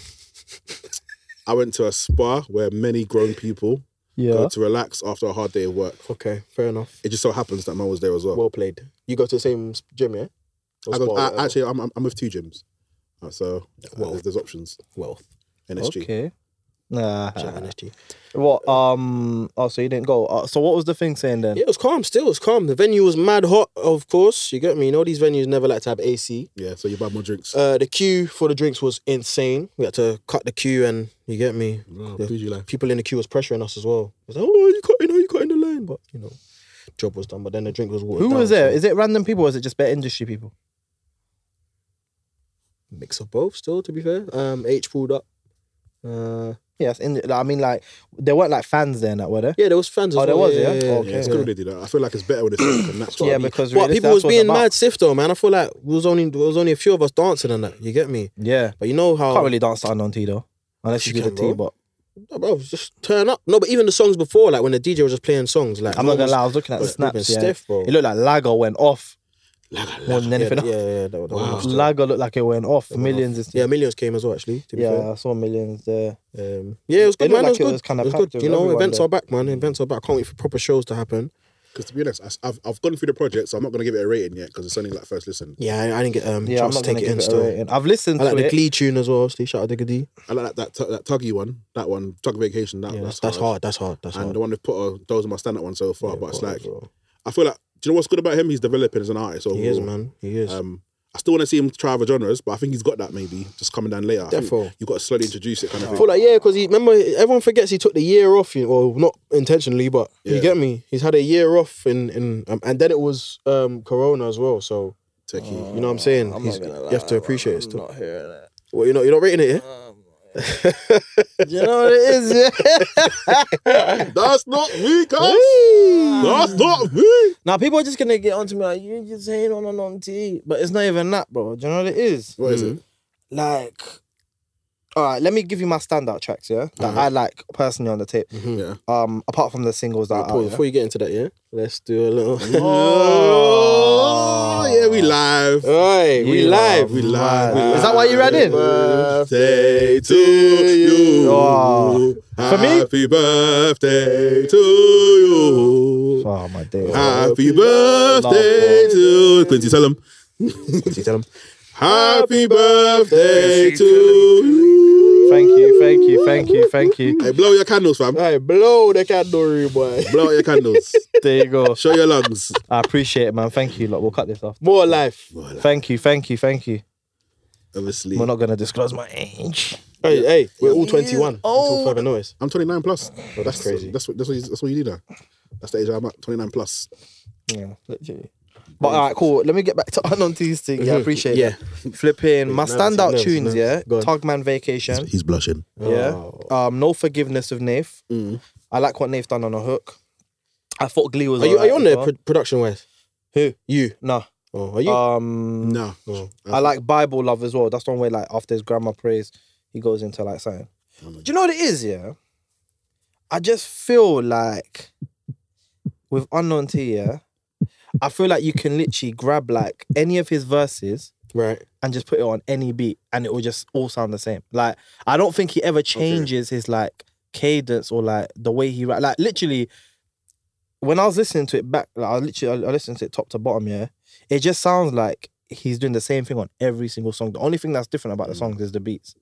Speaker 3: I went to a spa where many grown people go
Speaker 2: Yeah.
Speaker 3: to relax after a hard day of work.
Speaker 1: Okay, fair enough.
Speaker 3: It just so happens that man was there as well.
Speaker 1: Well played. You go to the same gym, yeah? Or
Speaker 3: I go,
Speaker 1: spot,
Speaker 3: I,
Speaker 1: whatever.
Speaker 3: actually, I'm, I'm, I'm with two gyms, Uh, so uh,
Speaker 1: Well.
Speaker 3: there's, there's options.
Speaker 1: wealth.
Speaker 3: NSG.
Speaker 2: Okay. Nah.
Speaker 1: Shout out NSG.
Speaker 2: What? Um. Oh, so you didn't go. Uh, so what was the thing saying then?
Speaker 1: Yeah, it was calm. Still, it was calm. The venue was mad hot, of course. You get me. You know these venues never like to have AC.
Speaker 3: Yeah, so you buy more drinks.
Speaker 1: Uh, the queue for the drinks was insane. We had to cut the queue, and you get me.
Speaker 3: Wow,
Speaker 1: yeah.
Speaker 3: bougie life.
Speaker 1: People in the queue was pressuring us as well. It was like, oh, you cutting? Oh, you cutting the line? But you know, job was done. But then the drink was watered
Speaker 2: Who
Speaker 1: down,
Speaker 2: was there?
Speaker 1: so
Speaker 2: Is it random people or is it just bare industry people?
Speaker 1: mix of both. Still, to be fair, um, H pulled up. Uh,
Speaker 2: Yes, in, I mean, like there weren't like fans there, that were there.
Speaker 1: yeah, there was fans. As
Speaker 2: Oh, there
Speaker 1: well.
Speaker 2: was, yeah?
Speaker 1: yeah,
Speaker 2: Okay.
Speaker 3: Yeah, it's good when they do that. I feel like it's better when it's like a natural.
Speaker 2: Yeah, because
Speaker 1: But
Speaker 2: really,
Speaker 1: people
Speaker 2: that's
Speaker 1: was
Speaker 2: what it's
Speaker 1: being
Speaker 2: about.
Speaker 1: mad stiff though, man. I feel like it was only there was only a few of us dancing on that. You get me?
Speaker 2: Yeah,
Speaker 1: But you know how
Speaker 2: can't really dance to unknown tea though, unless you
Speaker 1: Oh. She
Speaker 2: do the
Speaker 1: can,
Speaker 2: tea.
Speaker 1: bro.
Speaker 2: But
Speaker 1: No, bro, just turn up. No, but even the songs before, like when the DJ was just playing songs, like
Speaker 2: I'm not gonna
Speaker 1: was-
Speaker 2: lie, I was looking at the
Speaker 1: was moving
Speaker 2: snaps. Yeah,
Speaker 1: stiff, bro.
Speaker 2: it looked like Lager went off more than
Speaker 1: yeah,
Speaker 2: anything.
Speaker 1: yeah,
Speaker 2: else.
Speaker 1: yeah, that, that one was-
Speaker 2: Lager looked like it went off. Millions is
Speaker 1: yeah, millions came as well. Actually, to be
Speaker 2: yeah,
Speaker 1: fair.
Speaker 2: I saw millions there.
Speaker 1: Um, yeah, it was
Speaker 2: It looked
Speaker 1: good, man.
Speaker 2: like
Speaker 1: it was
Speaker 2: it
Speaker 1: good.
Speaker 2: was kinda
Speaker 1: It was
Speaker 2: packed
Speaker 1: good.
Speaker 2: with
Speaker 1: You know,
Speaker 2: everyone
Speaker 1: events
Speaker 2: there.
Speaker 1: are back, man. Events are back. I can't wait for proper shows to happen.
Speaker 3: Because to be honest, I- I've, I've gone through the project, so I'm not going to give it a rating yet because it's only like first listen.
Speaker 1: Yeah, I, I didn't get um
Speaker 2: Yeah, I'm
Speaker 1: chance
Speaker 2: not
Speaker 1: to
Speaker 2: gonna
Speaker 1: take it
Speaker 2: give it
Speaker 1: in
Speaker 2: a
Speaker 1: still.
Speaker 2: rating. I've listened
Speaker 1: I like
Speaker 2: to
Speaker 1: the
Speaker 2: it.
Speaker 1: Glee tune as well. Obviously, shout out Digga D.
Speaker 3: I like that that, that tuggy one, that one, tug vacation. That
Speaker 1: Yeah,
Speaker 3: that's,
Speaker 1: that's, that's hard. That's hard. That's
Speaker 3: And
Speaker 1: hard.
Speaker 3: the one they put a those on my stand up one so
Speaker 2: uh,
Speaker 3: far, but it's
Speaker 1: God,
Speaker 3: like
Speaker 1: bro.
Speaker 3: I feel like do you know what's good about him? He's developing as an artist.
Speaker 1: he is,
Speaker 3: overall.
Speaker 1: man. He is.
Speaker 3: Um, I still want to see him try other genres, but I think he's got that maybe just coming down later. I think
Speaker 1: Defo.
Speaker 3: You've got to slowly introduce it kind of
Speaker 1: I
Speaker 3: thing.
Speaker 1: feel like yeah, because he remember everyone forgets he took the year off, you or not intentionally, but
Speaker 3: Yeah.
Speaker 1: you get me. He's had a year off, in, in um, and then it was um, Corona as well. So
Speaker 3: Techie.
Speaker 1: you know what I'm saying.
Speaker 2: Oh, I'm not
Speaker 1: He's-
Speaker 2: gonna
Speaker 1: you have to
Speaker 2: lie,
Speaker 1: appreciate
Speaker 2: I'm
Speaker 1: it still.
Speaker 2: not hearing it.
Speaker 1: Well, you know you're not rating it. Yeah?
Speaker 2: You know what it is? Yeah.
Speaker 3: That's not me, guys. That's not
Speaker 1: Oh.
Speaker 3: me.
Speaker 2: now people are just gonna get onto me like you just saying on unknown tea, but it's not even that, bro. Do you know what it is?
Speaker 3: What is it?
Speaker 2: like all right let me give you my standout tracks yeah that i like personally on the tape
Speaker 3: Yeah.
Speaker 2: um apart from the singles that are
Speaker 1: Paul,
Speaker 2: out, Ah, yeah?
Speaker 1: Before you get into that, yeah, let's do a little.
Speaker 3: Oh, yeah, we live.
Speaker 1: Alright, we
Speaker 2: You
Speaker 1: live.
Speaker 2: are
Speaker 3: We live.
Speaker 2: Is that why you ran in?
Speaker 3: Birthday to you.
Speaker 2: Oh.
Speaker 4: For me?
Speaker 3: Happy birthday to you.
Speaker 2: Oh my day.
Speaker 3: Happy birthday to Quincy. Tell him.
Speaker 1: Quincy, tell him.
Speaker 3: Happy birthday to you.
Speaker 2: Thank you, thank you, thank you, thank you.
Speaker 3: Hey, blow your candles, fam.
Speaker 1: Hey, blow the candle, boy.
Speaker 3: Blow out your candles.
Speaker 2: There you go.
Speaker 3: Show your lungs.
Speaker 2: I appreciate it, man. Thank you. Look, we'll cut this off.
Speaker 1: More life.
Speaker 2: Thank you, thank you, thank you.
Speaker 3: Obviously,
Speaker 2: We're not gonna disclose my age.
Speaker 1: Hey, hey, we're all 21
Speaker 2: Oh.
Speaker 1: until further notice.
Speaker 3: I'm 29 plus. that's
Speaker 1: crazy.
Speaker 3: crazy. That's what that's what you, that's what you do now. That's the age I'm at. 29 plus.
Speaker 2: Yeah, literally. But all right, cool. Let me get back to Anonti's thing. Yeah, I appreciate
Speaker 1: Yeah.
Speaker 2: it. Flipping my
Speaker 1: Nervous,
Speaker 2: standout
Speaker 1: nervous,
Speaker 2: tunes,
Speaker 1: nervous.
Speaker 2: yeah.
Speaker 1: Go on.
Speaker 2: Tugman Vacation.
Speaker 3: He's blushing.
Speaker 2: Yeah.
Speaker 1: Oh.
Speaker 2: Um, No Forgiveness of Nath.
Speaker 1: Mm.
Speaker 2: I like what Nath done on a hook. I thought Glee was
Speaker 1: Are you, are
Speaker 2: alright
Speaker 1: you on
Speaker 2: as
Speaker 1: there
Speaker 2: well.
Speaker 1: pro- production wise?
Speaker 2: Who?
Speaker 1: You.
Speaker 2: No.
Speaker 1: Oh, are you?
Speaker 2: Um
Speaker 3: No.
Speaker 1: Oh.
Speaker 2: I like Bible love as well. That's one way, like, after his grandma prays, he goes into like something. Do you know what it is, yeah? I just feel like with Unknown T, yeah, I feel like you can literally grab like any of his verses
Speaker 1: Right.
Speaker 2: and just put it on any beat and it will just all sound the same. Like, I don't think he ever changes his like cadence or like the way he rap. Like, literally, when I was listening to it back, like, I literally I I listened to it top to bottom, yeah, it just sounds like he's doing the same thing on every single song. The only thing that's different about the songs is the beats.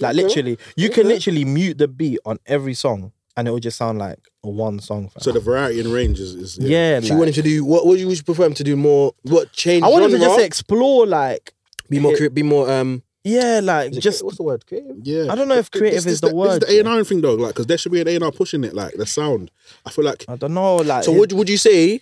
Speaker 2: Like,
Speaker 1: Mm. Okay.
Speaker 2: literally, you can
Speaker 1: Okay.
Speaker 2: literally mute the beat on every song and it will just sound like one song. fam.
Speaker 3: So the variety and range is, is
Speaker 2: yeah,
Speaker 1: So
Speaker 2: like-
Speaker 1: you want him to do what? Would you would you prefer him to do more? What change?
Speaker 2: I want him to
Speaker 1: genre?
Speaker 2: just explore, like,
Speaker 1: be more, cre- be more. Um,
Speaker 2: yeah, like
Speaker 1: is it
Speaker 2: just.
Speaker 1: cre- what's the word? Creative.
Speaker 3: Yeah.
Speaker 2: I don't know if creative is the
Speaker 3: This is
Speaker 2: word,
Speaker 3: the A and R thing though, like because there should be an A and R pushing it, like the sound. I feel like
Speaker 2: I don't know, like
Speaker 1: So
Speaker 2: his-
Speaker 1: would would you say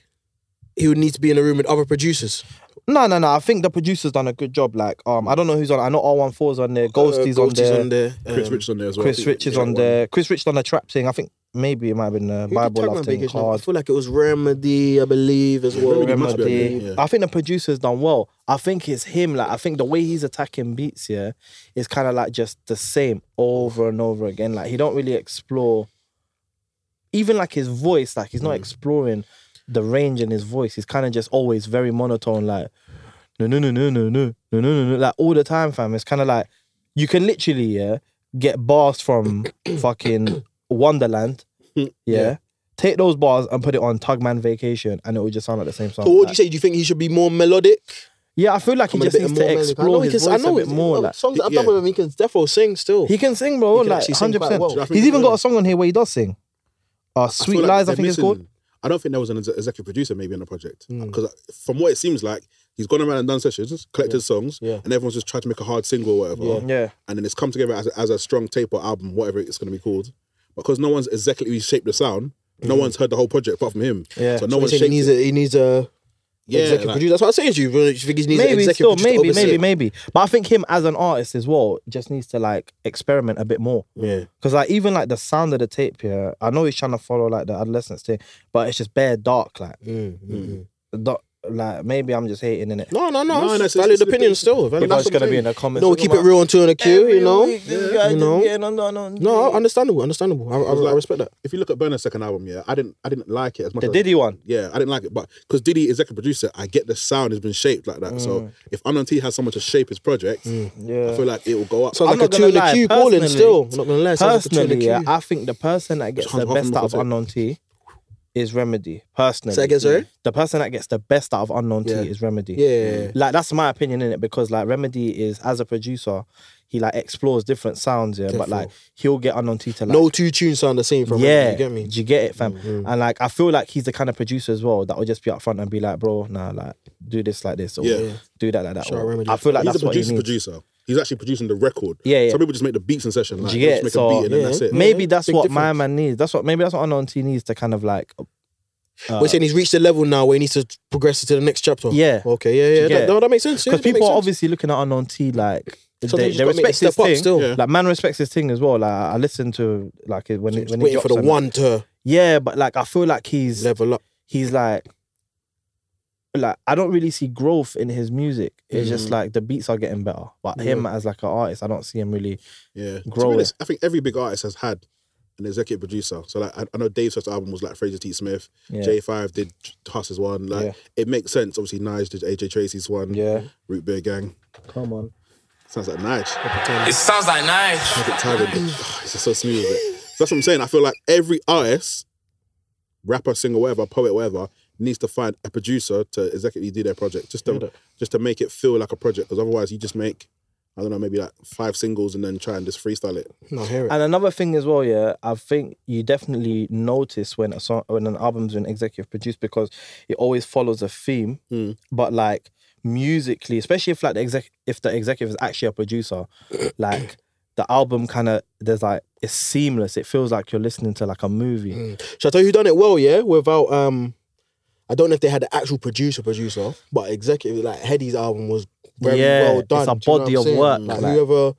Speaker 1: he would need to be in a room with other producers?
Speaker 2: No, no, no. I think the producer's done a good job. Like, um, I don't know who's on. I know R14's on there. Ghosty's
Speaker 1: Uh,
Speaker 2: on there.
Speaker 1: there,
Speaker 3: Chris
Speaker 1: um,
Speaker 3: Rich on there as well.
Speaker 2: Chris Rich is on there. Chris Rich done a trap thing. I think maybe it might have been the
Speaker 1: Who did
Speaker 2: Bible
Speaker 1: Tagman
Speaker 2: Love thing.
Speaker 1: Vacation? I
Speaker 2: Card.
Speaker 1: feel like it was Remedy, I believe, as well.
Speaker 3: Remedy must be on there,
Speaker 2: Remedy.
Speaker 3: yeah.
Speaker 2: I think the producer's done well. I think it's him. Like, I think the way he's attacking beats here is kind of like just the same over and over again. Like, he don't really explore. Even like his voice, like
Speaker 3: Mm.
Speaker 2: he's not exploring the range in his voice. He's kind of just always very monotone. Like, no, no, no, no, no, no, no, no, no, no. Like all the time, fam. It's kind of like you can literally yeah get bars from fucking Wonderland, yeah. Take those bars and put it on Tugman Vacation, and it will just sound like the same song.
Speaker 1: So what would
Speaker 2: Like,
Speaker 1: you say? Do you think he should be more melodic?
Speaker 2: Yeah, I feel like he
Speaker 1: Come in a
Speaker 2: just
Speaker 1: bit
Speaker 2: needs
Speaker 1: more
Speaker 2: to
Speaker 1: melodic? I
Speaker 2: explore
Speaker 1: know he
Speaker 2: his
Speaker 1: can- I
Speaker 2: voice a
Speaker 1: know
Speaker 2: bit
Speaker 1: he-
Speaker 2: more.
Speaker 1: no,
Speaker 2: Like
Speaker 1: songs that I've done
Speaker 3: Yeah.
Speaker 1: with him, he can defo sing still.
Speaker 2: he can sing, bro.
Speaker 1: He can
Speaker 2: Like
Speaker 1: actually sing
Speaker 2: hundred
Speaker 1: quite
Speaker 2: percent.
Speaker 1: well.
Speaker 3: Do you know what I
Speaker 2: He's
Speaker 3: think
Speaker 2: even
Speaker 3: as
Speaker 2: got
Speaker 3: well?
Speaker 2: a song on here where he does sing. Uh, Sweet
Speaker 3: feel like
Speaker 2: Lies, I
Speaker 3: they're
Speaker 2: think it's
Speaker 3: missing-
Speaker 2: called. Hmm.
Speaker 3: I don't think there was an ex- executive producer maybe on the project because from what it seems like, he's gone around and done sessions, collected songs,
Speaker 1: Yeah.
Speaker 3: and everyone's just tried to make a hard single or whatever.
Speaker 2: Yeah.
Speaker 3: And then it's come together as a, as a strong tape or album, whatever it's going to be called. Because no one's exactly shaped the sound, no one's heard the whole project apart from him.
Speaker 2: Hmm. Yeah.
Speaker 3: So
Speaker 1: No
Speaker 3: no
Speaker 1: one
Speaker 3: one's
Speaker 1: he
Speaker 3: shaped
Speaker 1: needs
Speaker 3: it.
Speaker 1: a he needs a
Speaker 3: Yeah,
Speaker 1: executive
Speaker 3: like-
Speaker 1: producer. That's what I'm saying to you. bro. You think he needs an
Speaker 2: Maybe
Speaker 1: executive
Speaker 2: still,
Speaker 1: producer to
Speaker 2: maybe, maybe,
Speaker 1: oversee
Speaker 2: maybe. But I think him as an artist as well just needs to like experiment a bit more.
Speaker 1: it? Yeah.
Speaker 2: Cause like even like the sound of the tape here, I know he's trying to follow like the adolescence thing, but it's just bare dark. Like,
Speaker 1: Mm, mm, mm.
Speaker 2: do- like maybe I'm just hating in it.
Speaker 1: No, no, no.
Speaker 3: No,
Speaker 1: it's
Speaker 3: no, it's-
Speaker 1: valid
Speaker 3: it's-
Speaker 1: opinion still. Valid
Speaker 2: People are
Speaker 1: opinion.
Speaker 2: just gonna be in the comments.
Speaker 1: No, we
Speaker 2: talking
Speaker 1: keep it
Speaker 2: about,
Speaker 1: real on two on the queue,
Speaker 2: "Every
Speaker 1: you know.
Speaker 2: week this guy
Speaker 1: You
Speaker 2: just
Speaker 1: know?
Speaker 2: getting on- on- on-
Speaker 1: No, understandable, understandable. I, I, I respect that.
Speaker 3: If you look at Burner's second album, yeah, I didn't, I didn't like it as much.
Speaker 2: the
Speaker 3: as-
Speaker 2: Diddy one.
Speaker 3: Yeah, I didn't like it, but because Diddy is executive producer, I get the sound has been shaped like that. So if Unknown T has someone to shape his project, I
Speaker 2: Hmm. Yeah.
Speaker 3: feel like it will go up.
Speaker 1: Sounds
Speaker 2: I'm
Speaker 1: like a
Speaker 2: not
Speaker 1: two in the
Speaker 2: gonna
Speaker 1: queue
Speaker 2: lie,
Speaker 1: calling
Speaker 2: personally-
Speaker 1: still. I'm not gonna lie. Sounds like a two in
Speaker 2: Personally,
Speaker 1: the
Speaker 2: yeah,
Speaker 1: queue.
Speaker 2: I think the person that gets
Speaker 3: Just
Speaker 2: the
Speaker 3: half of
Speaker 2: best
Speaker 3: them
Speaker 2: out of
Speaker 3: got it.
Speaker 2: Unknown T is Remedy. Personally,
Speaker 1: Say again, sorry?
Speaker 2: the person that gets the best out of Unknown
Speaker 1: Yeah.
Speaker 2: T is Remedy.
Speaker 1: Yeah.
Speaker 2: like that's my opinion in it because like Remedy is as a producer, he like explores different sounds, yeah, but like he'll get Unknown T to like
Speaker 1: No two tunes sound the same from
Speaker 2: yeah,
Speaker 1: yeah. You get me? Mm-hmm.
Speaker 2: Do you get it, fam? And like, I feel like he's the kind of producer as well that will just be up front and be like, bro, nah, like, do this like this or
Speaker 3: Yeah.
Speaker 2: do that like that.
Speaker 1: Shout out
Speaker 2: or-
Speaker 1: Remedy.
Speaker 2: I feel like
Speaker 3: he's a
Speaker 2: that's what he
Speaker 3: producer.
Speaker 2: needs.
Speaker 3: Producer, he's actually producing the record.
Speaker 2: Yeah, yeah.
Speaker 3: Some people just make the beats in session. Like,
Speaker 2: Do you
Speaker 3: they
Speaker 2: get
Speaker 3: just
Speaker 2: it?
Speaker 3: make
Speaker 2: So,
Speaker 3: a beat and
Speaker 1: yeah.
Speaker 3: then that's it.
Speaker 2: Maybe
Speaker 1: Yeah,
Speaker 2: that's
Speaker 1: big
Speaker 2: what my
Speaker 1: difference.
Speaker 2: man needs. That's what maybe that's what Unknown T needs to kind of like. uh,
Speaker 1: We're saying he's reached a level now where he needs to progress to the next chapter.
Speaker 2: Yeah.
Speaker 1: Okay. Yeah. Yeah.
Speaker 2: get
Speaker 1: That,
Speaker 2: it?
Speaker 1: no, that makes sense. Yeah,
Speaker 2: Because
Speaker 1: that
Speaker 2: people are
Speaker 1: makes sense.
Speaker 2: obviously looking at Unknown T like
Speaker 1: So
Speaker 2: they,
Speaker 1: you just
Speaker 2: they
Speaker 1: gotta make a
Speaker 2: respect his
Speaker 1: step up
Speaker 2: thing.
Speaker 1: still.
Speaker 3: Yeah.
Speaker 2: Like man respects his thing as well. Like I listen to like it- when it, when it
Speaker 1: Waiting for the
Speaker 2: drops and-
Speaker 1: one to
Speaker 2: Yeah, but like I feel like he's
Speaker 1: level up.
Speaker 2: he's like like I don't really see growth in his music. It's just
Speaker 1: Mm.
Speaker 2: like the beats are getting better. But him as like an artist, I don't see him really
Speaker 3: Yeah. To be
Speaker 2: Grow
Speaker 3: honest, I think every big artist has had an executive producer. So like, I, I know Dave's first album was like Fraser T. Smith.
Speaker 2: Yeah.
Speaker 3: J5 did Huss's one. Like,
Speaker 2: Yeah.
Speaker 3: it makes sense. Obviously, Nige did AJ Tracy's one.
Speaker 2: Yeah.
Speaker 3: Root Beer Gang.
Speaker 2: come on.
Speaker 3: Sounds like Nige.
Speaker 5: It sounds like Nige.
Speaker 3: It's just so smooth. With it. That's what I'm saying. I feel like every artist, rapper, singer, whatever, poet, whatever, needs to find a producer to executively do their project, just to just to make it feel like a project. Because otherwise, you just make, I don't know, maybe like five singles and then try and just freestyle it.
Speaker 1: No, hear it.
Speaker 2: And another thing as well, yeah, I think you definitely notice when a song, when an album's been executive produced because it always follows a theme.
Speaker 1: Hmm.
Speaker 2: But like musically, especially if like the exec, if the executive is actually a producer, like the album kind of there's like it's seamless. It feels like you're listening to like a movie.
Speaker 1: Shall I tell you who done it well? Yeah, without um, I don't know if they had the actual producer producer, but executive like Heady's album was very
Speaker 2: Yeah,
Speaker 1: well
Speaker 2: it's
Speaker 1: done.
Speaker 2: a
Speaker 1: do you know what
Speaker 2: body
Speaker 1: I'm
Speaker 2: of
Speaker 1: saying?
Speaker 2: work,
Speaker 1: Like,
Speaker 2: like-
Speaker 1: whoever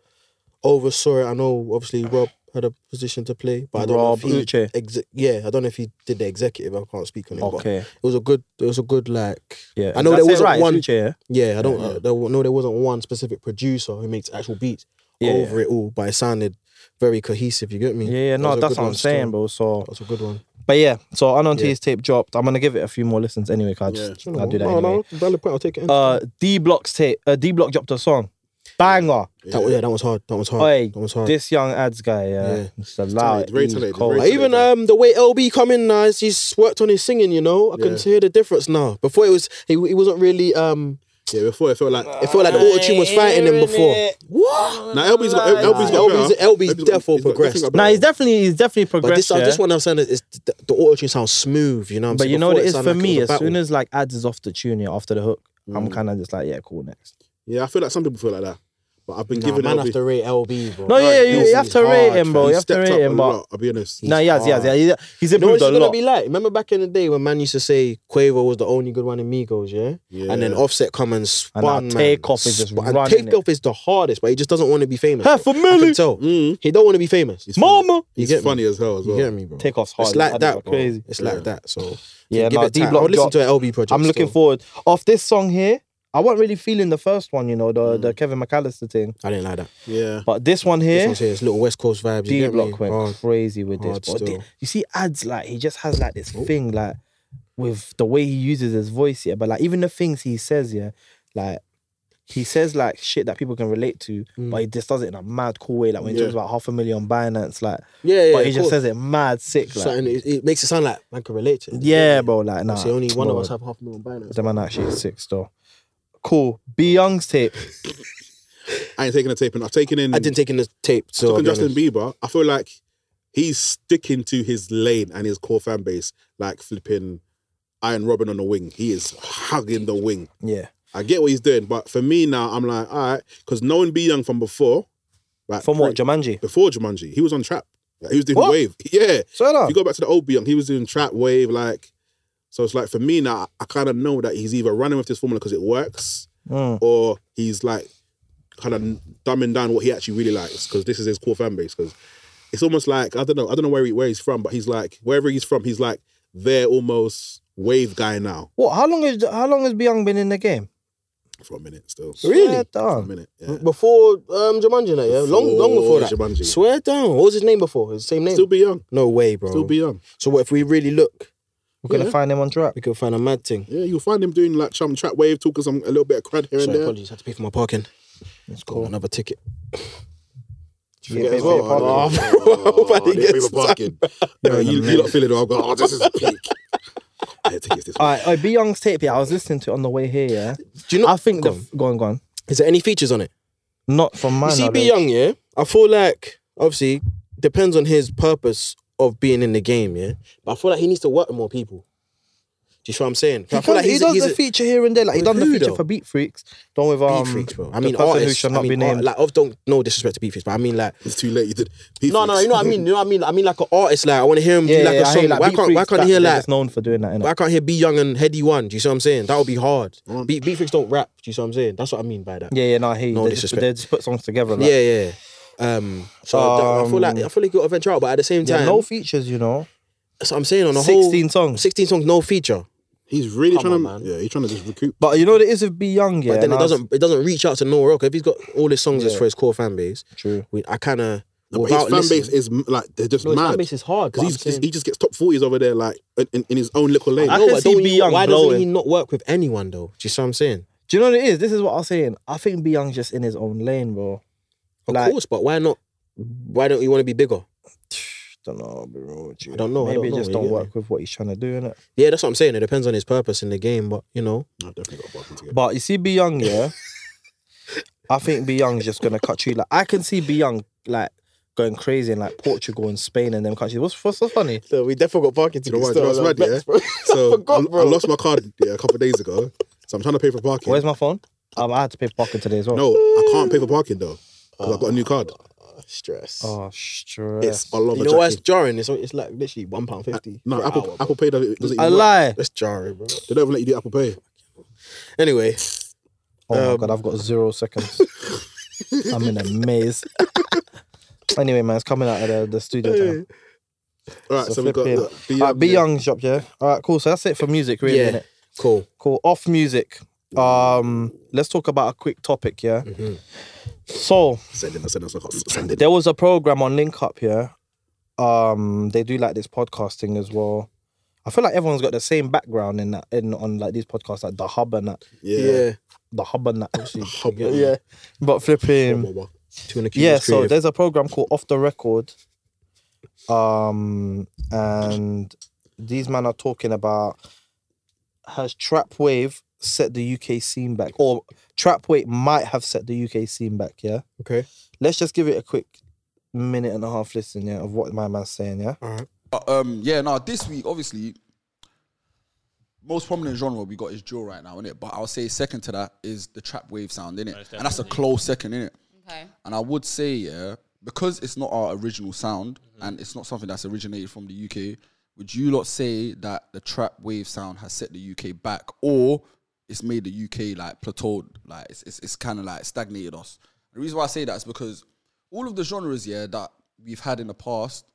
Speaker 1: oversaw it, I know obviously Rob had a position to play, but I don't
Speaker 2: Rob
Speaker 1: know if he
Speaker 2: Uche.
Speaker 1: exe- yeah, I don't know if he did the executive. I can't speak on it.
Speaker 2: Okay.
Speaker 1: But it was a good. It was a good like.
Speaker 2: Yeah,
Speaker 1: I know
Speaker 2: that's
Speaker 1: there
Speaker 2: it,
Speaker 1: wasn't
Speaker 2: right? It's
Speaker 1: one.
Speaker 2: Uche, yeah?
Speaker 1: Yeah, I don't. uh, there wa- no, there wasn't one specific producer who makes actual beats
Speaker 2: Yeah,
Speaker 1: over it all, but it sounded very cohesive. You get me?
Speaker 2: Yeah, yeah, no,
Speaker 1: That was a
Speaker 2: that's
Speaker 1: good
Speaker 2: what I'm
Speaker 1: one still.
Speaker 2: saying, bro. So,
Speaker 1: That's a good one.
Speaker 2: but yeah, so Unknown T's tape dropped. I'm gonna give it a few more listens anyway, cause I just I'll do that
Speaker 1: no,
Speaker 2: anyway.
Speaker 1: no, valid point. I'll take it.
Speaker 2: Uh, D Block's tape. Uh, D Block dropped a song, banger.
Speaker 1: That, yeah. that was hard. That was hard.
Speaker 2: Oi,
Speaker 1: that was hard.
Speaker 2: this young ads guy, yeah,
Speaker 1: Yeah.
Speaker 2: it's allowed.
Speaker 3: talented, very
Speaker 2: He's
Speaker 3: talented,
Speaker 2: cold.
Speaker 3: very
Speaker 1: Like, even um, the way LB come in now, he's- he's worked on his singing. You know, I can
Speaker 3: Yeah.
Speaker 1: hear the difference now. Before it was he, he wasn't really um.
Speaker 3: Yeah, before it felt like
Speaker 1: It felt like the auto tune was fighting him before. What?
Speaker 3: now LB's got LB's got
Speaker 1: LB's
Speaker 3: better.
Speaker 1: LB's
Speaker 3: got-
Speaker 1: therefore
Speaker 3: he's got-
Speaker 1: progressed.
Speaker 3: got
Speaker 2: Nah,
Speaker 3: better.
Speaker 2: he's definitely he's definitely
Speaker 1: But this,
Speaker 2: progressed.
Speaker 1: I
Speaker 2: yeah.
Speaker 1: just want to understand is is the, the auto tune sounds smooth. You know, what I'm
Speaker 2: but
Speaker 1: saying?
Speaker 2: you know
Speaker 1: Before
Speaker 2: what it
Speaker 1: it
Speaker 2: is
Speaker 1: sounded
Speaker 2: for
Speaker 1: like it
Speaker 2: me.
Speaker 1: was a
Speaker 2: As soon
Speaker 1: battle. Mm.
Speaker 2: as like ads is off the tune, yeah, after the hook, I'm kind of just like, yeah, cool, next.
Speaker 3: Yeah, I feel like some people feel like that, but I've been
Speaker 1: Nah,
Speaker 3: giving
Speaker 1: man have
Speaker 3: LB.
Speaker 1: to rate LB, bro.
Speaker 2: No, yeah, you,
Speaker 1: this
Speaker 2: you have
Speaker 1: is
Speaker 2: to rate
Speaker 1: hard,
Speaker 2: him, bro.
Speaker 3: he
Speaker 2: You have to
Speaker 3: stepped
Speaker 2: rate
Speaker 3: up
Speaker 2: him,
Speaker 3: a
Speaker 2: but
Speaker 3: lot, I'll be honest.
Speaker 2: nah, yes, yes, yeah, he- he's
Speaker 1: You know what
Speaker 2: improved
Speaker 1: it's
Speaker 2: a
Speaker 1: gonna
Speaker 2: lot.
Speaker 1: be like? Remember back in the day when man used to say Quavo was the only good one in Migos, yeah? And then
Speaker 3: Yeah.
Speaker 1: Offset come and spun,
Speaker 2: now
Speaker 1: man.
Speaker 2: Takeoff is just
Speaker 1: Spun- and
Speaker 2: running it.
Speaker 1: Takeoff is the hardest, but he just doesn't want to be famous.
Speaker 2: Half a
Speaker 1: I can
Speaker 2: million.
Speaker 1: tell.
Speaker 3: Mm.
Speaker 1: He don't want to be famous.
Speaker 3: He's funny.
Speaker 2: Mama,
Speaker 1: You
Speaker 3: He's
Speaker 1: get me?
Speaker 3: funny as hell as
Speaker 1: You
Speaker 3: well.
Speaker 1: get me, bro?
Speaker 2: take off hard.
Speaker 1: It's like
Speaker 2: Ads are
Speaker 1: that, bro.
Speaker 2: crazy.
Speaker 1: It's
Speaker 3: Yeah.
Speaker 1: like that. So
Speaker 2: Yeah,
Speaker 1: give
Speaker 2: nah,
Speaker 1: it time.
Speaker 2: D-Block
Speaker 1: I'll listen
Speaker 2: drop-
Speaker 1: to an LB project.
Speaker 2: I'm looking
Speaker 1: still.
Speaker 2: forward. Off this song here, I wasn't really feeling the first one, you know, the, the Kevin McAllister thing.
Speaker 1: I didn't like that.
Speaker 3: Yeah.
Speaker 2: But this one
Speaker 1: Mm. This
Speaker 2: here,
Speaker 1: one's here. It's little West Coast vibes. You
Speaker 2: D
Speaker 1: get me?
Speaker 2: Block went
Speaker 1: Hard.
Speaker 2: crazy with this.
Speaker 1: hard
Speaker 2: But
Speaker 1: still. Oh.
Speaker 2: di- you see, ads like he just has like this thing, like with the way he uses his voice, yeah. But like even the things he says, yeah, like he says like shit that people can relate to,
Speaker 1: Mm.
Speaker 2: but he just does it in a mad cool way. Like when he
Speaker 3: Yeah.
Speaker 2: talks about half a million Binance, like
Speaker 1: Yeah, yeah.
Speaker 2: but he
Speaker 1: of
Speaker 2: just says
Speaker 1: course.
Speaker 2: it mad sick, like
Speaker 1: Something- it, it makes it sound like man can relate to it.
Speaker 2: yeah, bro, like nah.
Speaker 1: See, only one of
Speaker 2: bro.
Speaker 1: us have half a million binance.
Speaker 2: The man actually is sick though. Cool. B Young's tape.
Speaker 3: I ain't taking a tape, and I've taken in.
Speaker 1: I didn't take in the tape. So
Speaker 3: Look
Speaker 1: I'll
Speaker 3: at
Speaker 1: be honest.
Speaker 3: Justin Bieber. I feel like he's sticking to his lane and his core fan base, like flipping Iron Robin on the wing. He is hugging the wing.
Speaker 2: Yeah.
Speaker 3: I get what he's doing, but for me now, I'm like, all right, because knowing B Young from before, like
Speaker 2: From what?
Speaker 3: pre-
Speaker 2: Jumanji.
Speaker 3: before Jumanji, he was on trap. Like, he was doing
Speaker 2: What?
Speaker 3: wave. Yeah,
Speaker 2: Shut
Speaker 3: if
Speaker 2: up.
Speaker 3: you go back to the old B Young, he was doing trap wave. Like, so it's like for me now, I kind of know that he's either running with this formula because it works,
Speaker 2: Mm.
Speaker 3: or he's like kind of dumbing down what he actually really likes because this is his core fan base. Because it's almost like I don't know, I don't know where he, where he's from, but he's like wherever he's from, he's like they're almost wave guy now
Speaker 2: What? How long has how long has B Young been in the game?
Speaker 3: for a minute still.
Speaker 1: Really?
Speaker 2: Swear
Speaker 3: For a
Speaker 2: down.
Speaker 3: minute, yeah.
Speaker 1: Before um, Jumanji, that, yeah, long, long
Speaker 3: Before
Speaker 1: before that.
Speaker 3: Jumanji.
Speaker 1: Swear down. What was his name before? His same name?
Speaker 3: Still be young,
Speaker 1: no way, bro.
Speaker 3: still be young.
Speaker 1: so what if we really look?
Speaker 2: We're gonna
Speaker 3: Yeah.
Speaker 2: find him on track.
Speaker 1: We could find a mad thing.
Speaker 3: Yeah, you'll find him doing like some trap wave, talking some a little bit of crud here
Speaker 1: Sorry,
Speaker 3: and there.
Speaker 1: apologies. Had to pay for my parking.
Speaker 2: It's
Speaker 1: Got
Speaker 2: cool.
Speaker 1: another ticket.
Speaker 2: You get paid
Speaker 1: as well, Oh,
Speaker 2: for your parking.
Speaker 1: I know. bro, I hope I didn't
Speaker 3: they
Speaker 1: get
Speaker 3: pay for parking. No, you, you lot feeling it. I'm going, oh, this is a peak. I had to give this one.
Speaker 2: Alright, alright, B Young's tape, yeah. I was listening to it on the way here, yeah.
Speaker 1: Do you know?
Speaker 2: I think
Speaker 1: Go
Speaker 2: the f- go on, go on.
Speaker 1: Is there any features on it?
Speaker 2: Not from my
Speaker 1: You see,
Speaker 2: knowledge.
Speaker 1: be young, yeah. I feel like obviously depends on his purpose of being in the game, yeah. But I feel like he needs to work with more people. Do you see what I'm saying? 'Cause
Speaker 2: He,
Speaker 1: I
Speaker 2: does-
Speaker 1: feel like
Speaker 2: he
Speaker 1: he's, a-
Speaker 2: does
Speaker 1: he's
Speaker 2: the
Speaker 1: a-
Speaker 2: feature here and there. Like he
Speaker 1: With
Speaker 2: done the
Speaker 1: who,
Speaker 2: feature
Speaker 1: though?
Speaker 2: for Beat Freaks. Don't with um,
Speaker 1: Beat freaks, bro. I
Speaker 2: the
Speaker 1: mean,
Speaker 2: person
Speaker 1: artists.
Speaker 2: who shall
Speaker 1: I
Speaker 2: not
Speaker 1: mean,
Speaker 2: be named.
Speaker 1: art- like, of don't no disrespect to beat freaks, but I mean, like,
Speaker 3: It's too late. You did. Beat
Speaker 1: no, no,
Speaker 3: flicks.
Speaker 1: you know what I mean. You know what I mean. I mean, like an artist. Like, I want to hear him do like a
Speaker 2: I
Speaker 1: song.
Speaker 2: hear, like,
Speaker 1: why
Speaker 2: Beat
Speaker 1: can't Why
Speaker 2: Freaks,
Speaker 1: can't I
Speaker 2: that-
Speaker 1: hear
Speaker 2: they're
Speaker 1: like
Speaker 2: just known for doing that? innit?
Speaker 1: Why I can't hear Be Young and Heady One. Do you see what I'm saying? That would be hard.
Speaker 3: Mm.
Speaker 1: Beat Beat Freaks don't rap. Do you see what I'm saying? That's what I mean by that.
Speaker 2: Yeah, yeah, no, I hear you.
Speaker 1: No
Speaker 2: they, just,
Speaker 1: disrespect.
Speaker 2: they just put songs together. Like,
Speaker 1: yeah, yeah. Um, so I- I feel like I feel like you got to venture out, but at the same
Speaker 2: Um, yeah,
Speaker 1: time,
Speaker 2: no features, you know.
Speaker 1: that's what I'm saying. On a whole,
Speaker 2: 16 songs.
Speaker 1: 16 songs, no feature.
Speaker 3: He's really
Speaker 1: Come
Speaker 3: trying
Speaker 1: on,
Speaker 3: to.
Speaker 1: man.
Speaker 3: Yeah, he's trying to just recoup.
Speaker 2: But you know, there is with Be Young, yeah.
Speaker 1: But then
Speaker 2: and
Speaker 1: it
Speaker 2: I was-
Speaker 1: doesn't it doesn't reach out to no rock. If he's got all his songs is for his core fan base,
Speaker 2: True.
Speaker 1: we, I kind of
Speaker 3: No, but his
Speaker 1: without
Speaker 3: fan base
Speaker 1: listening-
Speaker 3: is m- like they're just
Speaker 1: No, his fan
Speaker 3: mad
Speaker 1: base is hard. but I'm
Speaker 3: because
Speaker 1: saying-
Speaker 3: he just gets top forties over there, like in- in, in his own little lane.
Speaker 2: I
Speaker 1: No,
Speaker 2: can
Speaker 1: but
Speaker 2: see
Speaker 1: don't
Speaker 2: Be
Speaker 1: you-
Speaker 2: Young
Speaker 1: Why doesn't he
Speaker 2: blowing.
Speaker 1: not work with anyone though? Do you see what I'm saying?
Speaker 2: Do you know what it is? This is what I was saying. I think Be Young's just in his own lane, bro.
Speaker 1: Of
Speaker 2: Like-
Speaker 1: course, but why not? Why don't you want to be bigger?
Speaker 2: Don't know. I'll be real with you.
Speaker 1: I don't know, I
Speaker 2: Maybe
Speaker 1: don't
Speaker 2: it
Speaker 1: know,
Speaker 2: just
Speaker 1: you
Speaker 2: don't
Speaker 1: get me?
Speaker 2: work with what he's trying to do, innit?
Speaker 1: Yeah, that's what I'm saying. It depends on his purpose in the game, but you know,
Speaker 3: I've definitely got barking to get.
Speaker 2: But you see, Be Young, yeah. I think Be Young's just gonna cut you. Like I can see Be Young like going crazy in like Portugal and Spain and them countries. What's what's so funny?
Speaker 1: so we definitely got parking
Speaker 3: You know what, you know what's mad, yeah? So I, I lost my card yeah, a couple of days ago, so I'm trying to pay for parking.
Speaker 2: Where's my phone? Um, I had to pay parking today as well.
Speaker 3: no, I can't pay for parking though. 'cause I've got a new card.
Speaker 1: Ah, stress.
Speaker 2: Oh, stress.
Speaker 3: It's a lot of
Speaker 1: you know why it's
Speaker 3: jacket.
Speaker 1: jarring? It's, it's like literally one pound fifty.
Speaker 3: No,
Speaker 1: for an
Speaker 3: Apple
Speaker 1: hour, bro.
Speaker 3: Apple Pay doesn't doesn't
Speaker 2: a
Speaker 3: even work.
Speaker 2: lie.
Speaker 1: It's jarring, bro.
Speaker 3: They don't even let you do Apple Pay.
Speaker 1: Anyway,
Speaker 2: Oh
Speaker 1: Um,
Speaker 2: my god, I've got zero seconds. I'm in a maze. anyway, man, it's coming out of the, the studio. Time.
Speaker 3: All right,
Speaker 2: So
Speaker 3: so, we got
Speaker 2: flipping.
Speaker 3: the, the
Speaker 2: All right, be young, shop, yeah. All right, cool. So that's it for music, really.
Speaker 1: Yeah.
Speaker 2: innit?
Speaker 1: cool.
Speaker 2: Cool. Off music. Um, let's talk about a quick topic, yeah.
Speaker 1: Mhm.
Speaker 2: So
Speaker 3: Send it, send it, send it, send it.
Speaker 2: there was a program on Link Up here. Um, they do like this podcasting as well. I feel like everyone's got the same background in that in on like these podcasts, like the hub and that,
Speaker 3: Yeah.
Speaker 2: the hub and that. Actually,
Speaker 3: Hub-
Speaker 1: Yeah.
Speaker 2: but flipping.
Speaker 3: Hub-
Speaker 1: Two and a
Speaker 2: yeah so there's a program called off the record um and these men are talking about has trap wave set the uk scene back or trap wave might have set the uk scene back yeah
Speaker 1: Okay.
Speaker 2: let's just give it a quick minute and a half listen yeah of what my man's saying yeah
Speaker 5: But, um, yeah, now this week, obviously, most prominent genre we got is drill right now, innit? But I'll say second to that is the trap wave sound, innit? and that's a close second, innit?
Speaker 6: Okay.
Speaker 5: And I would say, yeah, because it's not our original sound and it's not something that's originated from the UK, would you lot say that the trap wave sound has set the UK back or it's made the UK like plateaued? Like it's, it's, it's kind of like stagnated us. The reason why I say that is because all of the genres, yeah, that we've had in the past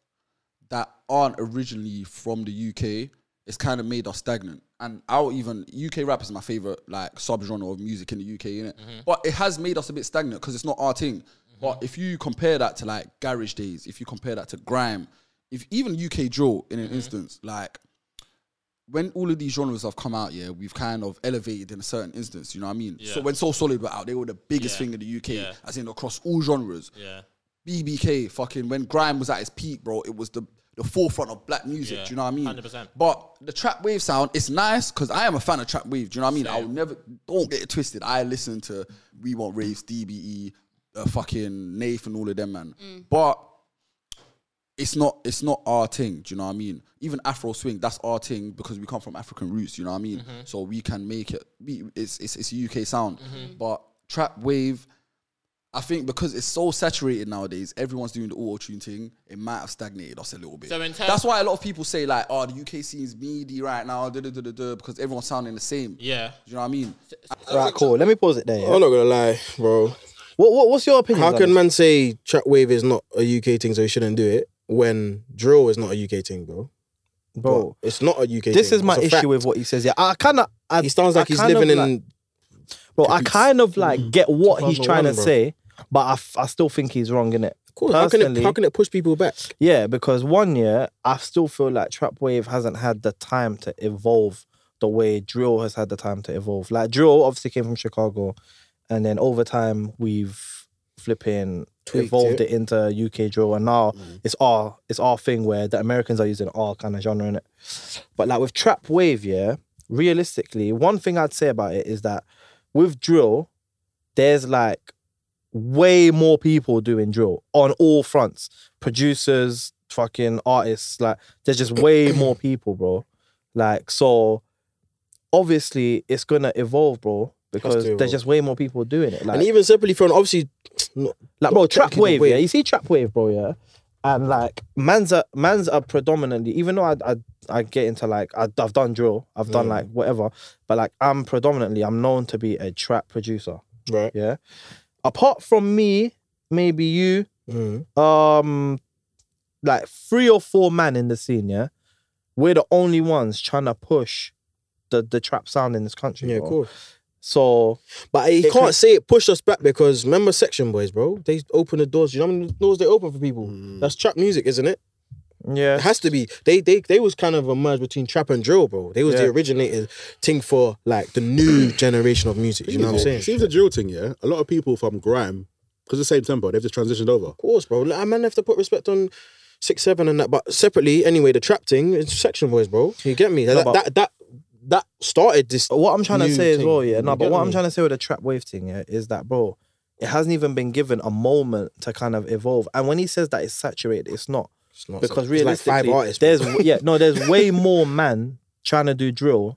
Speaker 5: that aren't originally from the UK, it's kind of made us stagnant. And our even UK rap is my favorite like subgenre of music in the UK, innit? But it has made us a bit stagnant because it's not our thing. But if you compare that to like garage days, if you compare that to grime, if even UK drill in an instance, like when all of these genres have come out, yeah, we've kind of elevated in a certain instance. You know what I mean? So when Soul Solid were out, they were the biggest thing in the UK, as in across all genres.
Speaker 7: Yeah.
Speaker 5: BBK, fucking when grime was at its peak, bro, it was the the forefront of black music.
Speaker 7: Yeah,
Speaker 5: Do you know what I mean?
Speaker 7: 100%.
Speaker 5: But the trap wave sound, it's nice because I am a fan of trap wave. Do you know what I mean? I will never don't get it twisted. I listen to We Want Raves, DBE, uh, fucking Nathan, all of them, man. But it's not it's not our thing. Do you know what I mean? Even Afro swing, that's our thing because we come from African roots. You know what I mean?
Speaker 7: Mm-hmm.
Speaker 5: So we can make it. We, it's it's it's a UK sound,
Speaker 7: Mm-hmm.
Speaker 5: but trap wave. I think because it's so saturated nowadays, everyone's doing the auto tune thing. It might have stagnated us a little bit.
Speaker 7: So in terms-
Speaker 5: that's why a lot of people say like, "Oh, the UK scene's meaty right now," da da da da da, because everyone's sounding the same.
Speaker 7: Yeah.
Speaker 5: Do you know what I mean?
Speaker 2: right cool let me pause it there yeah?
Speaker 1: I'm not gonna lie, bro.
Speaker 2: what, what, what's your opinion
Speaker 1: Oh. How
Speaker 2: on
Speaker 1: can
Speaker 2: this?
Speaker 1: man say trap wave is not a UK thing, so you shouldn't do it when drill is not a UK thing, bro?
Speaker 2: bro
Speaker 1: It's not a UK.
Speaker 2: this
Speaker 1: thing.
Speaker 2: is my
Speaker 1: It's a
Speaker 2: issue
Speaker 1: fact.
Speaker 2: with what he says yeah i kind of
Speaker 1: He sounds like he's living in.
Speaker 2: Bro, I kind of like get what he's
Speaker 1: 2001,
Speaker 2: trying to
Speaker 1: bro.
Speaker 2: say, but I, f- I still think he's wrong in it.
Speaker 1: Cool. How can it? How can it push people back?
Speaker 2: yeah, because one year I still feel like trap wave hasn't had the time to evolve the way drill has had the time to evolve. Like drill obviously came from Chicago, and then over time we've flipping
Speaker 1: Tweaked
Speaker 2: evolved
Speaker 1: it.
Speaker 2: it.
Speaker 1: Mm.
Speaker 2: into UK drill, and now it's our it's our thing where the Americans are using our kind of genre in it. But like with trap wave, yeah, realistically, one thing I'd say about it is that with drill, there's like way more people doing drill on all fronts. Producers, fucking artists, like there's just way more people, bro. Like, so obviously it's gonna evolve, bro. Because
Speaker 1: to
Speaker 2: there's
Speaker 1: evolve.
Speaker 2: just way more people doing it. Like,
Speaker 1: and even separately from obviously, not,
Speaker 2: like bro,
Speaker 1: not
Speaker 2: trap
Speaker 1: taking
Speaker 2: wave,
Speaker 1: away-
Speaker 2: yeah. You see trap wave, bro, yeah. And like man's are man's are predominantly, even though I I, I get into like I, I've done drill, I've
Speaker 1: Mm.
Speaker 2: done like whatever, but like I'm predominantly I'm known to be a trap producer,
Speaker 1: right?
Speaker 2: yeah. Apart from me, maybe you,
Speaker 1: Mm.
Speaker 2: um, like three or four man in the scene, yeah. We're the only ones trying to push the the trap sound in this country.
Speaker 1: Yeah,
Speaker 2: bro.
Speaker 1: cool.
Speaker 2: So
Speaker 1: But he
Speaker 2: It
Speaker 1: can't
Speaker 2: can-
Speaker 1: say it pushed us back because remember Section Boys, bro? They open the doors. You know how many doors they open for people?
Speaker 2: Mm.
Speaker 1: That's trap music, isn't it? It
Speaker 2: yeah,
Speaker 1: has to be. They they they was kind of a merge between trap and drill, bro. They was the
Speaker 2: Yeah.
Speaker 1: originated thing for like the new generation of music. You know what I'm
Speaker 3: Seems-
Speaker 1: saying?
Speaker 3: Seems a drill thing, yeah. A lot of people from grime, because the same tempo, they've just transitioned over.
Speaker 1: Of course, bro. Like, man have to put respect on six seven and that. But separately, anyway, the trap thing is section boys, bro. You get me? that,
Speaker 2: but- Oh,
Speaker 1: that that that started this.
Speaker 2: What I'm trying to
Speaker 1: new
Speaker 2: say as
Speaker 1: thing.
Speaker 2: well, yeah,
Speaker 1: You
Speaker 2: no,
Speaker 1: get
Speaker 2: but what
Speaker 1: me?
Speaker 2: I'm trying to say with the trap wave thing, yeah, is that, bro, it hasn't even been given a moment to kind of evolve. And when he says that it's saturated, it's not.
Speaker 1: It's not-
Speaker 2: because
Speaker 1: it's like
Speaker 2: realistically,
Speaker 1: five artists. bro.
Speaker 2: there's yeah, no, there's way more man trying to do drill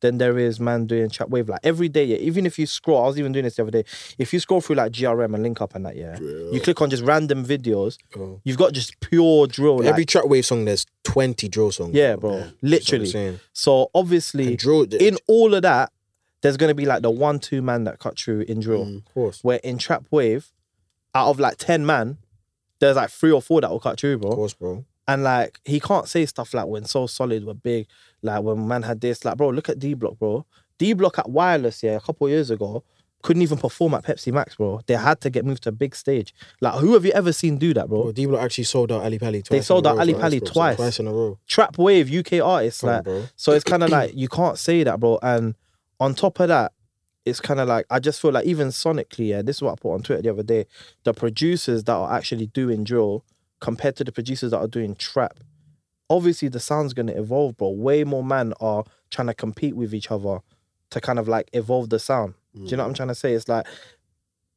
Speaker 2: than there is man doing trap wave. Like every day, yeah. Even if you scroll, I was even doing this the other day. If you scroll through like GRM and link up and that, yeah, you click on just random videos,
Speaker 1: Bro.
Speaker 2: you've got just pure drill. Like,
Speaker 1: Oh. every trap wave song. There's twenty drill songs.
Speaker 2: yeah, bro,
Speaker 1: That's what I'm
Speaker 2: literally.
Speaker 1: saying.
Speaker 2: So obviously,
Speaker 1: And drill
Speaker 2: in all of that, there's gonna be like the one two man that cut through in drill.
Speaker 1: Mm, of course,
Speaker 2: Where in trap wave, out of like ten man, there's like three or four that will cut through, bro.
Speaker 1: of course, bro.
Speaker 2: And like he can't say stuff like when Soul Solid were big, like when man had this, like bro, look at D Block, bro. D Block at Wireless, yeah, a couple years ago, couldn't even perform at Pepsi Max, bro. They had to get moved to a big stage. Like who have you ever seen do that, bro?
Speaker 1: Bro, D Block actually sold out Ali Pali twice. in
Speaker 2: sold
Speaker 1: a
Speaker 2: out
Speaker 1: row,
Speaker 2: Ali
Speaker 1: bro.
Speaker 2: Pali
Speaker 1: That's bro,
Speaker 2: twice.
Speaker 1: Twice in a row.
Speaker 2: Trap wave UK artists,
Speaker 1: Come on,
Speaker 2: like
Speaker 1: bro.
Speaker 2: so it's kind of like you can't say that, bro. And on top of that, it's kind of like I just feel like even sonically, yeah. This is what I put on Twitter the other day. The producers that are actually doing drill compared to the producers that are doing trap, obviously the sound's gonna evolve, bro. Way more men are trying to compete with each other to kind of like evolve the sound.
Speaker 1: Mm.
Speaker 3: Mm.
Speaker 2: Do you know what I'm trying to say? It's like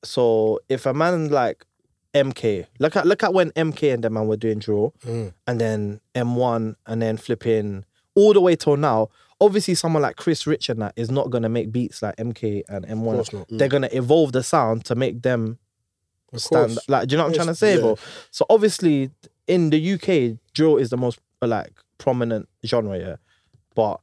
Speaker 2: so if a man like MK, look at look at when MK and the man were doing drill,
Speaker 1: Mm.
Speaker 2: and then M1, and then flipping all the way till now. Obviously, someone like Chris Rich and that is not gonna make beats like MK and M1.
Speaker 1: course not.
Speaker 2: They're gonna evolve the sound to make them
Speaker 1: Of
Speaker 2: stand.
Speaker 1: course.
Speaker 2: Like, do you know what I'm trying to say,
Speaker 1: Yeah.
Speaker 2: bro? So obviously, in the UK, drill is the most uh, like prominent genre, yeah. But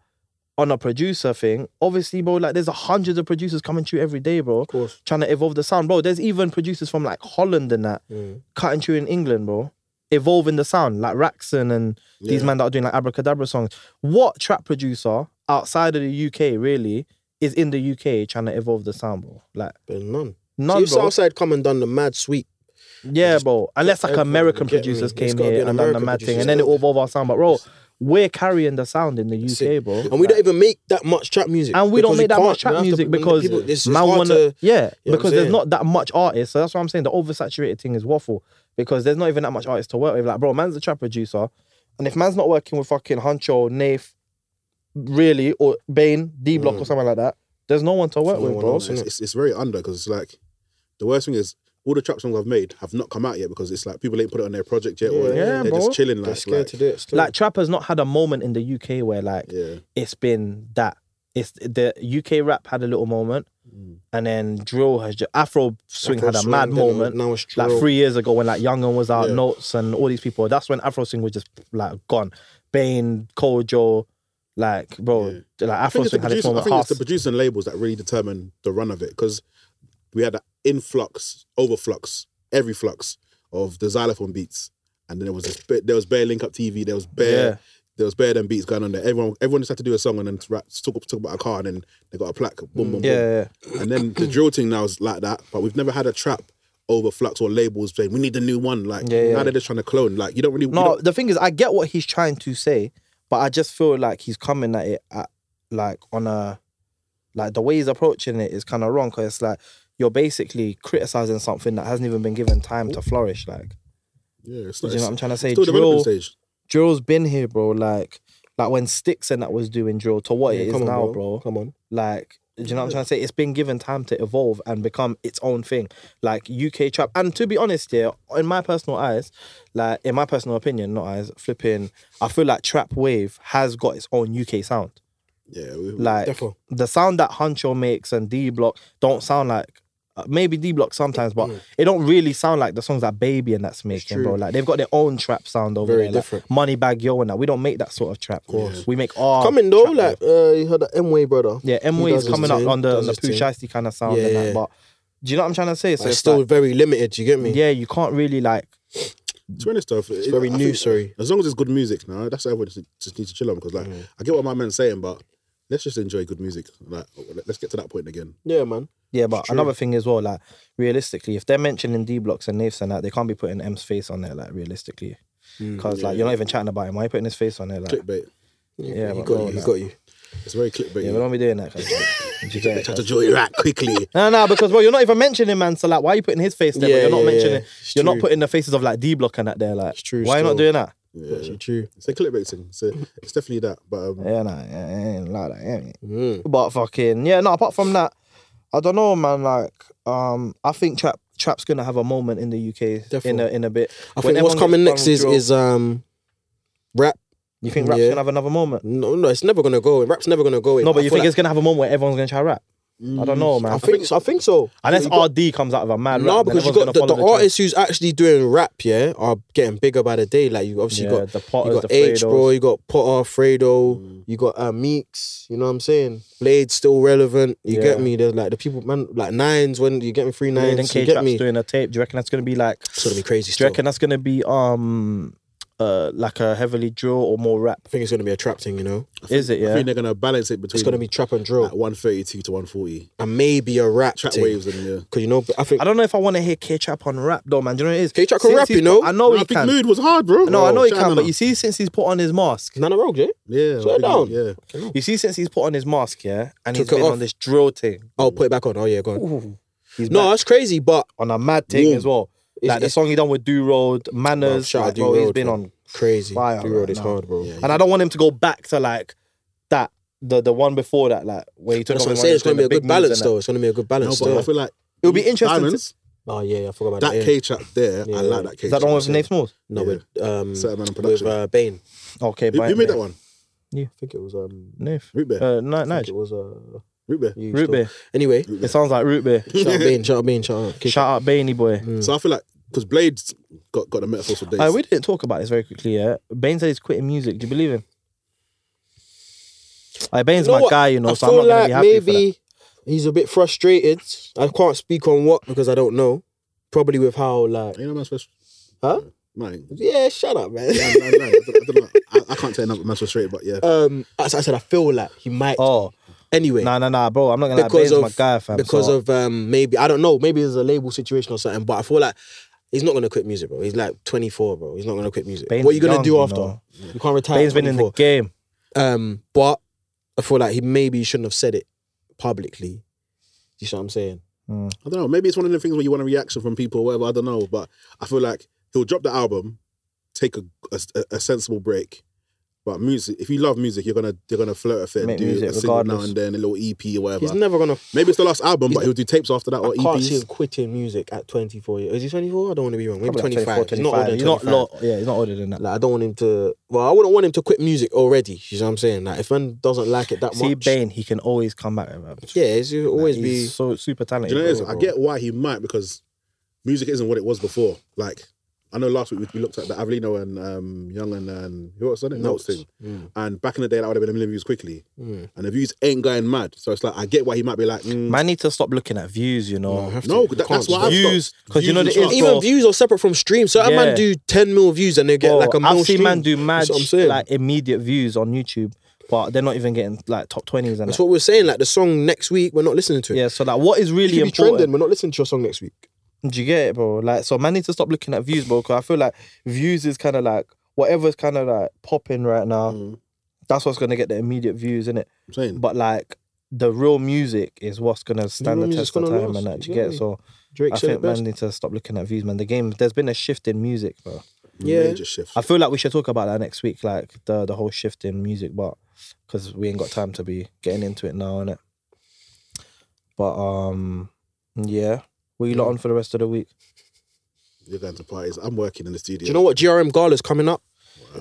Speaker 2: on a producer thing, obviously, bro, like there's hundreds of producers coming through every day, bro,
Speaker 1: course.
Speaker 2: trying to evolve the sound, bro. There's even producers from like Holland and that
Speaker 1: Mm.
Speaker 2: cutting through in England, bro. Evolving the sound, like Raxon and these men that are doing like abracadabra songs. What trap producer outside of the UK really is in the UK trying to evolve the sound, bro? Like
Speaker 1: There's none.
Speaker 2: none,
Speaker 1: See,
Speaker 2: bro.
Speaker 1: Southside come and done the mad sweep.
Speaker 2: yeah, bro. Unless like
Speaker 1: everyone,
Speaker 2: American
Speaker 1: you get me?
Speaker 2: producers
Speaker 1: It's
Speaker 2: came
Speaker 1: gotta be
Speaker 2: here
Speaker 1: an
Speaker 2: and done the
Speaker 1: American
Speaker 2: mad thing,
Speaker 1: producer
Speaker 2: and then it
Speaker 1: still.
Speaker 2: evolved our sound. But bro, we're carrying the sound in the
Speaker 1: it.
Speaker 2: UK, bro.
Speaker 1: And we don't even make that much trap music.
Speaker 2: and we don't
Speaker 1: because
Speaker 2: make that
Speaker 1: can't.
Speaker 2: much
Speaker 1: We
Speaker 2: trap
Speaker 1: have to-
Speaker 2: music
Speaker 1: we-
Speaker 2: because
Speaker 1: people- it's- it's
Speaker 2: man
Speaker 1: hard
Speaker 2: wanna
Speaker 1: to-
Speaker 2: yeah
Speaker 1: what I'm
Speaker 2: because there's
Speaker 1: saying?
Speaker 2: not that much artists so that's what I'm saying the oversaturated thing is waffle because there's not even that much artists to work with like bro man's a trap producer and if man's not working with fucking Huncho Nath really or Bane D Block or something like that there's no one to work
Speaker 1: Mm. no
Speaker 2: with
Speaker 1: one
Speaker 2: bro
Speaker 1: else.
Speaker 3: It's, it's, it's very under because it's like the worst thing is all the trap songs I've made have not come out yet because it's like people ain't put it on their project yet or
Speaker 2: Yeah,
Speaker 3: they're
Speaker 2: bro.
Speaker 3: just chilling like,
Speaker 1: They're scared
Speaker 3: like,
Speaker 1: to do it. Still.
Speaker 2: like trap has not had a moment in the UK where like
Speaker 3: yeah.
Speaker 2: it's been that it's the UK rap had a little moment
Speaker 3: Mm.
Speaker 2: and then drill has just Afro swing
Speaker 1: Afro
Speaker 2: had a
Speaker 1: Swing,
Speaker 2: mad
Speaker 1: then
Speaker 2: moment
Speaker 1: now it's
Speaker 2: like
Speaker 1: drill.
Speaker 2: three years ago when like Young'un was out,
Speaker 3: Yeah.
Speaker 2: Notes and all these people. That's when Afro Swing was just like gone. Bane, Kojo, like bro, like
Speaker 3: I
Speaker 2: Afro
Speaker 3: think, it's the,
Speaker 2: Swing had its
Speaker 3: producer, I
Speaker 2: moment.
Speaker 3: think it's the
Speaker 2: Haas,
Speaker 3: producers and labels that really determine the run of it because we had an influx, overflux, every flux of the xylophone beats, and then there was this, bit- there was bare link up TV, there was bare
Speaker 2: Yeah.
Speaker 3: there was bare them beats going on there. Everyone everyone just had to do a song and then rap, talk talk about a car and then they got a plaque, boom boom boom.
Speaker 2: Mm, yeah, yeah,
Speaker 3: And then the drill thing now is like that, but we've never had a trap overflux or labels saying we need a new one. Like
Speaker 2: Yeah, yeah.
Speaker 3: now they're just trying to clone. Like you don't really you
Speaker 2: No,
Speaker 3: don't-
Speaker 2: the thing is, I get what he's trying to say, but I just feel like he's coming at it at like on a like the way he's approaching it is kind of wrong because it's like you're basically criticizing something that hasn't even been given time to flourish. Like,
Speaker 3: yeah, it's
Speaker 2: do
Speaker 3: not,
Speaker 2: you know
Speaker 3: it's
Speaker 2: what I'm trying to say?
Speaker 3: still
Speaker 2: Drill,
Speaker 3: development stage.
Speaker 2: drill's been here, bro. Like, like when Sticks and that was doing drill to what
Speaker 1: Yeah,
Speaker 2: it is
Speaker 1: come on,
Speaker 2: now,
Speaker 1: bro.
Speaker 2: bro.
Speaker 1: Come on.
Speaker 2: Like, do you know what I'm trying to say? It's been given time to evolve and become its own thing. Like UK trap. And to be honest, yeah, in my personal eyes, like in my personal opinion, not eyes, flipping, I feel like Trap Wave has got its own UK sound.
Speaker 3: Yeah, we,
Speaker 2: Like
Speaker 1: Defo.
Speaker 2: the sound that Huncho makes and D Block don't sound like uh, maybe D Block sometimes,
Speaker 1: Mm.
Speaker 2: but it don't really sound like the songs that Baby and that's making, bro. Like they've got their own trap sound over
Speaker 1: Very
Speaker 2: there,
Speaker 1: different.
Speaker 2: Like, Money Bag Yo and that. We don't make that sort of trap.
Speaker 3: course.
Speaker 2: We make our
Speaker 1: Coming though,
Speaker 2: trap
Speaker 1: like uh, you heard that M Way brother.
Speaker 2: yeah, M
Speaker 1: He
Speaker 2: Way's
Speaker 1: does his
Speaker 2: coming up
Speaker 1: thing,
Speaker 2: on the, on
Speaker 1: does
Speaker 2: the
Speaker 1: his
Speaker 2: Pooh
Speaker 1: thing.
Speaker 2: Shiesty kind of sound and
Speaker 1: Yeah.
Speaker 2: that. But do you know what I'm trying to say? So
Speaker 1: Like,
Speaker 2: it's
Speaker 1: still
Speaker 2: like,
Speaker 1: very limited. You get me?
Speaker 2: yeah, you can't really like
Speaker 3: to be honest though, it's
Speaker 1: very new, sorry.
Speaker 3: As long as it's good music, now that's what everyone just, just needs to chill on because like
Speaker 2: Mm.
Speaker 3: I get what my man's saying, but let's just enjoy good music. Like let's get to that point again.
Speaker 1: Yeah, man.
Speaker 2: yeah. But another thing as well, like realistically, if they're mentioning D blocks and Naves and that, they can't be putting M's face on there, like realistically,
Speaker 1: Mm,
Speaker 2: because like you're not even chatting about him. Why are you putting his face on there? Like
Speaker 3: Clickbait.
Speaker 1: Yeah,
Speaker 2: but
Speaker 1: he got
Speaker 2: bro,
Speaker 1: you. He
Speaker 2: like-
Speaker 1: got you. It's very clickbait.
Speaker 2: Yeah, we
Speaker 1: Yeah,
Speaker 2: don't be doing that. Kind of shit.
Speaker 1: you try to draw your act quickly.
Speaker 2: no, no, because bro, you're not even mentioning man. So like, why are you putting his face there? but
Speaker 1: Yeah,
Speaker 2: you're not
Speaker 1: yeah,
Speaker 2: mentioning.
Speaker 1: yeah. It's
Speaker 2: You're not
Speaker 1: true.
Speaker 2: putting the faces of like D Block and that there. Like,
Speaker 1: It's true
Speaker 2: why you not
Speaker 1: still.
Speaker 2: doing that?
Speaker 1: Yeah, it's true. It's a clickbait thing. So it's definitely that. But um,
Speaker 2: Yeah, nah, yeah, yeah, ain't like that. Yeah.
Speaker 1: mm,
Speaker 2: But fucking yeah, no. Apart from that, I don't know, man. Like, um, I think trap trap's gonna have a moment in the UK in a
Speaker 1: Definitely.
Speaker 2: in a bit.
Speaker 1: I
Speaker 2: When
Speaker 1: think what's
Speaker 2: everyone
Speaker 1: coming
Speaker 2: gets
Speaker 1: next is
Speaker 2: done with drill,
Speaker 1: is um, rap.
Speaker 2: you think rap's
Speaker 1: yeah. Mm.
Speaker 2: gonna have another moment?
Speaker 1: No, no, it's never gonna go. Rap's never gonna go.
Speaker 2: No, but you think it's gonna have a moment where everyone's gonna try rap? I don't know, man.
Speaker 1: Mm. I think so. I think so.
Speaker 2: Unless
Speaker 1: You got-
Speaker 2: RD comes out of a mad rap,
Speaker 1: No,
Speaker 2: then
Speaker 1: because you
Speaker 2: everyone's
Speaker 1: got the,
Speaker 2: gonna
Speaker 1: the,
Speaker 2: follow trend.
Speaker 1: artists who's actually doing rap, yeah, are getting bigger by the day. Like you obviously
Speaker 2: Yeah,
Speaker 1: got
Speaker 2: the
Speaker 1: you
Speaker 2: Potters,
Speaker 1: got
Speaker 2: the
Speaker 1: H, bro.
Speaker 2: Fredos. Mm.
Speaker 1: You got Potter, Fredo. You got uh, Meeks. You know what I'm saying? Blade's still relevant. You get
Speaker 2: Yeah.
Speaker 1: me? There's like the people, man, like nines. When you get me three
Speaker 2: Yeah, then
Speaker 1: nines, you
Speaker 2: K
Speaker 1: get
Speaker 2: Trap's
Speaker 1: me.
Speaker 2: doing a tape. Do you reckon that's gonna be like?
Speaker 1: It's gonna be crazy.
Speaker 2: Do you
Speaker 1: Still.
Speaker 2: reckon that's gonna be um uh like a heavily drill or more rap?
Speaker 1: I think it's gonna be a trap thing. You know,
Speaker 2: Is it?
Speaker 3: I
Speaker 2: Yeah.
Speaker 3: think they're gonna balance it between.
Speaker 1: it's gonna be trap and drill,
Speaker 3: at 132 to 140.
Speaker 1: and maybe a rap
Speaker 3: Trap
Speaker 1: thing.
Speaker 3: waves in there.
Speaker 1: Cause you know, I think
Speaker 2: I don't know if I want to hear K Trap on rap though, man. Do you know what it is?
Speaker 1: K-Trap can
Speaker 2: Since
Speaker 1: rap,
Speaker 2: he's
Speaker 1: you know?
Speaker 2: put- I know
Speaker 3: Nah,
Speaker 2: he
Speaker 3: Big
Speaker 2: can.
Speaker 3: Mood was hard, bro. Oh,
Speaker 2: No, I know he can, but you
Speaker 3: see,
Speaker 2: see, since he's put on his mask,
Speaker 1: Nana Rogue, yeah.
Speaker 3: yeah,
Speaker 1: Slow
Speaker 3: Big Mood,
Speaker 1: down.
Speaker 3: Yeah,
Speaker 2: you see, since he's put on his mask, yeah, and he's
Speaker 1: Took it
Speaker 2: been
Speaker 1: off.
Speaker 2: on this drill thing.
Speaker 1: Oh, put it back on. Oh yeah, go on.
Speaker 2: He's
Speaker 1: No,
Speaker 2: back
Speaker 1: that's crazy, but
Speaker 2: on a mad thing
Speaker 1: Warm.
Speaker 2: as well.
Speaker 1: It's-
Speaker 2: like the
Speaker 1: it's-
Speaker 2: song he done with Do Road,
Speaker 1: Bro,
Speaker 2: Manners,
Speaker 1: shout out
Speaker 2: like,
Speaker 1: Do
Speaker 2: bro, he's
Speaker 1: Road,
Speaker 2: been
Speaker 1: bro.
Speaker 2: on,
Speaker 1: crazy.
Speaker 2: Fire
Speaker 1: Do road
Speaker 2: right
Speaker 1: is
Speaker 2: now.
Speaker 1: hard, bro.
Speaker 3: Yeah,
Speaker 2: and I don't want him to go back to like that. The, the one before that, like where he took
Speaker 1: That's
Speaker 2: off
Speaker 1: what I'm
Speaker 2: his mask
Speaker 1: saying. It's gonna
Speaker 2: and
Speaker 1: be a
Speaker 2: the big
Speaker 1: good
Speaker 2: moves
Speaker 1: balance,
Speaker 2: and that.
Speaker 1: though. It's gonna be a good
Speaker 3: no,
Speaker 1: balance.
Speaker 3: but I
Speaker 1: though.
Speaker 3: feel like
Speaker 2: It would be interesting. to-
Speaker 3: Diamonds,
Speaker 1: Oh yeah, I forgot about
Speaker 3: that
Speaker 1: yeah.
Speaker 3: K trap there,
Speaker 1: Yeah.
Speaker 3: I like that K
Speaker 2: is
Speaker 3: trap.
Speaker 2: that the one with Nate Smalls?
Speaker 1: No,
Speaker 3: Yeah.
Speaker 1: with um,
Speaker 3: Certain Man in
Speaker 1: with
Speaker 3: Production.
Speaker 1: uh, Bane.
Speaker 2: Okay,
Speaker 3: who,
Speaker 2: but
Speaker 3: who made that one?
Speaker 1: I think it was um,
Speaker 2: Nath.
Speaker 3: Root Bear.
Speaker 2: Uh, Ni-
Speaker 1: I think it
Speaker 2: Nigel.
Speaker 1: was uh,
Speaker 3: Root Bear.
Speaker 1: you
Speaker 2: Root
Speaker 1: still.
Speaker 2: beer.
Speaker 1: Anyway,
Speaker 2: It sounds like root beer.
Speaker 1: shout out Bane, shout out Bane, shout out.
Speaker 2: Shout out Baney boy.
Speaker 1: Mm.
Speaker 3: So I feel like because Blades got, got the metaphors for days.
Speaker 2: Uh, we didn't talk about this very quickly, yeah. Bane said he's quitting music. Do you believe him? Like Bane's
Speaker 1: You know
Speaker 2: my
Speaker 1: what?
Speaker 2: guy, you know,
Speaker 1: I
Speaker 2: so I'm
Speaker 1: feel
Speaker 2: not gonna
Speaker 1: like
Speaker 2: be happy for
Speaker 1: maybe he's a bit frustrated. I can't speak on what because I don't know. Probably with how like
Speaker 3: you know, man's first.
Speaker 1: Huh?
Speaker 3: Mine.
Speaker 1: yeah, shut up, man.
Speaker 3: Yeah, man, man, I don't- I, don't know. I, I can't say another man's straight, but yeah.
Speaker 1: Um, as I said, I feel like he might.
Speaker 2: that. Oh,
Speaker 1: anyway,
Speaker 2: nah, nah, nah, bro. I'm not gonna lie.
Speaker 1: Because
Speaker 2: Bane's my
Speaker 1: of-
Speaker 2: guy, fam.
Speaker 1: because
Speaker 2: so-
Speaker 1: of um maybe I don't know maybe it's a label situation or something but I feel like he's not gonna quit music bro he's like 24 bro he's not gonna quit music
Speaker 2: Bane's
Speaker 1: what are you gonna
Speaker 2: young,
Speaker 1: do
Speaker 2: you
Speaker 1: after
Speaker 2: know.
Speaker 1: you can't retire
Speaker 2: Bane's
Speaker 1: Bane's
Speaker 2: been in the game.
Speaker 1: um but I feel like he maybe shouldn't have said it publicly you see what I'm saying
Speaker 3: I don't know. Maybe it's one of the things where you want a reaction from people or whatever. I don't know. But I feel like he'll drop the album, take a, a, a sensible break. But music, if you love music, you're gonna you're gonna flirt with it, and
Speaker 2: Make
Speaker 3: do
Speaker 2: music
Speaker 3: a single now
Speaker 2: regardless.
Speaker 3: and then, a little EP or whatever.
Speaker 1: he's never gonna
Speaker 3: Maybe it's the last album, but he'll do tapes after that or E
Speaker 1: I
Speaker 2: E
Speaker 1: can't see
Speaker 3: EPs.
Speaker 1: him quitting music at 24 years is he 24 I don't want to be wrong maybe
Speaker 2: Probably like
Speaker 1: 25 he's not
Speaker 2: 25.
Speaker 1: older than
Speaker 2: He's not
Speaker 1: 25
Speaker 2: lot. Yeah, he's not older than that.
Speaker 1: like I don't want him to well I wouldn't want him to quit music already you see what I'm saying like if man doesn't like it that
Speaker 2: See,
Speaker 1: much
Speaker 2: Bane, he can always come back. Man.
Speaker 1: yeah it's- it'll always
Speaker 2: he's
Speaker 1: be
Speaker 2: so super
Speaker 3: Do
Speaker 2: talented.
Speaker 3: you know what it is?
Speaker 2: bro.
Speaker 3: I get why he might because music isn't what it was before. Like I know last week we- we looked at the Avelino and um, Young and, and who else on it? Notes thing.
Speaker 1: Mm,
Speaker 3: And back in the day, that would have been a million views quickly,
Speaker 1: mm.
Speaker 3: and the views ain't going mad. So it's like I get why he might be like, mm,
Speaker 2: Man, need to stop looking at views. You know,
Speaker 3: no, that, that's why I've
Speaker 2: views
Speaker 3: stopped.
Speaker 2: because you know
Speaker 3: and
Speaker 2: the is
Speaker 3: charts.
Speaker 1: Even
Speaker 2: bro.
Speaker 1: views are separate from streams. Certain
Speaker 2: Yeah.
Speaker 1: man do 10 mil views and they get
Speaker 2: Bro,
Speaker 1: like a mil
Speaker 2: I've seen
Speaker 1: stream.
Speaker 2: man do mad
Speaker 1: That's what I'm saying.
Speaker 2: like immediate views on YouTube, but they're not even getting like top twenties and
Speaker 1: That's
Speaker 2: that.
Speaker 1: what we're saying. Like the song next week, we're not listening to it.
Speaker 2: yeah. So like, what is
Speaker 1: It
Speaker 2: really
Speaker 1: could be trending.
Speaker 2: important?
Speaker 1: We're not listening to your song next week.
Speaker 2: Do you get it, bro? Like, so man needs to stop looking at views, bro. Because I feel like views is kind of like whatever's kind of like popping right now.
Speaker 1: Mm-hmm.
Speaker 3: Mm.
Speaker 2: That's what's gonna get the immediate views, innit?
Speaker 3: I'm saying.
Speaker 2: But like. The real music is what's gonna stand the
Speaker 1: music's
Speaker 2: test of
Speaker 1: gonna
Speaker 2: time, and
Speaker 1: last,
Speaker 2: that you
Speaker 1: you get
Speaker 2: get.
Speaker 1: me?
Speaker 2: So
Speaker 1: Drake
Speaker 2: I
Speaker 1: said
Speaker 2: think
Speaker 1: it
Speaker 2: man
Speaker 1: best.
Speaker 2: need to stop looking at views, man. The game, there's been a shift in music, bro.
Speaker 1: Yeah.
Speaker 3: Major shift.
Speaker 2: I feel like we should talk about that next week, like the the whole shift in music, but because we ain't got time to be getting into it now, innit? But um, yeah, we you lot on for the rest of the week?
Speaker 3: You're going to parties. I'm working in the studio.
Speaker 1: Do you know what? GRM Gala's coming up.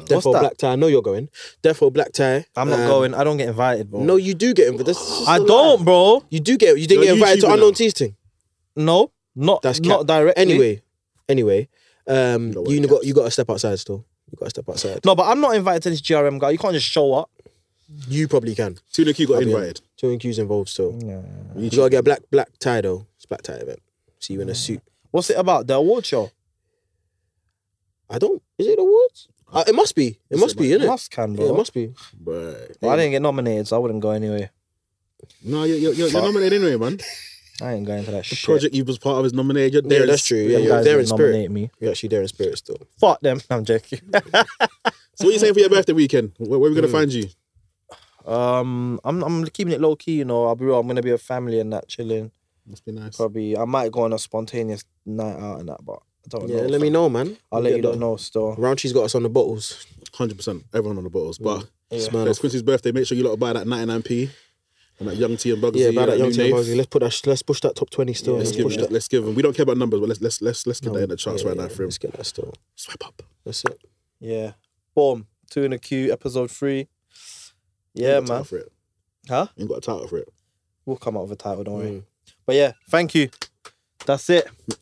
Speaker 1: Death
Speaker 2: What's
Speaker 1: or
Speaker 2: that?
Speaker 1: Black Tie. I know you're going. Death or Black Tie.
Speaker 2: I'm not
Speaker 1: Um,
Speaker 2: going. I don't get invited, bro.
Speaker 1: No, you do get invited. This is just
Speaker 2: I
Speaker 1: a lie.
Speaker 2: don't, bro.
Speaker 1: You do get. You didn't
Speaker 3: You're
Speaker 1: get invited
Speaker 3: YouTuber
Speaker 1: to
Speaker 3: now.
Speaker 1: Unknown Teas thing.
Speaker 2: No, not
Speaker 1: That's
Speaker 2: not
Speaker 1: cap.
Speaker 2: directly.
Speaker 1: Anyway, anyway, um,
Speaker 3: No way,
Speaker 1: you
Speaker 3: caps.
Speaker 1: got you got to step outside still. You got to step outside.
Speaker 2: no, but I'm not invited to this GRM guy. You can't just show up.
Speaker 1: You probably can.
Speaker 3: Tuna Q got
Speaker 1: I'll be
Speaker 3: invited.
Speaker 1: Two and Q's involved still.
Speaker 2: Yeah.
Speaker 1: You gotta get a black black tie though. It's black tie event. See you
Speaker 2: Mm.
Speaker 1: in a suit.
Speaker 2: What's it about? The award show?
Speaker 1: I don't. Is it awards? Uh, it must be. It must be, innit?
Speaker 2: Must can, bro.
Speaker 1: Yeah, it must be.
Speaker 3: But
Speaker 2: Well, I didn't get nominated, so I wouldn't go anyway.
Speaker 3: no, you're, you're, you're, you're nominated anyway, man.
Speaker 2: I ain't going to that shit.
Speaker 3: Project you was part of is nominated. You're there.
Speaker 1: yeah, that's true. Yeah,
Speaker 2: Them
Speaker 1: you're
Speaker 2: guys
Speaker 1: there in
Speaker 2: didn't
Speaker 1: spirit.
Speaker 2: nominate me.
Speaker 1: You're actually there in spirit still.
Speaker 2: Fuck them. I'm joking.
Speaker 1: Mm.
Speaker 3: So what are you saying for your birthday weekend? Where, where are we gonna find you?
Speaker 2: Um, I'm I'm keeping it low key, you know. I'll be real. I'm gonna be with family and that chilling.
Speaker 3: Must be nice.
Speaker 2: Probably I might go on a spontaneous night out and that, but I don't
Speaker 1: Yeah,
Speaker 2: know.
Speaker 1: let me
Speaker 2: fam.
Speaker 1: know, man.
Speaker 2: I'll let you lot know still.
Speaker 1: Raunchy's got us on the bottles.
Speaker 3: Hundred percent. Everyone on the bottles. But
Speaker 1: Mm. Yeah.
Speaker 3: man, it's Quincy's birthday. Make sure you lot buy that 99p and that young tea and bugsy.
Speaker 1: Yeah, about that
Speaker 2: uh,
Speaker 3: and
Speaker 1: young
Speaker 3: new
Speaker 1: team.
Speaker 3: Nath.
Speaker 1: Let's put that. Let's push that top twenty still.
Speaker 3: Let's
Speaker 1: let's
Speaker 3: give
Speaker 1: push
Speaker 3: him.
Speaker 1: that.
Speaker 3: Let's give him. We don't care about numbers, but let's let's let's let's get that in the charts
Speaker 1: Yeah,
Speaker 3: right now
Speaker 1: yeah,
Speaker 3: for him.
Speaker 1: Let's get that still.
Speaker 3: Swipe up.
Speaker 1: That's it.
Speaker 2: Yeah. Boom. Two in a queue, episode three. Yeah,
Speaker 3: Ain't got a title
Speaker 2: man.
Speaker 3: For it.
Speaker 2: Huh?
Speaker 3: Ain't got a title for it.
Speaker 1: Mm.
Speaker 2: We'll come out with a title, don't worry. But yeah, thank you. That's it.